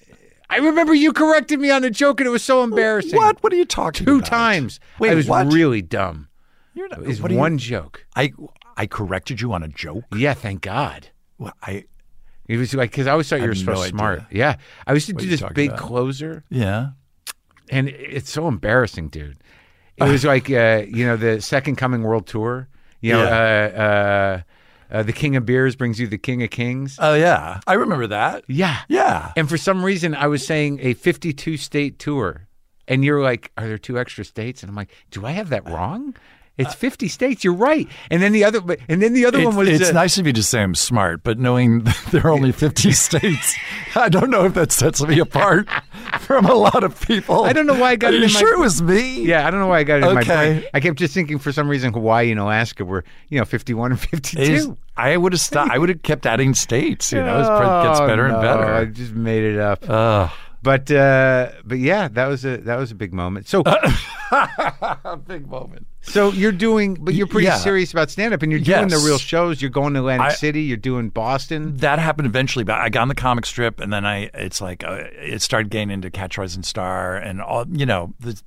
[SPEAKER 1] I remember you corrected me on a joke, and it was so embarrassing.
[SPEAKER 3] What? What are you talking
[SPEAKER 1] Two
[SPEAKER 3] about?
[SPEAKER 1] times.
[SPEAKER 3] Wait,
[SPEAKER 1] I was
[SPEAKER 3] what?
[SPEAKER 1] really dumb.
[SPEAKER 3] You're not,
[SPEAKER 1] It was
[SPEAKER 3] what are you-
[SPEAKER 1] one joke.
[SPEAKER 3] I I corrected you on a joke.
[SPEAKER 1] Yeah, thank God.
[SPEAKER 3] Well, I
[SPEAKER 1] It was like because I always thought you were
[SPEAKER 3] have
[SPEAKER 1] so
[SPEAKER 3] no idea
[SPEAKER 1] smart. Yeah, I used to do
[SPEAKER 3] you're
[SPEAKER 1] this
[SPEAKER 3] talking
[SPEAKER 1] big
[SPEAKER 3] about.
[SPEAKER 1] closer,
[SPEAKER 3] yeah.
[SPEAKER 1] and it- it's so embarrassing, dude. It was like uh, you know the Second Coming World Tour. You know, uh, uh, uh, the King of Beers brings you the King of Kings.
[SPEAKER 3] Oh yeah, I remember that.
[SPEAKER 1] yeah,
[SPEAKER 3] Yeah.
[SPEAKER 1] And for some reason, I was saying a 52 state tour. And you're like, are there two extra states? And I'm like, do I have that wrong? It's 50 states. You're right. And then the other, and then the other one
[SPEAKER 3] It's,
[SPEAKER 1] was.
[SPEAKER 3] it's
[SPEAKER 1] uh,
[SPEAKER 3] nice of you to say I'm smart, but knowing that there are only 50 states, I don't know if that sets me apart from a lot of people.
[SPEAKER 1] I don't know why I got
[SPEAKER 3] Are
[SPEAKER 1] it
[SPEAKER 3] you
[SPEAKER 1] in my-
[SPEAKER 3] sure it was me?
[SPEAKER 1] Yeah, I don't know why I got it in my
[SPEAKER 3] Okay.
[SPEAKER 1] brain. I kept just thinking for some reason Hawaii and Alaska were, you know, 51 and 52.
[SPEAKER 3] It is- I would have stopped. I would have kept adding states. You know, as it gets better
[SPEAKER 1] Oh,
[SPEAKER 3] and
[SPEAKER 1] no, I
[SPEAKER 3] better.
[SPEAKER 1] just made it up.
[SPEAKER 3] Ugh.
[SPEAKER 1] But uh, but yeah, that was a that was a big moment. So
[SPEAKER 3] A big moment.
[SPEAKER 1] so you're doing, but you're pretty
[SPEAKER 3] yeah.
[SPEAKER 1] serious about stand up, and you're doing
[SPEAKER 3] Yes.
[SPEAKER 1] the real shows. You're going to Atlantic
[SPEAKER 3] I-
[SPEAKER 1] City. You're doing Boston.
[SPEAKER 3] That happened eventually, but I got on the comic strip, and then I it's like uh, it started getting into Catch Rising Star and all you know the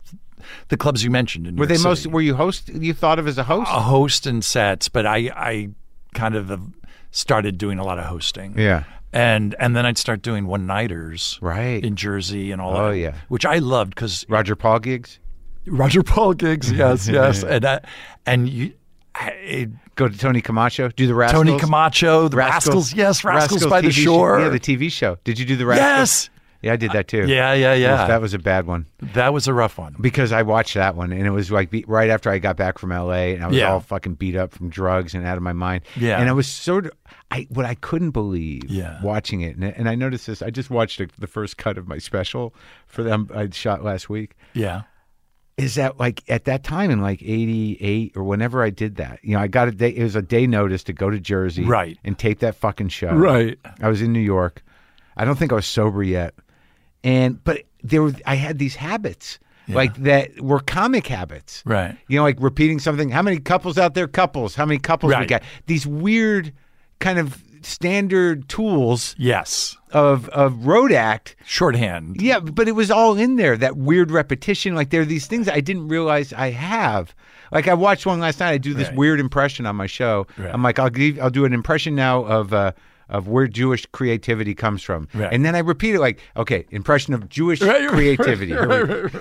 [SPEAKER 3] the clubs you mentioned. In
[SPEAKER 1] Were they most? Were you host? You thought of as a host?
[SPEAKER 3] a host and sets? But I I kind of started doing a lot of hosting.
[SPEAKER 1] Yeah.
[SPEAKER 3] and and then I'd start doing one nighters
[SPEAKER 1] Right.
[SPEAKER 3] in Jersey and all.
[SPEAKER 1] Oh,
[SPEAKER 3] that,
[SPEAKER 1] yeah.
[SPEAKER 3] which I loved because
[SPEAKER 1] Roger Paul gigs.
[SPEAKER 3] Roger Paul gigs. Yes, yes, and that and you. I- It,
[SPEAKER 1] Go to Tony Camacho. Do the Rascals.
[SPEAKER 3] Tony Camacho, the Rascals, yes, Rascals, by the
[SPEAKER 1] TV show-
[SPEAKER 3] Shore.
[SPEAKER 1] Yeah, the TV show. Did you do the Rascals?
[SPEAKER 3] Yes!
[SPEAKER 1] Yeah, I did that too.
[SPEAKER 3] yeah, yeah, yeah.
[SPEAKER 1] That was a bad one
[SPEAKER 3] that was a rough one.
[SPEAKER 1] because I watched that one and it was like be- right after I got back from LA and I was
[SPEAKER 3] Yeah.
[SPEAKER 1] all fucking beat up from drugs and out of my mind.
[SPEAKER 3] Yeah.
[SPEAKER 1] And I was sort of I what I couldn't believe
[SPEAKER 3] Yeah.
[SPEAKER 1] watching it and, and I noticed this. I just watched the the first cut of my special for them I shot last week.
[SPEAKER 3] Yeah.
[SPEAKER 1] is that like at that time in like 88 or whenever I did that, you know, I got a day, it was a day notice to go to Jersey
[SPEAKER 3] Right.
[SPEAKER 1] and tape that fucking show.
[SPEAKER 3] Right.
[SPEAKER 1] I was in New York. I don't think I was sober yet. And, but there were, I had these habits like that were comic habits.
[SPEAKER 3] Right.
[SPEAKER 1] You know, like repeating something. How many couples out there? Couples. How many couples we
[SPEAKER 3] Right.
[SPEAKER 1] got? These weird kind of standard tools
[SPEAKER 3] Yes.
[SPEAKER 1] of, of road act
[SPEAKER 3] Shorthand.
[SPEAKER 1] yeah, but it was all in there. That weird repetition. Like there are these things I didn't realize I have. Like I watched one last night. I do this
[SPEAKER 3] Right.
[SPEAKER 1] weird impression on my show.
[SPEAKER 3] Right.
[SPEAKER 1] I'm like, I'll give, I'll do an impression now of. Uh, of where Jewish creativity comes from,
[SPEAKER 3] Right.
[SPEAKER 1] and then I repeat it like, okay, impression of Jewish
[SPEAKER 3] Right, right,
[SPEAKER 1] creativity,
[SPEAKER 3] right,
[SPEAKER 1] Here we-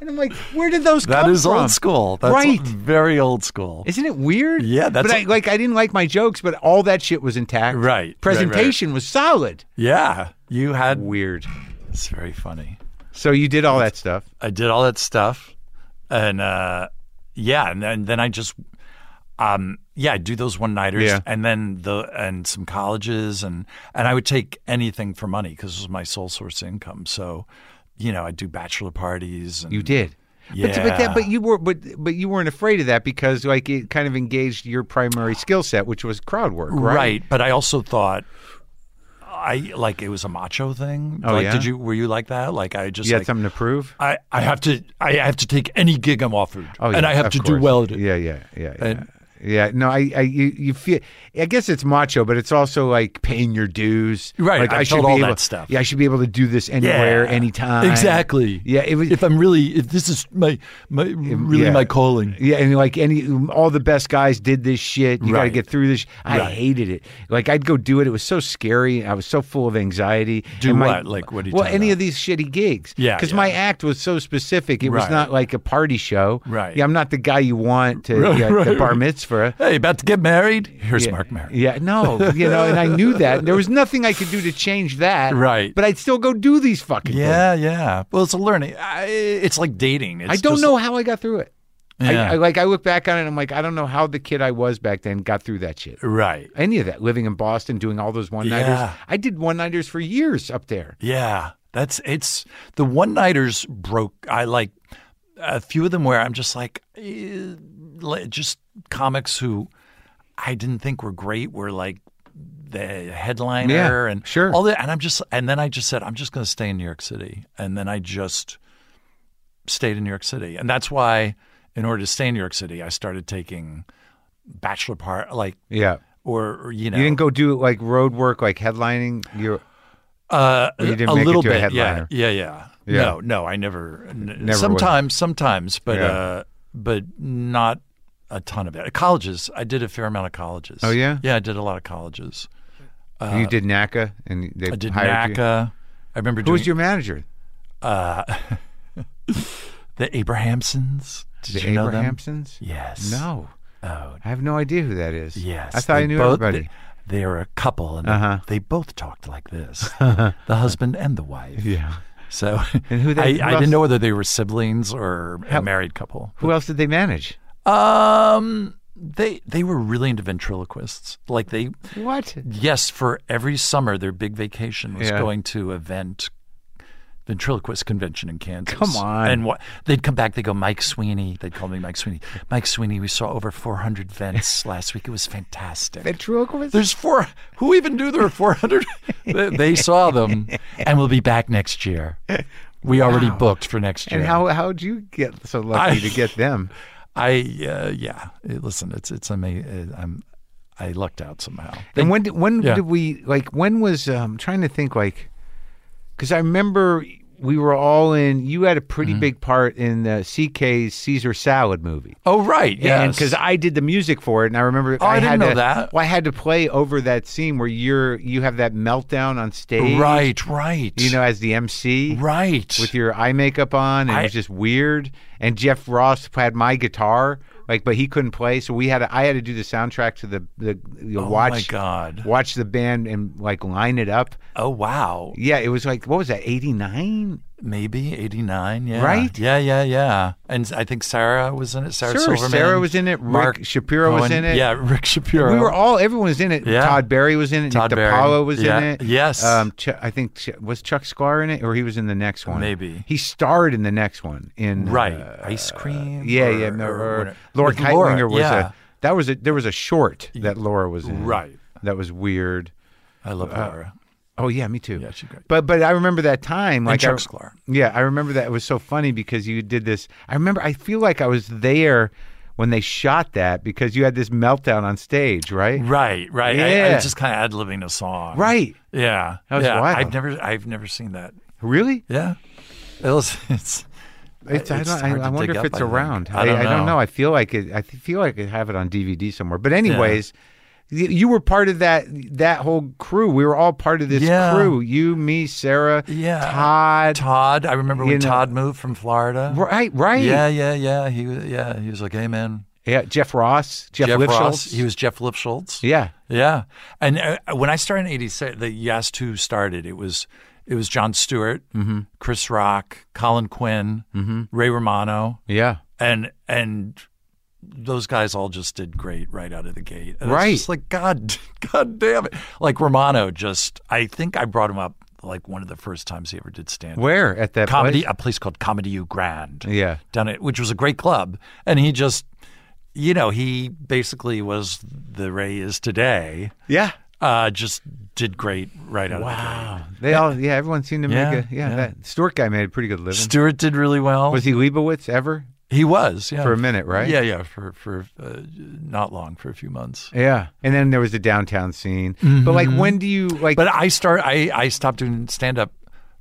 [SPEAKER 1] and I'm like, where did those
[SPEAKER 3] That
[SPEAKER 1] come
[SPEAKER 3] is
[SPEAKER 1] from?
[SPEAKER 3] old school. That's
[SPEAKER 1] right?
[SPEAKER 3] Very old school.
[SPEAKER 1] Isn't it weird?
[SPEAKER 3] Yeah, that's
[SPEAKER 1] but I,
[SPEAKER 3] a-
[SPEAKER 1] like I didn't like my jokes, but all that shit was intact.
[SPEAKER 3] Right, right, right.
[SPEAKER 1] presentation was solid.
[SPEAKER 3] yeah. You had.
[SPEAKER 1] Weird.
[SPEAKER 3] It's very funny.
[SPEAKER 1] So you did all that stuff.
[SPEAKER 3] I did all that stuff, and uh, yeah, and then, then I just, um, yeah, I do those one nighters,
[SPEAKER 1] Yeah.
[SPEAKER 3] and then the and some colleges, and and I would take anything for money because this was my sole source income. So, you know, I do bachelor parties. And,
[SPEAKER 1] You did. But, but that,
[SPEAKER 3] Yeah.
[SPEAKER 1] but you were, but but you weren't afraid of that because like it kind of engaged your primary skill set, which was crowd work, right?
[SPEAKER 3] but I also thought. I like it was a macho thing.
[SPEAKER 1] Oh,
[SPEAKER 3] like,
[SPEAKER 1] yeah?
[SPEAKER 3] Did you were you like that? Like I just
[SPEAKER 1] You had
[SPEAKER 3] like,
[SPEAKER 1] something to prove.
[SPEAKER 3] I, I have to I have to take any gig I'm offered,
[SPEAKER 1] Oh,
[SPEAKER 3] and
[SPEAKER 1] yeah,
[SPEAKER 3] I have
[SPEAKER 1] of
[SPEAKER 3] to
[SPEAKER 1] course.
[SPEAKER 3] do well at it.
[SPEAKER 1] Yeah, yeah, yeah, yeah.
[SPEAKER 3] And-
[SPEAKER 1] yeah, no, I, I, you, you feel. I guess it's macho, but it's also like paying your dues.
[SPEAKER 3] Right,
[SPEAKER 1] Like,
[SPEAKER 3] I
[SPEAKER 1] should
[SPEAKER 3] felt
[SPEAKER 1] be
[SPEAKER 3] all
[SPEAKER 1] able,
[SPEAKER 3] that stuff.
[SPEAKER 1] Yeah, I should be able to do this anywhere, anytime.
[SPEAKER 3] Exactly.
[SPEAKER 1] Yeah, it was.
[SPEAKER 3] if I'm really if this is my my really
[SPEAKER 1] yeah.
[SPEAKER 3] my calling.
[SPEAKER 1] Yeah, and like any, all the best guys did this shit. You got to
[SPEAKER 3] Right.
[SPEAKER 1] get through this. I
[SPEAKER 3] Right.
[SPEAKER 1] hated it. Like I'd go do it. It was so scary. I was so full of anxiety.
[SPEAKER 3] Do
[SPEAKER 1] And
[SPEAKER 3] what? Like, what are you
[SPEAKER 1] Well,
[SPEAKER 3] talking
[SPEAKER 1] any
[SPEAKER 3] about?
[SPEAKER 1] of these shitty gigs.
[SPEAKER 3] Yeah,
[SPEAKER 1] because
[SPEAKER 3] yeah.
[SPEAKER 1] my act was so specific. It was
[SPEAKER 3] Right.
[SPEAKER 1] not like a party show.
[SPEAKER 3] Right.
[SPEAKER 1] Yeah, I'm not the guy you want to
[SPEAKER 3] Right,
[SPEAKER 1] yeah, the
[SPEAKER 3] right,
[SPEAKER 1] bar
[SPEAKER 3] right.
[SPEAKER 1] mitzvah.
[SPEAKER 3] Hey, about to get married? Here's Mark Maron.
[SPEAKER 1] Yeah, no, you know, and I knew that. There was nothing I could do to change that.
[SPEAKER 3] Right.
[SPEAKER 1] But I'd still go do these fucking things.
[SPEAKER 3] Yeah, yeah. Well, it's a learning. I, it's like dating. It's
[SPEAKER 1] I don't
[SPEAKER 3] just-
[SPEAKER 1] know how I got through it.
[SPEAKER 3] Yeah.
[SPEAKER 1] I, I like I look back on it and I'm like, I don't know how the kid I was back then got through that shit.
[SPEAKER 3] Right.
[SPEAKER 1] Any of that. Living in Boston, doing all those one nighters.
[SPEAKER 3] Yeah.
[SPEAKER 1] I did one nighters for years up there.
[SPEAKER 3] Yeah. That's it's the one nighters broke. I like a few of them where I'm just like, eh, like, just comics who I didn't think were great were like the headliner
[SPEAKER 1] Yeah,
[SPEAKER 3] and
[SPEAKER 1] sure.
[SPEAKER 3] all that. And I'm just and then I just said I'm just going to stay in New York City, and then I just stayed in New York City, and that's why in order to stay in New York City, I started taking bachelor part like
[SPEAKER 1] Yeah.
[SPEAKER 3] or, or, you know
[SPEAKER 1] You didn't go do like road work, like headlining. You're
[SPEAKER 3] Uh,
[SPEAKER 1] Or you didn't
[SPEAKER 3] a
[SPEAKER 1] make it
[SPEAKER 3] little
[SPEAKER 1] to a
[SPEAKER 3] bit,
[SPEAKER 1] headliner?
[SPEAKER 3] Yeah, yeah, yeah.
[SPEAKER 1] Yeah.
[SPEAKER 3] No, no, I never. N-
[SPEAKER 1] would.
[SPEAKER 3] sometimes, sometimes, but
[SPEAKER 1] Yeah.
[SPEAKER 3] uh, but not a ton of it. Colleges, I did a fair amount of colleges.
[SPEAKER 1] Oh, yeah?
[SPEAKER 3] yeah, I did a lot of colleges.
[SPEAKER 1] you did NACA and they
[SPEAKER 3] I did
[SPEAKER 1] hired you.
[SPEAKER 3] NACA. I remember
[SPEAKER 1] Who
[SPEAKER 3] doing
[SPEAKER 1] was your manager?
[SPEAKER 3] the Abrahamsons. Did
[SPEAKER 1] The
[SPEAKER 3] you know
[SPEAKER 1] Abrahamsons?
[SPEAKER 3] them? Yes.
[SPEAKER 1] No.
[SPEAKER 3] Oh,
[SPEAKER 1] I have no idea who that is.
[SPEAKER 3] yes.
[SPEAKER 1] I thought
[SPEAKER 3] They
[SPEAKER 1] I knew
[SPEAKER 3] both-
[SPEAKER 1] everybody.
[SPEAKER 3] They, they were a couple, and
[SPEAKER 1] Uh-huh.
[SPEAKER 3] they both talked like this: the husband and the wife.
[SPEAKER 1] yeah.
[SPEAKER 3] So
[SPEAKER 1] And who they-
[SPEAKER 3] I,
[SPEAKER 1] who
[SPEAKER 3] I
[SPEAKER 1] else-
[SPEAKER 3] didn't know whether they were siblings or a married couple.
[SPEAKER 1] Who else did they manage?
[SPEAKER 3] Um, they they were really into ventriloquists. Like they,
[SPEAKER 1] What?
[SPEAKER 3] yes, for every summer their big vacation was
[SPEAKER 1] Yeah.
[SPEAKER 3] going to event ventriloquist convention in Kansas.
[SPEAKER 1] Come on.
[SPEAKER 3] And what they'd come back, they go, Mike Sweeney. They'd call me Mike Sweeney. Mike Sweeney, we saw over 400 vents last week. It was fantastic.
[SPEAKER 1] Ventriloquist?
[SPEAKER 3] There's four. Who even knew there were 400? they, they saw them, and we'll be back next year. We already booked for next year.
[SPEAKER 1] And how how'd you get so lucky
[SPEAKER 3] I-
[SPEAKER 1] to get them?
[SPEAKER 3] I uh, yeah. It- listen, it's it's amazing. I'm I lucked out somehow. They-
[SPEAKER 1] And when did, when
[SPEAKER 3] yeah.
[SPEAKER 1] did we like? When was um, trying to think like? Because I remember we were all in. You had a pretty
[SPEAKER 3] Mm-hmm.
[SPEAKER 1] big part in the CK's Caesar salad movie.
[SPEAKER 3] oh right, yeah.
[SPEAKER 1] because I did the music for it, and I remember
[SPEAKER 3] Oh, I didn't
[SPEAKER 1] had
[SPEAKER 3] know
[SPEAKER 1] to,
[SPEAKER 3] that.
[SPEAKER 1] Well, I had to play over that scene where you're you have that meltdown on stage,
[SPEAKER 3] right, right.
[SPEAKER 1] You know, as the MC,
[SPEAKER 3] right.
[SPEAKER 1] with your eye makeup on, and
[SPEAKER 3] I-
[SPEAKER 1] it was just weird. And Jeff Ross had my guitar, like, but he couldn't play, so we had to, I had to do the soundtrack to the the you know,
[SPEAKER 3] oh
[SPEAKER 1] watch
[SPEAKER 3] my god.
[SPEAKER 1] watch the band and like line it up.
[SPEAKER 3] Oh wow.
[SPEAKER 1] Yeah, it was like what was that, eighty nine?
[SPEAKER 3] Maybe eighty nine. Yeah.
[SPEAKER 1] Right?
[SPEAKER 3] Yeah. Yeah. Yeah. And I think Sarah was in it. Sarah
[SPEAKER 1] Sarah-
[SPEAKER 3] Silverman.
[SPEAKER 1] Sarah was in it, Rick
[SPEAKER 3] Mark
[SPEAKER 1] Shapiro was
[SPEAKER 3] Cohen.
[SPEAKER 1] in it.
[SPEAKER 3] Yeah. Rick Shapiro.
[SPEAKER 1] We were all everyone was in it.
[SPEAKER 3] Yeah.
[SPEAKER 1] Todd Berry was in it.
[SPEAKER 3] Todd
[SPEAKER 1] Nick
[SPEAKER 3] Berry.
[SPEAKER 1] DiPaolo was in
[SPEAKER 3] Yeah.
[SPEAKER 1] it.
[SPEAKER 3] Yes.
[SPEAKER 1] um, Ch- I think Ch- was Chuck Scar in it, or he was in the next one.
[SPEAKER 3] Maybe.
[SPEAKER 1] he starred in the next one. In
[SPEAKER 3] right.
[SPEAKER 1] uh,
[SPEAKER 3] Ice cream.
[SPEAKER 1] yeah,
[SPEAKER 3] or-
[SPEAKER 1] yeah. no,
[SPEAKER 3] or
[SPEAKER 1] or
[SPEAKER 3] whatever.
[SPEAKER 1] Laura
[SPEAKER 3] With Laura,
[SPEAKER 1] Keitlinger was
[SPEAKER 3] yeah.
[SPEAKER 1] a that was a there was a short that Laura was in.
[SPEAKER 3] Right.
[SPEAKER 1] that was weird.
[SPEAKER 3] I love Laura.
[SPEAKER 1] Oh yeah, me too.
[SPEAKER 3] Yeah, she's great.
[SPEAKER 1] But but I remember that time like
[SPEAKER 3] and Chuck
[SPEAKER 1] I-
[SPEAKER 3] Sklar.
[SPEAKER 1] yeah, I remember that. It was so funny because you did this. I remember, I feel like I was there when they shot that because you had this meltdown on stage, right?
[SPEAKER 3] Right, right. I, I
[SPEAKER 1] Yeah.
[SPEAKER 3] was just kind of ad libbing a song.
[SPEAKER 1] Right.
[SPEAKER 3] Yeah.
[SPEAKER 1] That was
[SPEAKER 3] yeah.
[SPEAKER 1] wild.
[SPEAKER 3] I've never, I've never seen that.
[SPEAKER 1] Really?
[SPEAKER 3] Yeah. It was, it's,
[SPEAKER 1] It's, I, don't,
[SPEAKER 3] It's hard to
[SPEAKER 1] I, I wonder
[SPEAKER 3] dig
[SPEAKER 1] if
[SPEAKER 3] up,
[SPEAKER 1] it's
[SPEAKER 3] I think.
[SPEAKER 1] around.
[SPEAKER 3] I don't
[SPEAKER 1] I don't
[SPEAKER 3] know.
[SPEAKER 1] know. I feel like it, I th- feel like I have it on DVD somewhere. But anyways, y you were part of that that whole crew. We were all part of this
[SPEAKER 3] Yeah.
[SPEAKER 1] crew. You, me, Sarah,
[SPEAKER 3] Yeah.
[SPEAKER 1] Todd.
[SPEAKER 3] Todd. I remember
[SPEAKER 1] You
[SPEAKER 3] when
[SPEAKER 1] know-
[SPEAKER 3] Todd moved from Florida.
[SPEAKER 1] Right, right.
[SPEAKER 3] Yeah, yeah, yeah. He was, yeah. He was like, hey, man.
[SPEAKER 1] Yeah, Jeff Ross, Jeff, Lipschultz.
[SPEAKER 3] Ross. He was Jeff Lipschultz.
[SPEAKER 1] yeah.
[SPEAKER 3] Yeah. And uh, when I started in 86, the Yes 2 started, it was it was John Stewart,
[SPEAKER 1] Mm-hmm.
[SPEAKER 3] Chris Rock, Colin Quinn, Ray Romano.
[SPEAKER 1] Yeah.
[SPEAKER 3] and and those guys all just did great right out of the gate. And
[SPEAKER 1] Right.
[SPEAKER 3] it's just like God, God damn it! Like Romano, just I think I brought him up like one of the first times he ever did stand up.
[SPEAKER 1] Where at that
[SPEAKER 3] comedy,
[SPEAKER 1] place?
[SPEAKER 3] a place called Comedy U Grand
[SPEAKER 1] Yeah.
[SPEAKER 3] down at which was a great club, and he just, you know, he basically was the Ray is today.
[SPEAKER 1] Yeah.
[SPEAKER 3] Uh, just did great right out of the gate.
[SPEAKER 1] They all, yeah, everyone seemed to
[SPEAKER 3] Yeah,
[SPEAKER 1] make a, yeah,
[SPEAKER 3] yeah.
[SPEAKER 1] That Stewart guy made a pretty good living.
[SPEAKER 3] Stewart did really well.
[SPEAKER 1] was he Leibowitz ever
[SPEAKER 3] he was yeah
[SPEAKER 1] for a minute, right?
[SPEAKER 3] Yeah, yeah, for for uh, not long, for a few months.
[SPEAKER 1] Yeah. And then there was the downtown scene. But like, when do you like?
[SPEAKER 3] Mm-hmm. But I start. I, I stopped doing stand up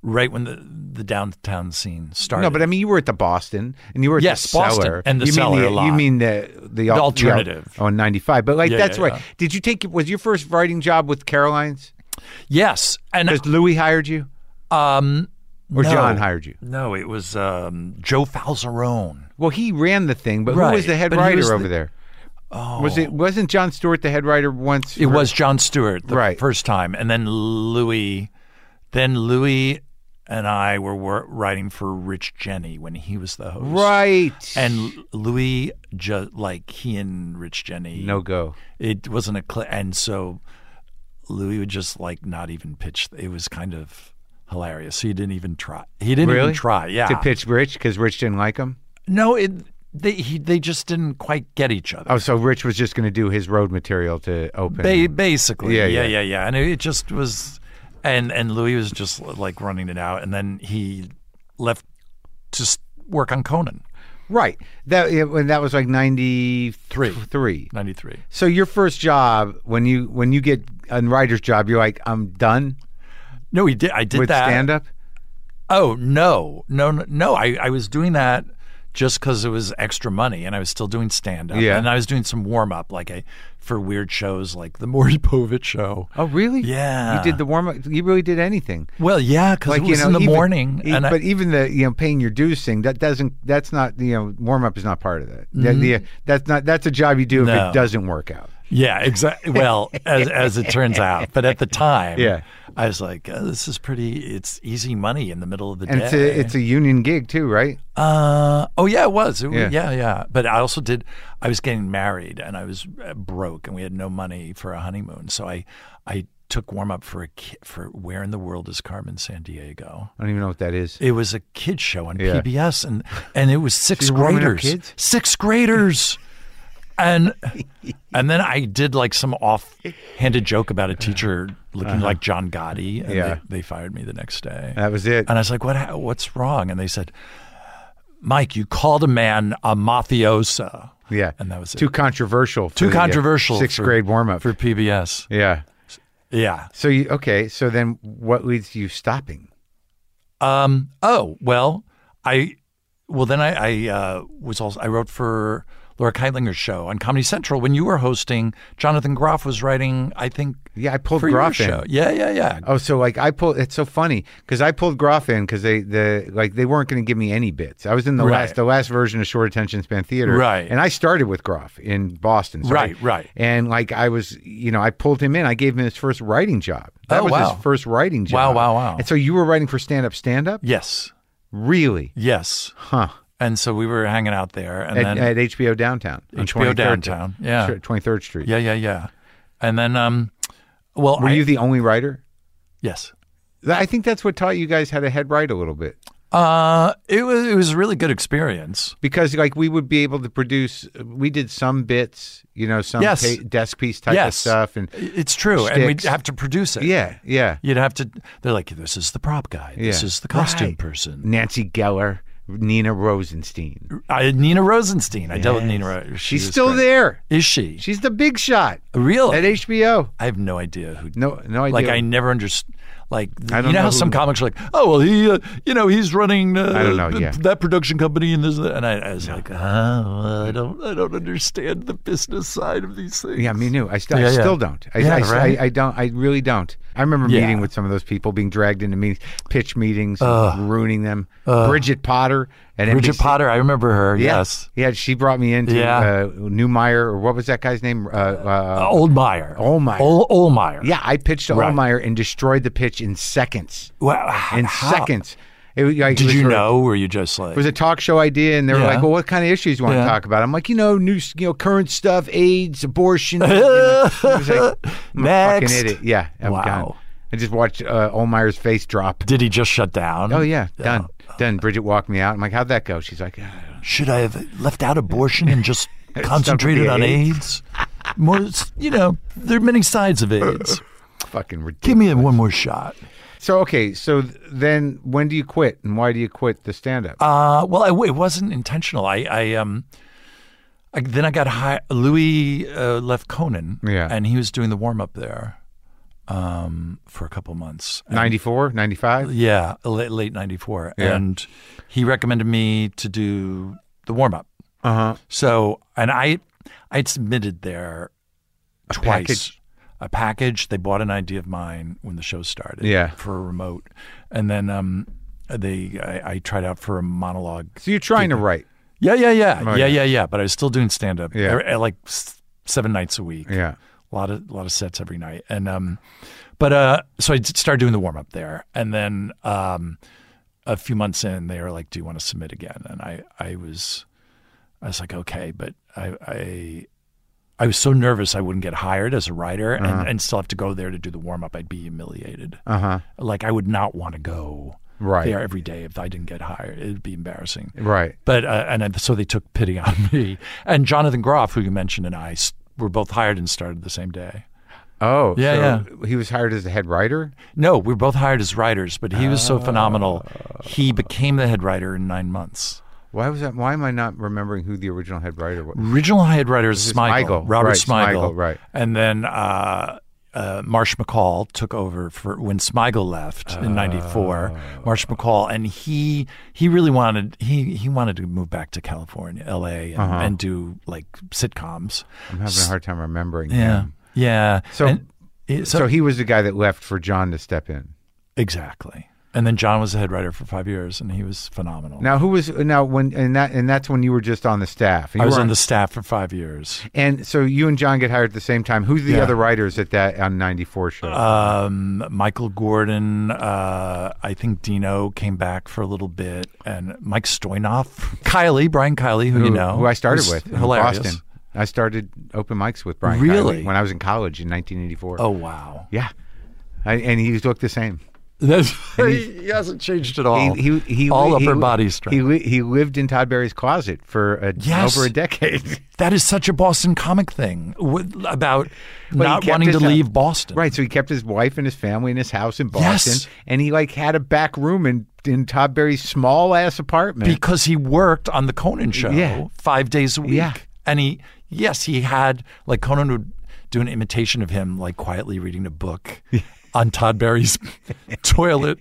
[SPEAKER 3] right when the the downtown scene started.
[SPEAKER 1] no, but I mean, you were at the Boston, and you were at
[SPEAKER 3] Yes,
[SPEAKER 1] the cellar,
[SPEAKER 3] Boston and the
[SPEAKER 1] you
[SPEAKER 3] Cellar
[SPEAKER 1] Mean
[SPEAKER 3] a lot.
[SPEAKER 1] You mean the the, al-
[SPEAKER 3] alternative.
[SPEAKER 1] yeah, on ninety five? But like,
[SPEAKER 3] Yeah,
[SPEAKER 1] that's
[SPEAKER 3] yeah,
[SPEAKER 1] right.
[SPEAKER 3] yeah.
[SPEAKER 1] Did you take was your first writing job with Caroline's?
[SPEAKER 3] yes, and
[SPEAKER 1] Because Louis hired you,
[SPEAKER 3] um,
[SPEAKER 1] or
[SPEAKER 3] no.
[SPEAKER 1] John hired you?
[SPEAKER 3] No, it was um, Joe Falzarone.
[SPEAKER 1] Well, he ran the thing, but who was
[SPEAKER 3] Right,
[SPEAKER 1] the head
[SPEAKER 3] but he
[SPEAKER 1] writer
[SPEAKER 3] was
[SPEAKER 1] over
[SPEAKER 3] the-
[SPEAKER 1] there? Oh, was it wasn't John Stewart the head writer once?
[SPEAKER 3] It was John Stewart the
[SPEAKER 1] Right.
[SPEAKER 3] first time, and then Louis, then Louis and I were, wor- writing for Rich Jenny when he was the host.
[SPEAKER 1] right
[SPEAKER 3] And Louis, ju- like he and Rich Jenny,
[SPEAKER 1] no go.
[SPEAKER 3] it wasn't a cl- and so Louis would just like not even pitch it was kind of hilarious he didn't even try he didn't
[SPEAKER 1] Really?
[SPEAKER 3] even try yeah
[SPEAKER 1] to pitch Rich because Rich didn't like him.
[SPEAKER 3] no it they he, they just didn't quite get each other
[SPEAKER 1] Oh, so Rich was just going to do his road material to open.
[SPEAKER 3] ba- basically
[SPEAKER 1] Yeah,
[SPEAKER 3] yeah yeah,
[SPEAKER 1] yeah.
[SPEAKER 3] yeah and it, it just was and and Louis was just like running it out and then he left to s- work on Conan
[SPEAKER 1] right. That yeah, when that was like ninety three. Three.
[SPEAKER 3] 93
[SPEAKER 1] So your first job when you when you get a writer's job, you're like, I'm done
[SPEAKER 3] no he did I did
[SPEAKER 1] with
[SPEAKER 3] that
[SPEAKER 1] stand up.
[SPEAKER 3] Oh no, no, no! no. I, I was doing that just because it was extra money, and I was still doing stand up.
[SPEAKER 1] Yeah.
[SPEAKER 3] and I was doing some warm up, like I for weird shows like the Maury Povich show.
[SPEAKER 1] Oh, really?
[SPEAKER 3] Yeah.
[SPEAKER 1] You did the warm up. You really did anything.
[SPEAKER 3] Well, yeah, because
[SPEAKER 1] Like
[SPEAKER 3] it was
[SPEAKER 1] you know,
[SPEAKER 3] in the
[SPEAKER 1] even-
[SPEAKER 3] morning,
[SPEAKER 1] e-
[SPEAKER 3] and I-
[SPEAKER 1] but even the you know paying your dues thing that doesn't. That's not you know warm up is not part of that. That- the- that's not that's a job you do if
[SPEAKER 3] Mm-hmm. No.
[SPEAKER 1] it doesn't work out.
[SPEAKER 3] yeah, exactly. Well, as as it turns out, but at the time,
[SPEAKER 1] Yeah.
[SPEAKER 3] I was like, oh, this is pretty. It's easy money in the middle of the
[SPEAKER 1] And
[SPEAKER 3] day.
[SPEAKER 1] it's a it's a union gig too, right?
[SPEAKER 3] Uh, oh yeah, it was. It,
[SPEAKER 1] Yeah.
[SPEAKER 3] yeah. yeah, But I also did. I was getting married, and I was uh, broke, and we had no money for a honeymoon. So I, I took warm up for a ki- for Where in the World is Carmen San Diego?
[SPEAKER 1] I don't even know what that is.
[SPEAKER 3] It was a kid show on
[SPEAKER 1] Yeah.
[SPEAKER 3] PBS, and and it was sixth
[SPEAKER 1] you were warming up
[SPEAKER 3] graders,
[SPEAKER 1] kids?
[SPEAKER 3] sixth graders, and and then I did like some off-handed joke about a teacher looking like John Gotti, and
[SPEAKER 1] Uh-huh. Yeah. Uh,
[SPEAKER 3] they, they fired me the next day.
[SPEAKER 1] That was it.
[SPEAKER 3] And I was like, "What? ha- What's wrong?" And they said, "Mike, you called a man a mafiosa."
[SPEAKER 1] yeah.
[SPEAKER 3] and that was
[SPEAKER 1] too
[SPEAKER 3] it.
[SPEAKER 1] controversial. For
[SPEAKER 3] Too
[SPEAKER 1] the, uh,
[SPEAKER 3] controversial.
[SPEAKER 1] Sixth
[SPEAKER 3] for-
[SPEAKER 1] grade warm up.
[SPEAKER 3] for PBS.
[SPEAKER 1] yeah.
[SPEAKER 3] Yeah.
[SPEAKER 1] So you okay? So then, what leads to you stopping?
[SPEAKER 3] Um. Oh well, I well then I, I uh, was also I wrote for Laura Keitlinger's show on Comedy Central when you were hosting. Jonathan Groff was writing. I think
[SPEAKER 1] Yeah, I pulled
[SPEAKER 3] for your
[SPEAKER 1] Groff in.
[SPEAKER 3] show. Yeah, yeah, yeah.
[SPEAKER 1] Oh, so like I pulled. It's so funny because I pulled Groff in because they the like they weren't going to give me any bits. I was in the
[SPEAKER 3] Right.
[SPEAKER 1] last the last version of short attention span theater,
[SPEAKER 3] Right.
[SPEAKER 1] And I started with Groff in Boston, so I-
[SPEAKER 3] Right, right.
[SPEAKER 1] And like I was, you know, I pulled him in. I gave him his first writing job. That
[SPEAKER 3] Oh,
[SPEAKER 1] was
[SPEAKER 3] wow.
[SPEAKER 1] his first writing job.
[SPEAKER 3] Wow, wow, wow.
[SPEAKER 1] And so you were writing for stand up, stand up,
[SPEAKER 3] Yes,
[SPEAKER 1] really?
[SPEAKER 3] yes.
[SPEAKER 1] Huh?
[SPEAKER 3] And so we were hanging out there, and
[SPEAKER 1] At,
[SPEAKER 3] then
[SPEAKER 1] at HBO downtown, on
[SPEAKER 3] HBO
[SPEAKER 1] 23rd
[SPEAKER 3] downtown. Yeah,
[SPEAKER 1] Twenty Third Street.
[SPEAKER 3] yeah, yeah, yeah. And then um, well,
[SPEAKER 1] Were
[SPEAKER 3] I-
[SPEAKER 1] you the only writer?
[SPEAKER 3] yes.
[SPEAKER 1] That- I think that's what taught you guys how to head write a little bit.
[SPEAKER 3] Uh, it was it was a really good experience.
[SPEAKER 1] because like we would be able to produce we did some bits you know some
[SPEAKER 3] Yes.
[SPEAKER 1] pa- desk piece type of
[SPEAKER 3] Yes.
[SPEAKER 1] stuff and
[SPEAKER 3] It's true, and we'd
[SPEAKER 1] Sticks.
[SPEAKER 3] have to produce it.
[SPEAKER 1] yeah yeah
[SPEAKER 3] You'd have to. They're like, this is the prop guy. This
[SPEAKER 1] Yeah.
[SPEAKER 3] is the costume
[SPEAKER 1] Right.
[SPEAKER 3] person.
[SPEAKER 1] nancy geller nina rosenstein
[SPEAKER 3] I, Nina Rosenstein. I dealt with Nina. Ro- she
[SPEAKER 1] she's
[SPEAKER 3] was
[SPEAKER 1] still
[SPEAKER 3] great.
[SPEAKER 1] there
[SPEAKER 3] Is she?
[SPEAKER 1] she's the big shot
[SPEAKER 3] really?
[SPEAKER 1] at hbo
[SPEAKER 3] I have no idea who.
[SPEAKER 1] no no idea
[SPEAKER 3] Oh. like I never understood. Like
[SPEAKER 1] I don't
[SPEAKER 3] you know,
[SPEAKER 1] know
[SPEAKER 3] how
[SPEAKER 1] who-
[SPEAKER 3] some comics are like, oh well, he, uh, you know, he's running. Uh,
[SPEAKER 1] I don't know,
[SPEAKER 3] th-
[SPEAKER 1] yeah.
[SPEAKER 3] that production company and this and that." and I, I was like, oh, well, I don't, I don't understand the business side of these things.
[SPEAKER 1] yeah, me knew. I, st-
[SPEAKER 3] Yeah,
[SPEAKER 1] I
[SPEAKER 3] yeah.
[SPEAKER 1] still don't. I,
[SPEAKER 3] Yeah,
[SPEAKER 1] I, I-
[SPEAKER 3] right?
[SPEAKER 1] I, don't. I really don't. I remember
[SPEAKER 3] Yeah.
[SPEAKER 1] meeting with some of those people, being dragged into meetings, pitch meetings, ruining them. Bridget Potter and
[SPEAKER 3] Bridget
[SPEAKER 1] NBC
[SPEAKER 3] Potter. I remember her.
[SPEAKER 1] Yeah.
[SPEAKER 3] Yes.
[SPEAKER 1] Yeah, she brought me into
[SPEAKER 3] Yeah.
[SPEAKER 1] uh, Newmeyer, or what was that guy's name? Uh, uh,
[SPEAKER 3] Oldmeyer.
[SPEAKER 1] Oldmeyer.
[SPEAKER 3] Ol- Oldmeyer.
[SPEAKER 1] Yeah, I pitched to
[SPEAKER 3] Right.
[SPEAKER 1] Allmeyer and destroyed the pitch in seconds.
[SPEAKER 3] Wow.
[SPEAKER 1] In
[SPEAKER 3] how-
[SPEAKER 1] seconds. It, was like, it
[SPEAKER 3] Did
[SPEAKER 1] was
[SPEAKER 3] you
[SPEAKER 1] sort of-
[SPEAKER 3] know? Were you just like?
[SPEAKER 1] It was a talk show idea, and they were
[SPEAKER 3] Yeah.
[SPEAKER 1] like, "Well, what kind of issues do you want
[SPEAKER 3] Yeah.
[SPEAKER 1] to talk about?" I'm like, "You know, new, s- you know, current stuff, AIDS, abortion." you know. It was like, I'm a
[SPEAKER 3] Next.
[SPEAKER 1] fucking idiot. Yeah, I'm
[SPEAKER 3] Wow.
[SPEAKER 1] gone. I just watched uh, Olmeyer's face drop.
[SPEAKER 3] Did he just shut down?
[SPEAKER 1] Oh yeah, done, done. Bridget walked me out. I'm like, "How'd that go?" She's like, "Ah,
[SPEAKER 3] Should I have left out abortion and just concentrated
[SPEAKER 1] Stuff
[SPEAKER 3] on
[SPEAKER 1] with the
[SPEAKER 3] AIDS? More, you know, there are many sides of AIDS.
[SPEAKER 1] "Fucking ridiculous."
[SPEAKER 3] Give me one more shot.
[SPEAKER 1] So okay, so th- then when do you quit, and why do you quit the stand-up?
[SPEAKER 3] Uh, well, I, it wasn't intentional. I, I um, I, then I got hired. Louis uh, left Conan,
[SPEAKER 1] Yeah.
[SPEAKER 3] and he was doing the warm up there, um, for a couple months.
[SPEAKER 1] 94, 95?
[SPEAKER 3] Yeah, late, late 94.
[SPEAKER 1] Yeah.
[SPEAKER 3] And he recommended me to do the warm up.
[SPEAKER 1] Uh-huh.
[SPEAKER 3] So, and I I'd submitted there twice.
[SPEAKER 1] package?
[SPEAKER 3] A package. They bought an idea of mine when the show started
[SPEAKER 1] Yeah.
[SPEAKER 3] for a remote. And then um they I, I tried out for a monologue.
[SPEAKER 1] So you're trying to write.
[SPEAKER 3] Yeah, yeah, yeah.
[SPEAKER 1] Oh,
[SPEAKER 3] yeah,
[SPEAKER 1] yeah.
[SPEAKER 3] yeah, yeah, but I was still doing stand up
[SPEAKER 1] Yeah.
[SPEAKER 3] like s- 7 nights a week
[SPEAKER 1] Yeah.
[SPEAKER 3] a lot of lot of sets every night and um but uh so i d- started doing the warm up there and then um a few months in they were like do you want to submit again and i i was i was like okay but i i I was so nervous I wouldn't get hired as a writer and, and still have to go there to do the warm up. I'd be humiliated.
[SPEAKER 1] Uh-huh.
[SPEAKER 3] Like I would not want to go
[SPEAKER 1] Right.
[SPEAKER 3] there every day if I didn't get hired. It'd be embarrassing.
[SPEAKER 1] Right.
[SPEAKER 3] But uh, and then- so they took pity on me. And Jonathan Groff, who you mentioned, and I s- were both hired and started the same day.
[SPEAKER 1] Oh,
[SPEAKER 3] Yeah,
[SPEAKER 1] so He was hired as the head writer.
[SPEAKER 3] No, we were both hired as writers, but he was so
[SPEAKER 1] Oh.
[SPEAKER 3] phenomenal. He became the head writer in nine months.
[SPEAKER 1] Why was that? Why am I not remembering who the original head writer was?
[SPEAKER 3] Original head writer is
[SPEAKER 1] is
[SPEAKER 3] Smigel,
[SPEAKER 1] Smigel,
[SPEAKER 3] Robert
[SPEAKER 1] right,
[SPEAKER 3] Smigel,
[SPEAKER 1] Smigel, right.
[SPEAKER 3] And then uh, uh, Marsh McCall took over for when Smigel left in '94.
[SPEAKER 1] Oh.
[SPEAKER 3] Marsh McCall, and he he really wanted he he wanted to move back to California, L.A., and,
[SPEAKER 1] Uh-huh.
[SPEAKER 3] and do like sitcoms.
[SPEAKER 1] I'm having a hard time remembering.
[SPEAKER 3] Yeah.
[SPEAKER 1] him.
[SPEAKER 3] Yeah.
[SPEAKER 1] So-
[SPEAKER 3] And it-
[SPEAKER 1] So,
[SPEAKER 3] so,
[SPEAKER 1] he was the guy that left for John to step in.
[SPEAKER 3] exactly. And then John was the head writer for five years, and he was phenomenal.
[SPEAKER 1] Now who was now when and that and that's when you were just on the staff. You
[SPEAKER 3] I was
[SPEAKER 1] were
[SPEAKER 3] on the staff for five years.
[SPEAKER 1] and so you and John get hired at the same time. Who's the
[SPEAKER 3] Yeah.
[SPEAKER 1] other writers at that on '94 show?
[SPEAKER 3] Um, Michael Gordon, uh, I think Dino came back for a little bit, and Mike Stoynoff, Kylie, Brian Kylie, who, you know,
[SPEAKER 1] who I started
[SPEAKER 3] who's
[SPEAKER 1] with in
[SPEAKER 3] hilarious.
[SPEAKER 1] Boston. I started open mics with Brian.
[SPEAKER 3] Really?
[SPEAKER 1] Kiley when I was in college in 1984.
[SPEAKER 3] Oh wow,
[SPEAKER 1] yeah. I, and he looked the same.
[SPEAKER 3] That's, he, hasn't changed at all.
[SPEAKER 1] He, he, he
[SPEAKER 3] all
[SPEAKER 1] he-
[SPEAKER 3] upper
[SPEAKER 1] he-
[SPEAKER 3] body strength.
[SPEAKER 1] He li- he lived in Todd Berry's closet for a,
[SPEAKER 3] Yes.
[SPEAKER 1] over a decade.
[SPEAKER 3] that is such a Boston comic thing with, about
[SPEAKER 1] he
[SPEAKER 3] not
[SPEAKER 1] kept
[SPEAKER 3] wanting
[SPEAKER 1] his
[SPEAKER 3] to
[SPEAKER 1] house.
[SPEAKER 3] leave Boston.
[SPEAKER 1] right, so he kept his wife and his family in his house in
[SPEAKER 3] Yes.
[SPEAKER 1] Boston, and he like had a back room in in Todd Berry's small ass apartment.
[SPEAKER 3] Because he worked on the Conan show
[SPEAKER 1] Yeah.
[SPEAKER 3] five days a week.
[SPEAKER 1] Yeah.
[SPEAKER 3] And he, yes, he had, like, Conan would do an imitation of him, like, quietly reading a book on Todd Berry's toilet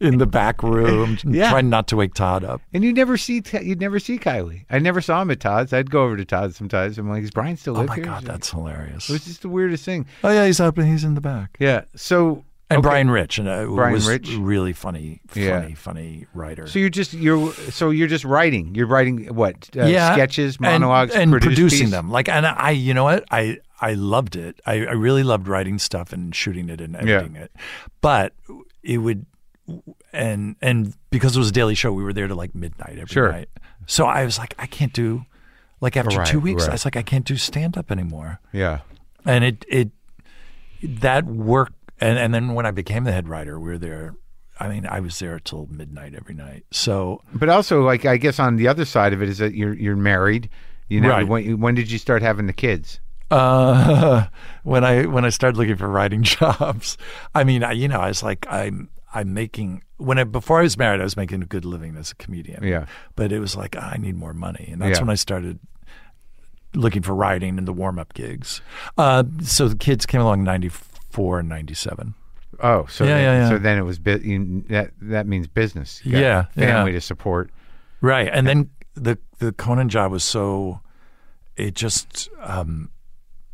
[SPEAKER 3] in the back room,
[SPEAKER 1] Yeah.
[SPEAKER 3] trying not to wake Todd up.
[SPEAKER 1] and you never see T- you'd never see Kylie. I never saw him at Todd's. I'd go over to Todd's sometimes. I'm like, is Brian still
[SPEAKER 3] Oh,
[SPEAKER 1] live
[SPEAKER 3] my
[SPEAKER 1] here?
[SPEAKER 3] God,
[SPEAKER 1] It
[SPEAKER 3] that's hilarious.
[SPEAKER 1] was just the weirdest thing.
[SPEAKER 3] Oh, yeah, he's up and he's in the back.
[SPEAKER 1] Yeah. So
[SPEAKER 3] and
[SPEAKER 1] okay.
[SPEAKER 3] Brian Rich, and uh, who
[SPEAKER 1] Brian
[SPEAKER 3] was
[SPEAKER 1] Rich.
[SPEAKER 3] really funny, funny,
[SPEAKER 1] Yeah.
[SPEAKER 3] funny writer.
[SPEAKER 1] So you're just you're so you're just writing. You're writing what uh, sketches,
[SPEAKER 3] and-
[SPEAKER 1] monologues,
[SPEAKER 3] and,
[SPEAKER 1] produced
[SPEAKER 3] producing
[SPEAKER 1] piece?
[SPEAKER 3] them. Like, and I, you know what, I I loved it. I, I really loved writing stuff and shooting it and editing it. But it would, and and because it was a daily show, we were there to like midnight every
[SPEAKER 1] Sure.
[SPEAKER 3] night. So I was like, I can't do, like after
[SPEAKER 1] Right,
[SPEAKER 3] two weeks,
[SPEAKER 1] right.
[SPEAKER 3] I was like, I can't do stand up anymore.
[SPEAKER 1] Yeah.
[SPEAKER 3] and it it that work and and then when I became the head writer, we were there. I mean, I was there till midnight every night. So
[SPEAKER 1] But also, like I guess on the other side of it is that you're you're married. You know,
[SPEAKER 3] Right.
[SPEAKER 1] when, when did you start having the kids?
[SPEAKER 3] uh, when I when I started looking for writing jobs, I mean, I, you know, I was like, I'm I'm making when I before I was married, I was making a good living as a comedian.
[SPEAKER 1] Yeah.
[SPEAKER 3] but it was like I need more money, and that's
[SPEAKER 1] Yeah.
[SPEAKER 3] when I started looking for writing and the warm up gigs. Uh, so the kids came along in '94 and '97.
[SPEAKER 1] Oh, so
[SPEAKER 3] Yeah,
[SPEAKER 1] then,
[SPEAKER 3] yeah, yeah.
[SPEAKER 1] so then it was bu- you, that that means business. You got
[SPEAKER 3] Yeah,
[SPEAKER 1] family
[SPEAKER 3] yeah.
[SPEAKER 1] to support.
[SPEAKER 3] Right, and then the the Conan job was so it just um,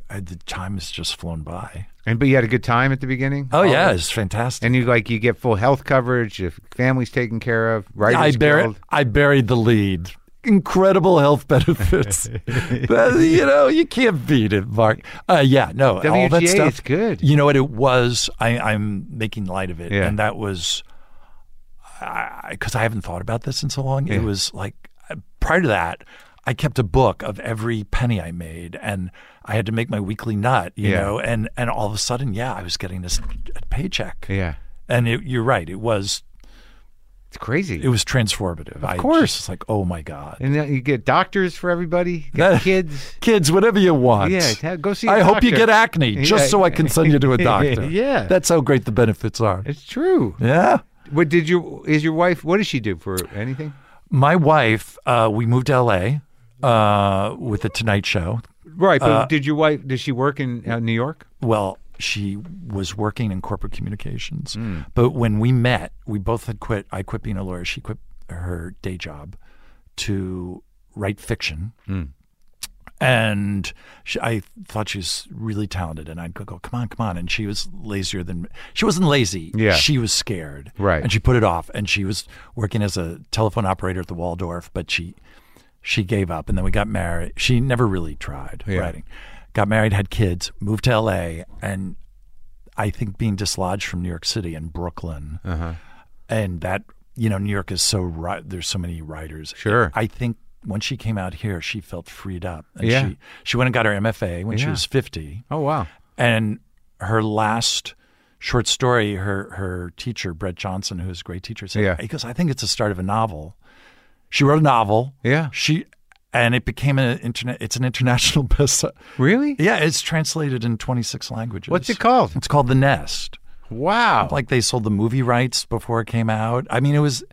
[SPEAKER 3] I, the time has just flown by.
[SPEAKER 1] And but you had a good time at the beginning.
[SPEAKER 3] Oh
[SPEAKER 1] All
[SPEAKER 3] yeah,
[SPEAKER 1] that.
[SPEAKER 3] it's fantastic.
[SPEAKER 1] and you like you get full health coverage. Your family's taken care of. Right?
[SPEAKER 3] I buried I buried the lead. Incredible health benefits. That- you know, you can't beat it, Mark. Uh, yeah, no, all that
[SPEAKER 1] WGA
[SPEAKER 3] stuff.
[SPEAKER 1] is good.
[SPEAKER 3] You know what? It was. I, I'm making light of it,
[SPEAKER 1] Yeah.
[SPEAKER 3] and that was because I, haven't thought about this in so long. It was like uh, prior to that, I kept a book of every penny I made, and I had to make my weekly nut. You
[SPEAKER 1] Yeah.
[SPEAKER 3] know, and and all of a sudden, yeah, I was getting this paycheck.
[SPEAKER 1] Yeah,
[SPEAKER 3] And it, you're right. It was
[SPEAKER 1] it's crazy.
[SPEAKER 3] it was transformative. Of
[SPEAKER 1] course.
[SPEAKER 3] it's like, oh my god,
[SPEAKER 1] and then you get doctors for everybody. Get
[SPEAKER 3] That-
[SPEAKER 1] kids.
[SPEAKER 3] kids, whatever you want.
[SPEAKER 1] Yeah, ta- go see a
[SPEAKER 3] I hope you
[SPEAKER 1] doctor.
[SPEAKER 3] get acne, just
[SPEAKER 1] Yeah.
[SPEAKER 3] so I can send you to a doctor.
[SPEAKER 1] Yeah.
[SPEAKER 3] that's how great the benefits are.
[SPEAKER 1] It's true.
[SPEAKER 3] Yeah.
[SPEAKER 1] What did you? Is your wife? What does she do for anything?
[SPEAKER 3] My wife, uh, we moved to L.A. Uh, with the Tonight Show.
[SPEAKER 1] Right, but did your wife? Does she work in uh, New York?
[SPEAKER 3] Well, she was working in corporate communications, but when we met, we both had quit. I quit being a lawyer. She quit her day job to write fiction. and she, I thought she was really talented. And I'd go, go, come on, come on. And she was lazier than she wasn't lazy.
[SPEAKER 1] Yeah.
[SPEAKER 3] she was scared.
[SPEAKER 1] Right.
[SPEAKER 3] and she put it off. And she was working as a telephone operator at the Waldorf, but she she gave up. And then we got married. She never really tried writing. Got married, had kids, moved to L.A., and I think being dislodged from New York City and Brooklyn,
[SPEAKER 1] Uh-huh.
[SPEAKER 3] and that you know New York is so ri- there's so many writers.
[SPEAKER 1] Sure.
[SPEAKER 3] I think when she came out here, she felt freed up. And
[SPEAKER 1] Yeah.
[SPEAKER 3] she, she went and got her MFA when she
[SPEAKER 1] Yeah.
[SPEAKER 3] was 50.
[SPEAKER 1] Oh wow!
[SPEAKER 3] And her last short story, her, her teacher, Brett Johnson, who is a great teacher, said,
[SPEAKER 1] Yeah.
[SPEAKER 3] he goes, I think it's the start of a novel. She wrote a novel.
[SPEAKER 1] Yeah.
[SPEAKER 3] She, and it became an internet, it's an international bestseller.
[SPEAKER 1] Really?
[SPEAKER 3] Yeah, it's translated in 26 languages.
[SPEAKER 1] What's it called?
[SPEAKER 3] It's called The Nest.
[SPEAKER 1] Wow!
[SPEAKER 3] Like they sold the movie rights before it came out. I mean, it was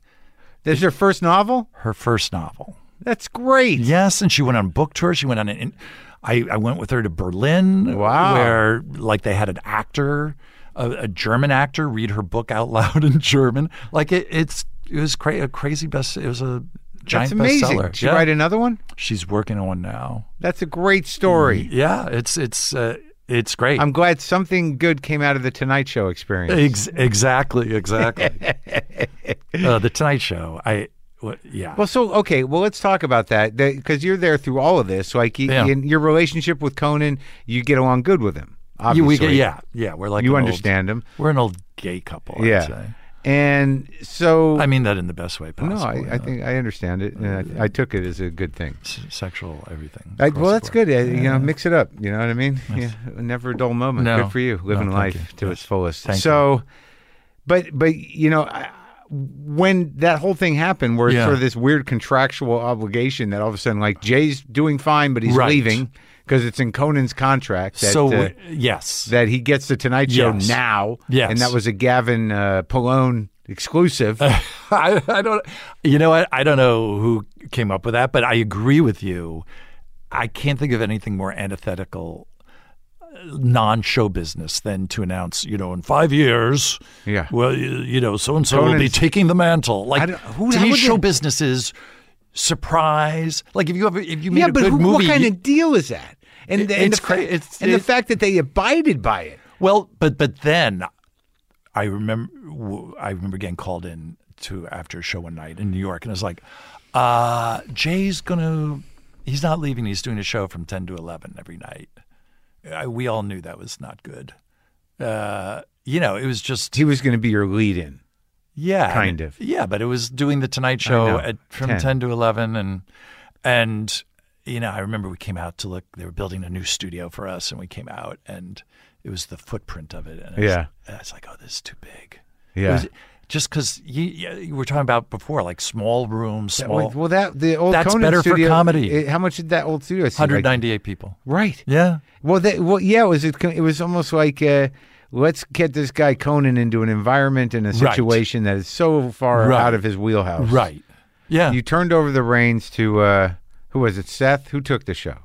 [SPEAKER 1] That's your first novel?
[SPEAKER 3] her first novel.
[SPEAKER 1] That's great.
[SPEAKER 3] Yes, and she went on book tour. She went on an. In, I, I went with her to Berlin.
[SPEAKER 1] Wow.
[SPEAKER 3] Where like they had an actor, a, a German actor, read her book out loud in German. Like it, it's it was cra- a crazy best. It was a
[SPEAKER 1] That's
[SPEAKER 3] giant
[SPEAKER 1] amazing.
[SPEAKER 3] bestseller.
[SPEAKER 1] Did you
[SPEAKER 3] Yeah.
[SPEAKER 1] write another one?
[SPEAKER 3] She's working on one now.
[SPEAKER 1] That's a great story.
[SPEAKER 3] Yeah, it's it's uh, it's great.
[SPEAKER 1] I'm glad something good came out of the Tonight Show experience.
[SPEAKER 3] Ex- exactly, exactly. uh, the Tonight Show. I w- yeah.
[SPEAKER 1] Well, so okay. Well, let's talk about that because you're there through all of this. Like y-
[SPEAKER 3] Yeah.
[SPEAKER 1] in your relationship with Conan, you get along good with him.
[SPEAKER 3] You-
[SPEAKER 1] Obviously,
[SPEAKER 3] we get- yeah, yeah. We're like
[SPEAKER 1] You
[SPEAKER 3] an old-
[SPEAKER 1] understand him.
[SPEAKER 3] We're an old gay couple. I'd
[SPEAKER 1] Yeah.
[SPEAKER 3] say.
[SPEAKER 1] And so
[SPEAKER 3] I mean that in the best way possible.
[SPEAKER 1] no, I,
[SPEAKER 3] you
[SPEAKER 1] I
[SPEAKER 3] know,
[SPEAKER 1] think I understand it, and I, I took it as a good thing.
[SPEAKER 3] s- sexual everything.
[SPEAKER 1] I,
[SPEAKER 3] across
[SPEAKER 1] well,
[SPEAKER 3] the
[SPEAKER 1] that's
[SPEAKER 3] board.
[SPEAKER 1] good. I- You know, mix it up. You know what I mean? Yeah, never a dull moment.
[SPEAKER 3] No.
[SPEAKER 1] Good for you,
[SPEAKER 3] No,
[SPEAKER 1] living
[SPEAKER 3] thank
[SPEAKER 1] life
[SPEAKER 3] you.
[SPEAKER 1] to
[SPEAKER 3] Yes.
[SPEAKER 1] its fullest.
[SPEAKER 3] Thank
[SPEAKER 1] so, but but you know, I, when that whole thing happened, where it's
[SPEAKER 3] Yeah.
[SPEAKER 1] sort of this weird contractual obligation that all of a sudden, like Jay's doing fine, but he's
[SPEAKER 3] Right.
[SPEAKER 1] leaving because it's in Conan's contract. That,
[SPEAKER 3] so
[SPEAKER 1] uh,
[SPEAKER 3] we- yes,
[SPEAKER 1] that he gets the Tonight Show
[SPEAKER 3] Yes.
[SPEAKER 1] now.
[SPEAKER 3] Yes. Uh,
[SPEAKER 1] and that was a Gavin uh, Pallone exclusive.
[SPEAKER 3] I, I don't. You know what? I don't know who came up with that, but I agree with you. I can't think of anything more antithetical, uh, non-show business than to announce, you know, in five years,
[SPEAKER 1] Yeah.
[SPEAKER 3] well, you, you know, so and so will be
[SPEAKER 1] Conan's-
[SPEAKER 3] taking the mantle. Like
[SPEAKER 1] don't- who-
[SPEAKER 3] to
[SPEAKER 1] how
[SPEAKER 3] me,
[SPEAKER 1] would
[SPEAKER 3] show
[SPEAKER 1] they-
[SPEAKER 3] business is surprise. Like if you have, if you made
[SPEAKER 1] yeah,
[SPEAKER 3] a
[SPEAKER 1] but
[SPEAKER 3] good
[SPEAKER 1] who,
[SPEAKER 3] movie,
[SPEAKER 1] what kind
[SPEAKER 3] you-
[SPEAKER 1] of deal is that? And, the, and,
[SPEAKER 3] it's
[SPEAKER 1] the, fa-
[SPEAKER 3] cra- it's-
[SPEAKER 1] and the
[SPEAKER 3] it-
[SPEAKER 1] fact that they abided by it.
[SPEAKER 3] Well, but but then I remember w- I remember getting called in to after a show one night in New York, and I was like, uh, "Jay's gonna, he's not leaving. He's doing a show from ten to eleven every night." I, we all knew that was not good. Uh, you know, it was just
[SPEAKER 1] He was going to be your lead-in.
[SPEAKER 3] yeah,
[SPEAKER 1] Kind of.
[SPEAKER 3] Yeah, but it was doing the Tonight Show
[SPEAKER 1] know.
[SPEAKER 3] at from
[SPEAKER 1] 10.
[SPEAKER 3] ten. to eleven, and and you know, I remember we came out to look. They were building a new studio for us, and we came out, and it was the footprint of it. And I was,
[SPEAKER 1] Yeah.
[SPEAKER 3] I was like, oh, this is too big. It
[SPEAKER 1] Yeah.
[SPEAKER 3] was- just because you, you you were talking about before, like small rooms, small,
[SPEAKER 1] well, that the old
[SPEAKER 3] that's
[SPEAKER 1] Conan
[SPEAKER 3] better for
[SPEAKER 1] studio,
[SPEAKER 3] comedy.
[SPEAKER 1] it- how much did that old studio? seem
[SPEAKER 3] hundred
[SPEAKER 1] Like?
[SPEAKER 3] ninety eight people.
[SPEAKER 1] Right.
[SPEAKER 3] Yeah,
[SPEAKER 1] Well, that, well, yeah. It was it, it was almost like uh, let's get this guy Conan into an environment and a
[SPEAKER 3] Right.
[SPEAKER 1] situation that is so far
[SPEAKER 3] Right.
[SPEAKER 1] out of his wheelhouse.
[SPEAKER 3] right. Yeah,
[SPEAKER 1] You turned over the reins to uh, who was it? Seth, who took the show.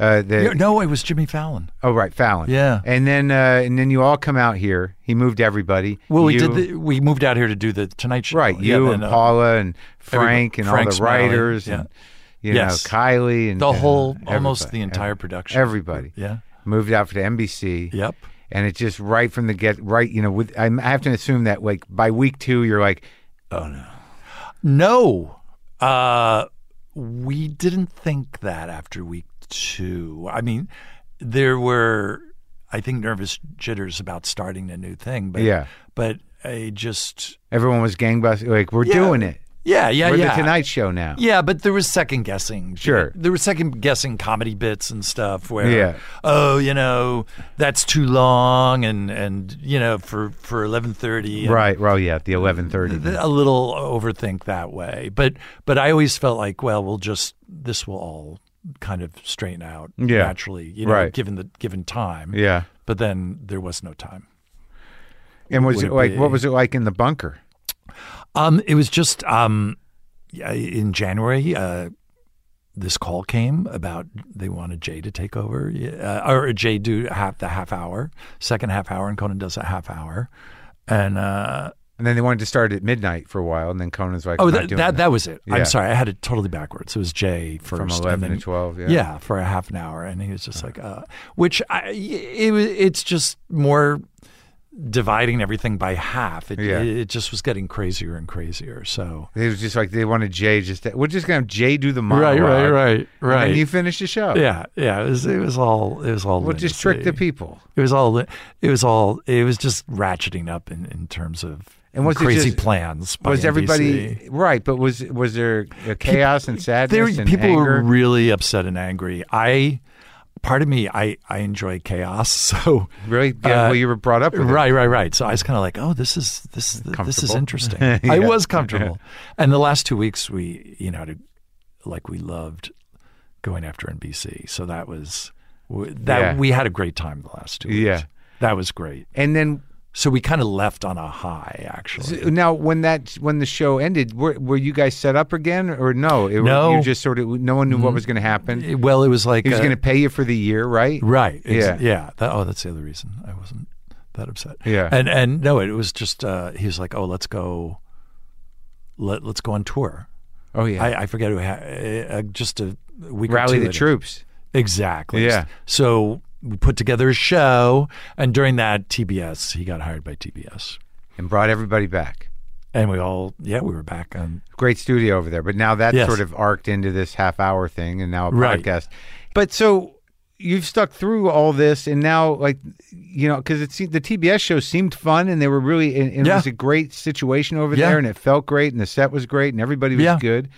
[SPEAKER 1] Uh, the,
[SPEAKER 3] Yeah, no, it was Jimmy Fallon.
[SPEAKER 1] Oh right, Fallon.
[SPEAKER 3] Yeah.
[SPEAKER 1] and then uh, and then you all come out here. He moved everybody.
[SPEAKER 3] Well, we
[SPEAKER 1] You-
[SPEAKER 3] did. The, we moved out here to do the Tonight Show.
[SPEAKER 1] right.
[SPEAKER 3] Yeah,
[SPEAKER 1] You and
[SPEAKER 3] uh,
[SPEAKER 1] Paula and Frank and all
[SPEAKER 3] Frank
[SPEAKER 1] the
[SPEAKER 3] Smiley,
[SPEAKER 1] writers
[SPEAKER 3] yeah.
[SPEAKER 1] and you
[SPEAKER 3] Yes.
[SPEAKER 1] know Kylie and
[SPEAKER 3] the
[SPEAKER 1] uh,
[SPEAKER 3] whole, almost
[SPEAKER 1] everybody,
[SPEAKER 3] the entire
[SPEAKER 1] everybody.
[SPEAKER 3] production.
[SPEAKER 1] Everybody.
[SPEAKER 3] Yeah.
[SPEAKER 1] moved out to NBC.
[SPEAKER 3] Yep.
[SPEAKER 1] And it just right from the get right, you know, with I'm, I have to assume that like by week 2 you're like
[SPEAKER 3] No, uh, we didn't think that after week two. I mean, there were, I think, nervous jitters about starting a new thing. But
[SPEAKER 1] Yeah.
[SPEAKER 3] but I just
[SPEAKER 1] everyone was gangbusters like we're doing it.
[SPEAKER 3] yeah yeah
[SPEAKER 1] We're
[SPEAKER 3] Uh, yeah
[SPEAKER 1] the Tonight Show now.
[SPEAKER 3] Yeah, but there was second guessing.
[SPEAKER 1] Sure.
[SPEAKER 3] There was second guessing comedy bits and stuff where
[SPEAKER 1] Yeah.
[SPEAKER 3] oh, you know, that's too long and and you know, for for 11:30. and
[SPEAKER 1] Right, well yeah, the 11:30.
[SPEAKER 3] th- A little overthink that way. But but I always felt like, well, we'll just this will all kind of straighten out
[SPEAKER 1] Yeah.
[SPEAKER 3] naturally, you know,
[SPEAKER 1] Right.
[SPEAKER 3] given the given time.
[SPEAKER 1] yeah.
[SPEAKER 3] But then there was no time.
[SPEAKER 1] And was
[SPEAKER 3] Would
[SPEAKER 1] it
[SPEAKER 3] it
[SPEAKER 1] like
[SPEAKER 3] be-
[SPEAKER 1] what was it like in the bunker?
[SPEAKER 3] Um, it was just um, yeah, in January. Uh, this call came about they wanted Jay to take over, uh, or Jay do half the half hour, second half hour, and Conan does a half hour, and uh,
[SPEAKER 1] And then they wanted to start at midnight for a while, and then Conan's like,
[SPEAKER 3] oh,
[SPEAKER 1] I'm not
[SPEAKER 3] that
[SPEAKER 1] doing
[SPEAKER 3] that, that was it.
[SPEAKER 1] Yeah.
[SPEAKER 3] I'm sorry, I had it totally backwards. It was Jay first,
[SPEAKER 1] from
[SPEAKER 3] and
[SPEAKER 1] 11
[SPEAKER 3] then-
[SPEAKER 1] to 12. Yeah.
[SPEAKER 3] yeah. for a half an hour, and he was just like, uh, which I, it was. It's just more dividing everything by half. It,
[SPEAKER 1] Yeah.
[SPEAKER 3] it, it just was getting crazier and crazier. So
[SPEAKER 1] It was just like they wanted Jay just, to, we're just going to have Jay do the monologue.
[SPEAKER 3] Right, right, right, right.
[SPEAKER 1] And you finish the show.
[SPEAKER 3] yeah, yeah. It was, it was all, it was all.
[SPEAKER 1] We'll just trick the
[SPEAKER 3] lunacy.
[SPEAKER 1] people.
[SPEAKER 3] It was all, it was all, it was just ratcheting up in, in terms of
[SPEAKER 1] And was it
[SPEAKER 3] crazy
[SPEAKER 1] just-
[SPEAKER 3] plans. by
[SPEAKER 1] was
[SPEAKER 3] NBC.
[SPEAKER 1] everybody, right, but was was there a chaos and
[SPEAKER 3] There,
[SPEAKER 1] sadness and
[SPEAKER 3] people were
[SPEAKER 1] anger?
[SPEAKER 3] really upset and angry. I, part of me, I, I enjoy chaos. So
[SPEAKER 1] really? Yeah,
[SPEAKER 3] uh,
[SPEAKER 1] well, you were brought up with it.
[SPEAKER 3] Right, right, right. So I was kind of like, oh, this is this is- this is
[SPEAKER 1] Comfortable.
[SPEAKER 3] interesting.
[SPEAKER 1] Yeah.
[SPEAKER 3] I was comfortable. And the last two weeks, we you know, had a- like we loved going after NBC. So that was w- that
[SPEAKER 1] Yeah.
[SPEAKER 3] we had a great time the last two. weeks.
[SPEAKER 1] Yeah.
[SPEAKER 3] that was great.
[SPEAKER 1] And then
[SPEAKER 3] So we kind of left on a high, actually.
[SPEAKER 1] now, when that when the show ended, were, were you guys set up again or no? It,
[SPEAKER 3] No.
[SPEAKER 1] you just sort of no one knew what was going to happen. He
[SPEAKER 3] Well, it was like
[SPEAKER 1] was
[SPEAKER 3] uh,
[SPEAKER 1] going to pay you for the year, right?
[SPEAKER 3] Right.
[SPEAKER 1] Yeah.
[SPEAKER 3] Ex- Yeah. That, oh, that's the other reason I wasn't that upset.
[SPEAKER 1] Yeah.
[SPEAKER 3] And and no, it was just uh, he was like, oh, let's go, let let's go on tour.
[SPEAKER 1] Oh yeah,
[SPEAKER 3] I, I forget who ha- uh, just a week or
[SPEAKER 1] rally
[SPEAKER 3] two
[SPEAKER 1] the
[SPEAKER 3] later.
[SPEAKER 1] troops.
[SPEAKER 3] Exactly.
[SPEAKER 1] Yeah.
[SPEAKER 3] So we put together a show, and during that, TBS he got hired by TBS,
[SPEAKER 1] and brought everybody back.
[SPEAKER 3] and we all yeah we were back on
[SPEAKER 1] Great studio over there. But now that's
[SPEAKER 3] Yes.
[SPEAKER 1] sort of arced into this half hour thing and now a
[SPEAKER 3] Right.
[SPEAKER 1] podcast. But so you've stuck through all this, and now like you know because it seemed the TBS show seemed fun, and they were really and, and it
[SPEAKER 3] Yeah.
[SPEAKER 1] was a great situation over
[SPEAKER 3] Yeah.
[SPEAKER 1] there, and it felt great, and the set was great, and everybody was
[SPEAKER 3] Yeah.
[SPEAKER 1] good.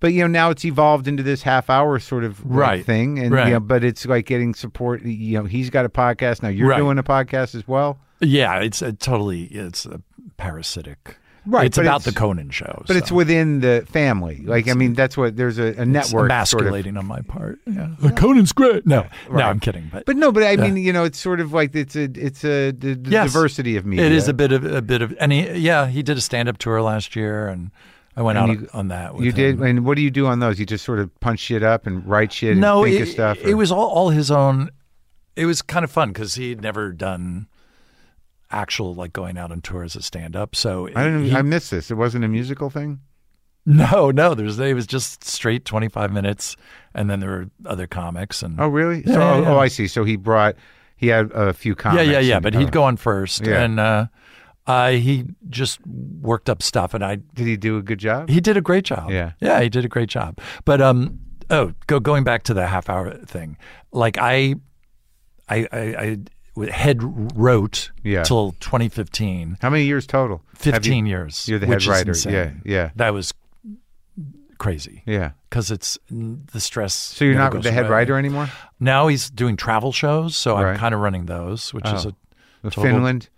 [SPEAKER 1] But you know now it's evolved into this half hour sort of like,
[SPEAKER 3] Right.
[SPEAKER 1] thing, and
[SPEAKER 3] Right.
[SPEAKER 1] you know, but it's like getting support. You know he's got a podcast now. You're
[SPEAKER 3] Right.
[SPEAKER 1] doing a podcast as well.
[SPEAKER 3] Yeah, it's a totally it's a parasitic.
[SPEAKER 1] Right,
[SPEAKER 3] It's
[SPEAKER 1] but
[SPEAKER 3] about
[SPEAKER 1] it's-
[SPEAKER 3] the Conan show.
[SPEAKER 1] But it's within the family. Like I mean that's what there's a, a network sort of
[SPEAKER 3] emasculating on my part. Yeah. Conan's great. No, no, I'm kidding. But,
[SPEAKER 1] But no, but I mean, you know, it's sort of like it's a it's a the, the
[SPEAKER 3] Yes.
[SPEAKER 1] diversity of media.
[SPEAKER 3] it is a bit of a bit of and he yeah he did a stand up tour last year and I went
[SPEAKER 1] And
[SPEAKER 3] out
[SPEAKER 1] you-
[SPEAKER 3] on that. With
[SPEAKER 1] You did,
[SPEAKER 3] him.
[SPEAKER 1] and what do you do on those? You just sort of punch shit up and write shit
[SPEAKER 3] no,
[SPEAKER 1] and think of
[SPEAKER 3] it,
[SPEAKER 1] stuff.
[SPEAKER 3] it
[SPEAKER 1] or-
[SPEAKER 3] was all, all his own. It was kind of fun because he'd never done actual like going out on tour as a stand up. So
[SPEAKER 1] I don't.
[SPEAKER 3] he-
[SPEAKER 1] I missed this. It wasn't a musical thing.
[SPEAKER 3] no no there's it was just straight 25 minutes and then there were other comics and
[SPEAKER 1] Oh, really?
[SPEAKER 3] Yeah,
[SPEAKER 1] so,
[SPEAKER 3] yeah,
[SPEAKER 1] oh,
[SPEAKER 3] yeah.
[SPEAKER 1] oh, I see. So he brought. He had a few comments.
[SPEAKER 3] Yeah, yeah, yeah.
[SPEAKER 1] and-
[SPEAKER 3] But
[SPEAKER 1] oh.
[SPEAKER 3] he'd go on first,
[SPEAKER 1] Yeah.
[SPEAKER 3] and uh, uh, he just worked up stuff, and I
[SPEAKER 1] Did he do a good job?
[SPEAKER 3] he did a great job.
[SPEAKER 1] Yeah.
[SPEAKER 3] yeah, he did a great job. But um, oh, go going back to the half hour thing, like I, I, I, I w- head wrote
[SPEAKER 1] Yeah.
[SPEAKER 3] till 2015,
[SPEAKER 1] How many years total? Have
[SPEAKER 3] 15
[SPEAKER 1] You,
[SPEAKER 3] years.
[SPEAKER 1] you're the head
[SPEAKER 3] which is
[SPEAKER 1] writer.
[SPEAKER 3] insane.
[SPEAKER 1] Yeah, yeah,
[SPEAKER 3] that was crazy
[SPEAKER 1] yeah.
[SPEAKER 3] because it's the stress.
[SPEAKER 1] So you're
[SPEAKER 3] never
[SPEAKER 1] not
[SPEAKER 3] goes
[SPEAKER 1] the head
[SPEAKER 3] away.
[SPEAKER 1] writer anymore.
[SPEAKER 3] now. He's doing travel shows, so
[SPEAKER 1] Right. Oh.
[SPEAKER 3] I'm kind of running those, which is a total-
[SPEAKER 1] Finland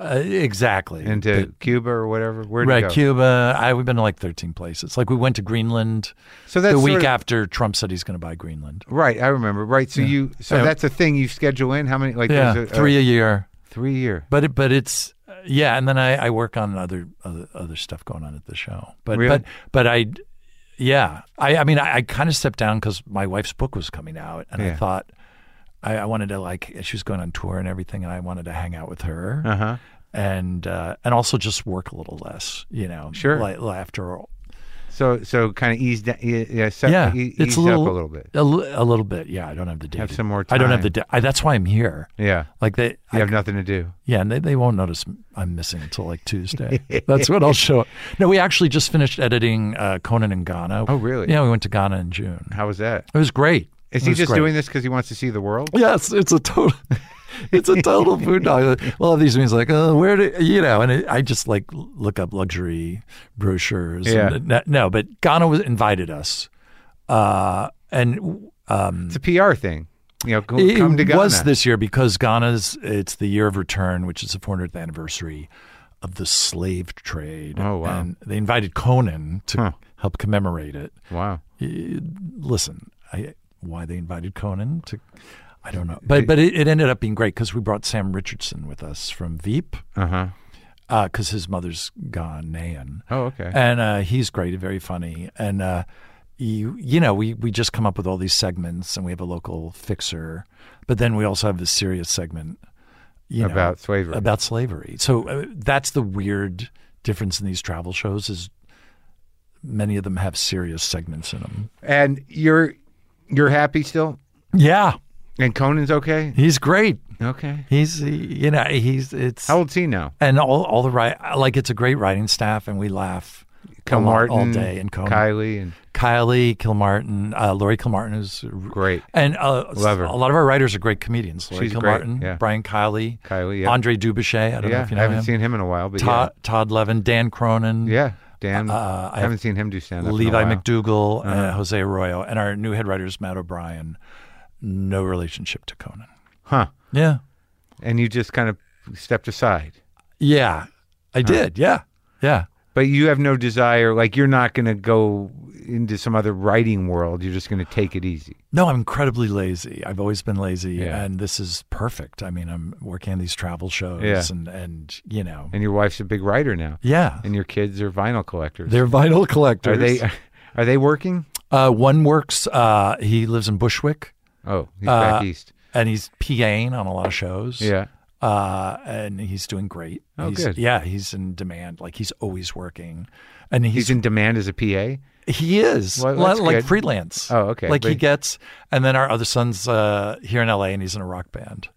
[SPEAKER 3] uh, exactly
[SPEAKER 1] into Cuba or whatever. Where
[SPEAKER 3] Right,
[SPEAKER 1] uh, go?
[SPEAKER 3] Cuba. I we've been to like thirteen places. Like we went to Greenland
[SPEAKER 1] So that's
[SPEAKER 3] the
[SPEAKER 1] sort
[SPEAKER 3] week
[SPEAKER 1] of-
[SPEAKER 3] after Trump said he's going to buy Greenland.
[SPEAKER 1] Right, I remember. Right, so you so
[SPEAKER 3] Yeah.
[SPEAKER 1] that's a thing you schedule in. How many? Like
[SPEAKER 3] yeah,
[SPEAKER 1] there's a,
[SPEAKER 3] three
[SPEAKER 1] a,
[SPEAKER 3] a year.
[SPEAKER 1] three year.
[SPEAKER 3] But it, but it's uh, yeah, and then I, I work on other, other other stuff going on at the show. But
[SPEAKER 1] Really?
[SPEAKER 3] but but I yeah, I I mean I, I kind of stepped down because my wife's book was coming out, and
[SPEAKER 1] Yeah.
[SPEAKER 3] I thought I, I wanted to like she was going on tour and everything, and I wanted to hang out with her.
[SPEAKER 1] Uh huh.
[SPEAKER 3] And uh, and also just work a little less, you know.
[SPEAKER 1] Sure.
[SPEAKER 3] Like after
[SPEAKER 1] So so kind of ease down. Yeah, set,
[SPEAKER 3] yeah,
[SPEAKER 1] e- ease
[SPEAKER 3] it's a little,
[SPEAKER 1] up a little bit.
[SPEAKER 3] A, li- a little bit, yeah. I don't have the day.
[SPEAKER 1] Have
[SPEAKER 3] to-
[SPEAKER 1] some more
[SPEAKER 3] I don't have the
[SPEAKER 1] time.
[SPEAKER 3] day. I, that's why I'm here.
[SPEAKER 1] Yeah,
[SPEAKER 3] Like they,
[SPEAKER 1] you
[SPEAKER 3] I,
[SPEAKER 1] have nothing to do.
[SPEAKER 3] yeah, and they, they won't notice I'm missing until like Tuesday. that's when I'll show. up. No, we actually just finished editing uh, Conan and Ghana.
[SPEAKER 1] Oh, really?
[SPEAKER 3] Yeah, we went to Ghana in June.
[SPEAKER 1] How was that?
[SPEAKER 3] It was great.
[SPEAKER 1] Is
[SPEAKER 3] It
[SPEAKER 1] he
[SPEAKER 3] was
[SPEAKER 1] just
[SPEAKER 3] great.
[SPEAKER 1] doing this because he wants to see the world?
[SPEAKER 3] Yes, it's a total. It's a total boondoggle. Well, these means like, oh, where do you know? And it, I just like look up luxury brochures.
[SPEAKER 1] Yeah.
[SPEAKER 3] And, no, no, but Ghana was invited us, uh, and um,
[SPEAKER 1] It's a PR thing. You know, go,
[SPEAKER 3] it
[SPEAKER 1] come to Ghana.
[SPEAKER 3] was this year because Ghana's it's the year of return, which is the 400th anniversary of the slave trade.
[SPEAKER 1] Oh, wow.
[SPEAKER 3] And they invited Conan to
[SPEAKER 1] Huh.
[SPEAKER 3] help commemorate it.
[SPEAKER 1] wow.
[SPEAKER 3] listen, I why they invited Conan to I don't know. But but it, it ended up being great because we brought Sam Richardson with us from Veep
[SPEAKER 1] Uh huh.
[SPEAKER 3] because his mother's Ghanaian.
[SPEAKER 1] Oh, okay.
[SPEAKER 3] And uh, he's great, very funny. And uh, you you know, we we just come up with all these segments and we have a local fixer, but then we also have a serious segment you know,
[SPEAKER 1] About slavery.
[SPEAKER 3] About slavery. So uh, that's the weird difference in these travel shows is many of them have serious segments in them.
[SPEAKER 1] and you're you're happy still?
[SPEAKER 3] Yeah.
[SPEAKER 1] And Conan's okay.
[SPEAKER 3] He's great.
[SPEAKER 1] Okay.
[SPEAKER 3] He's he- you know he's it's
[SPEAKER 1] How old's he now?
[SPEAKER 3] and all all the right like it's a great writing staff and we laugh a
[SPEAKER 1] Kel
[SPEAKER 3] lot
[SPEAKER 1] Martin,
[SPEAKER 3] all day and Conan.
[SPEAKER 1] Kylie, and
[SPEAKER 3] Kylie Kilmartin, uh, Lori Kilmartin is
[SPEAKER 1] Great.
[SPEAKER 3] and uh,
[SPEAKER 1] Love her.
[SPEAKER 3] a lot of our writers are great comedians. Lori
[SPEAKER 1] She's great,
[SPEAKER 3] Kilmartin,
[SPEAKER 1] yeah.
[SPEAKER 3] Brian Kiley,
[SPEAKER 1] Kylie, yeah.
[SPEAKER 3] Andre Dubuchet. I don't know
[SPEAKER 1] yeah,
[SPEAKER 3] if you know
[SPEAKER 1] I haven't
[SPEAKER 3] him.
[SPEAKER 1] seen him in a while, but
[SPEAKER 3] Todd, Todd Levin, Dan Cronin,
[SPEAKER 1] yeah, yeah, Dan.
[SPEAKER 3] uh,
[SPEAKER 1] I haven't seen him do stand up.
[SPEAKER 3] Levi
[SPEAKER 1] in a while. Uh-huh.
[SPEAKER 3] McDougall, and Jose Arroyo, and our new head writers Matt O'Brien. No relationship to Conan.
[SPEAKER 1] huh?
[SPEAKER 3] Yeah,
[SPEAKER 1] And you just kind of stepped aside.
[SPEAKER 3] yeah, I did. Yeah, yeah.
[SPEAKER 1] But you have no desire, like you're not going to go into some other writing world. You're just going to take it easy.
[SPEAKER 3] No, I'm incredibly lazy. I've always been lazy,
[SPEAKER 1] Yeah.
[SPEAKER 3] and this is perfect. I mean, I'm working on these travel shows,
[SPEAKER 1] Yeah.
[SPEAKER 3] and and you know,
[SPEAKER 1] And your wife's a big writer now,
[SPEAKER 3] yeah,
[SPEAKER 1] and your kids are vinyl collectors.
[SPEAKER 3] they're vinyl
[SPEAKER 1] are
[SPEAKER 3] collectors.
[SPEAKER 1] they? Are they working?
[SPEAKER 3] Uh, one works. Uh, he lives in Bushwick,
[SPEAKER 1] Oh, he's
[SPEAKER 3] Uh,
[SPEAKER 1] back east.
[SPEAKER 3] and he's PAing on a lot of shows.
[SPEAKER 1] Yeah.
[SPEAKER 3] uh, and he's doing great.
[SPEAKER 1] Oh,
[SPEAKER 3] he's,
[SPEAKER 1] good.
[SPEAKER 3] Yeah, he's in demand. Like he's always working, and he's,
[SPEAKER 1] He's in demand as a PA.
[SPEAKER 3] He is
[SPEAKER 1] Well,
[SPEAKER 3] li-
[SPEAKER 1] that's
[SPEAKER 3] like
[SPEAKER 1] good.
[SPEAKER 3] freelance.
[SPEAKER 1] Oh, okay.
[SPEAKER 3] Like
[SPEAKER 1] But-
[SPEAKER 3] he gets, and then our other son's uh, here in LA, and he's in a rock band.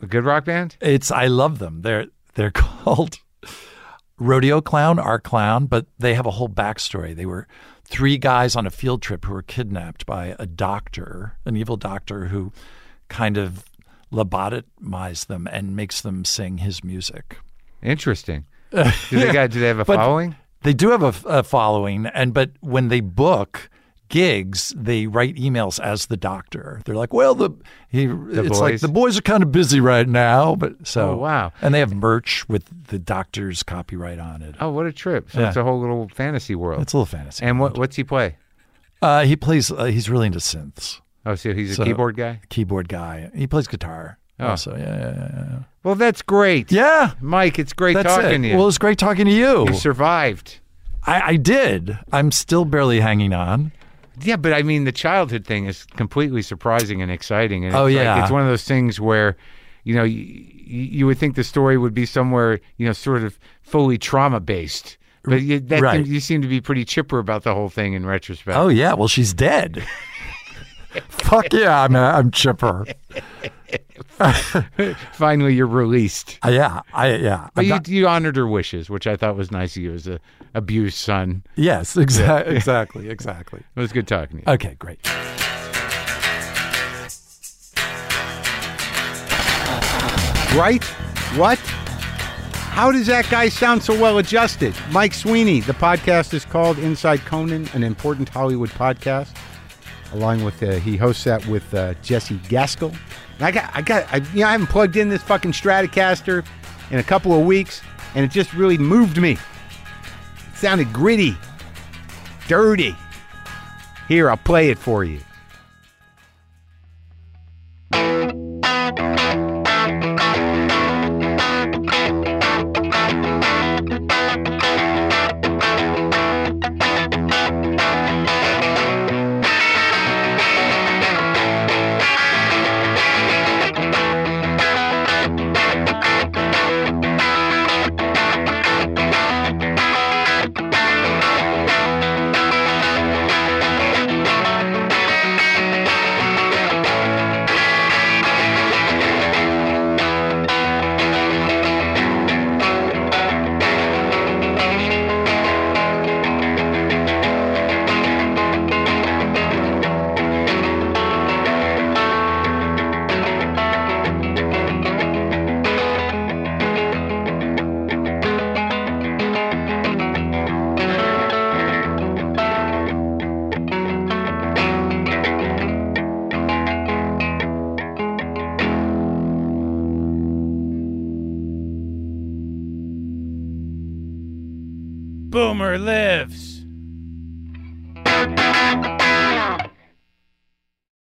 [SPEAKER 1] A good rock band?
[SPEAKER 3] It's I love them. They're they're called Rodeo Clown, our clown, but they have a whole backstory. They were three guys on a field trip who were kidnapped by a doctor, an evil doctor who kind of lobotomized them and makes them sing his music.
[SPEAKER 4] Interesting. Do they got? Do they have a
[SPEAKER 3] But-
[SPEAKER 4] following?
[SPEAKER 3] They do have a, f- a following, and but when they book gigs, they write emails as the doctor. They're like, "Well, the he, it's like
[SPEAKER 4] boys.
[SPEAKER 3] the boys are kind of busy right now." But so
[SPEAKER 4] Oh, wow.
[SPEAKER 3] and they have merch with the doctor's copyright on it.
[SPEAKER 4] Oh, what a trip! So
[SPEAKER 3] Yeah.
[SPEAKER 4] it's a whole little fantasy world.
[SPEAKER 3] It's a little fantasy.
[SPEAKER 4] and what what's he play?
[SPEAKER 3] uh, he plays. Uh, he's really into synths,
[SPEAKER 4] Oh, so he's a
[SPEAKER 3] So-
[SPEAKER 4] keyboard guy.
[SPEAKER 3] keyboard guy. He plays guitar.
[SPEAKER 4] Oh.
[SPEAKER 3] Also, yeah, yeah, yeah, yeah.
[SPEAKER 4] Well, that's great,
[SPEAKER 3] Yeah,
[SPEAKER 4] Mike. It's great
[SPEAKER 3] that's
[SPEAKER 4] talking
[SPEAKER 3] it.
[SPEAKER 4] to you.
[SPEAKER 3] Well, it's great talking to you.
[SPEAKER 4] you survived.
[SPEAKER 3] I, I did. I'm still barely hanging on.
[SPEAKER 4] Yeah, but I mean, the childhood thing is completely surprising and exciting. And
[SPEAKER 3] Oh,
[SPEAKER 4] it's
[SPEAKER 3] yeah.
[SPEAKER 4] like, it's one of those things where, you know, you, you would think the story would be somewhere, you know, sort of fully trauma based, but you, that
[SPEAKER 3] Right.
[SPEAKER 4] you seem to be pretty chipper about the whole thing in retrospect.
[SPEAKER 3] Oh yeah, well she's dead. Fuck yeah, I'm I'm chipper.
[SPEAKER 4] Finally, you're released.
[SPEAKER 3] Uh, yeah, I yeah.
[SPEAKER 4] But
[SPEAKER 3] I'm
[SPEAKER 4] you,
[SPEAKER 3] not-
[SPEAKER 4] you honored her wishes, which I thought was nice of you as a abused son.
[SPEAKER 3] yes, exactly, exactly, exactly.
[SPEAKER 4] It was good talking to you.
[SPEAKER 3] Okay, great.
[SPEAKER 1] Right? What? How does that guy sound so well adjusted? Mike Sweeney. The podcast is called Inside Conan, an important Hollywood podcast. Along with uh, he hosts that with uh, Jesse Gaskell. And I got I got I, you know, I haven't plugged in this fucking Stratocaster in a couple of weeks, and it just really moved me. It sounded gritty, dirty. Here, I'll play it for you.
[SPEAKER 2] Boomer lives.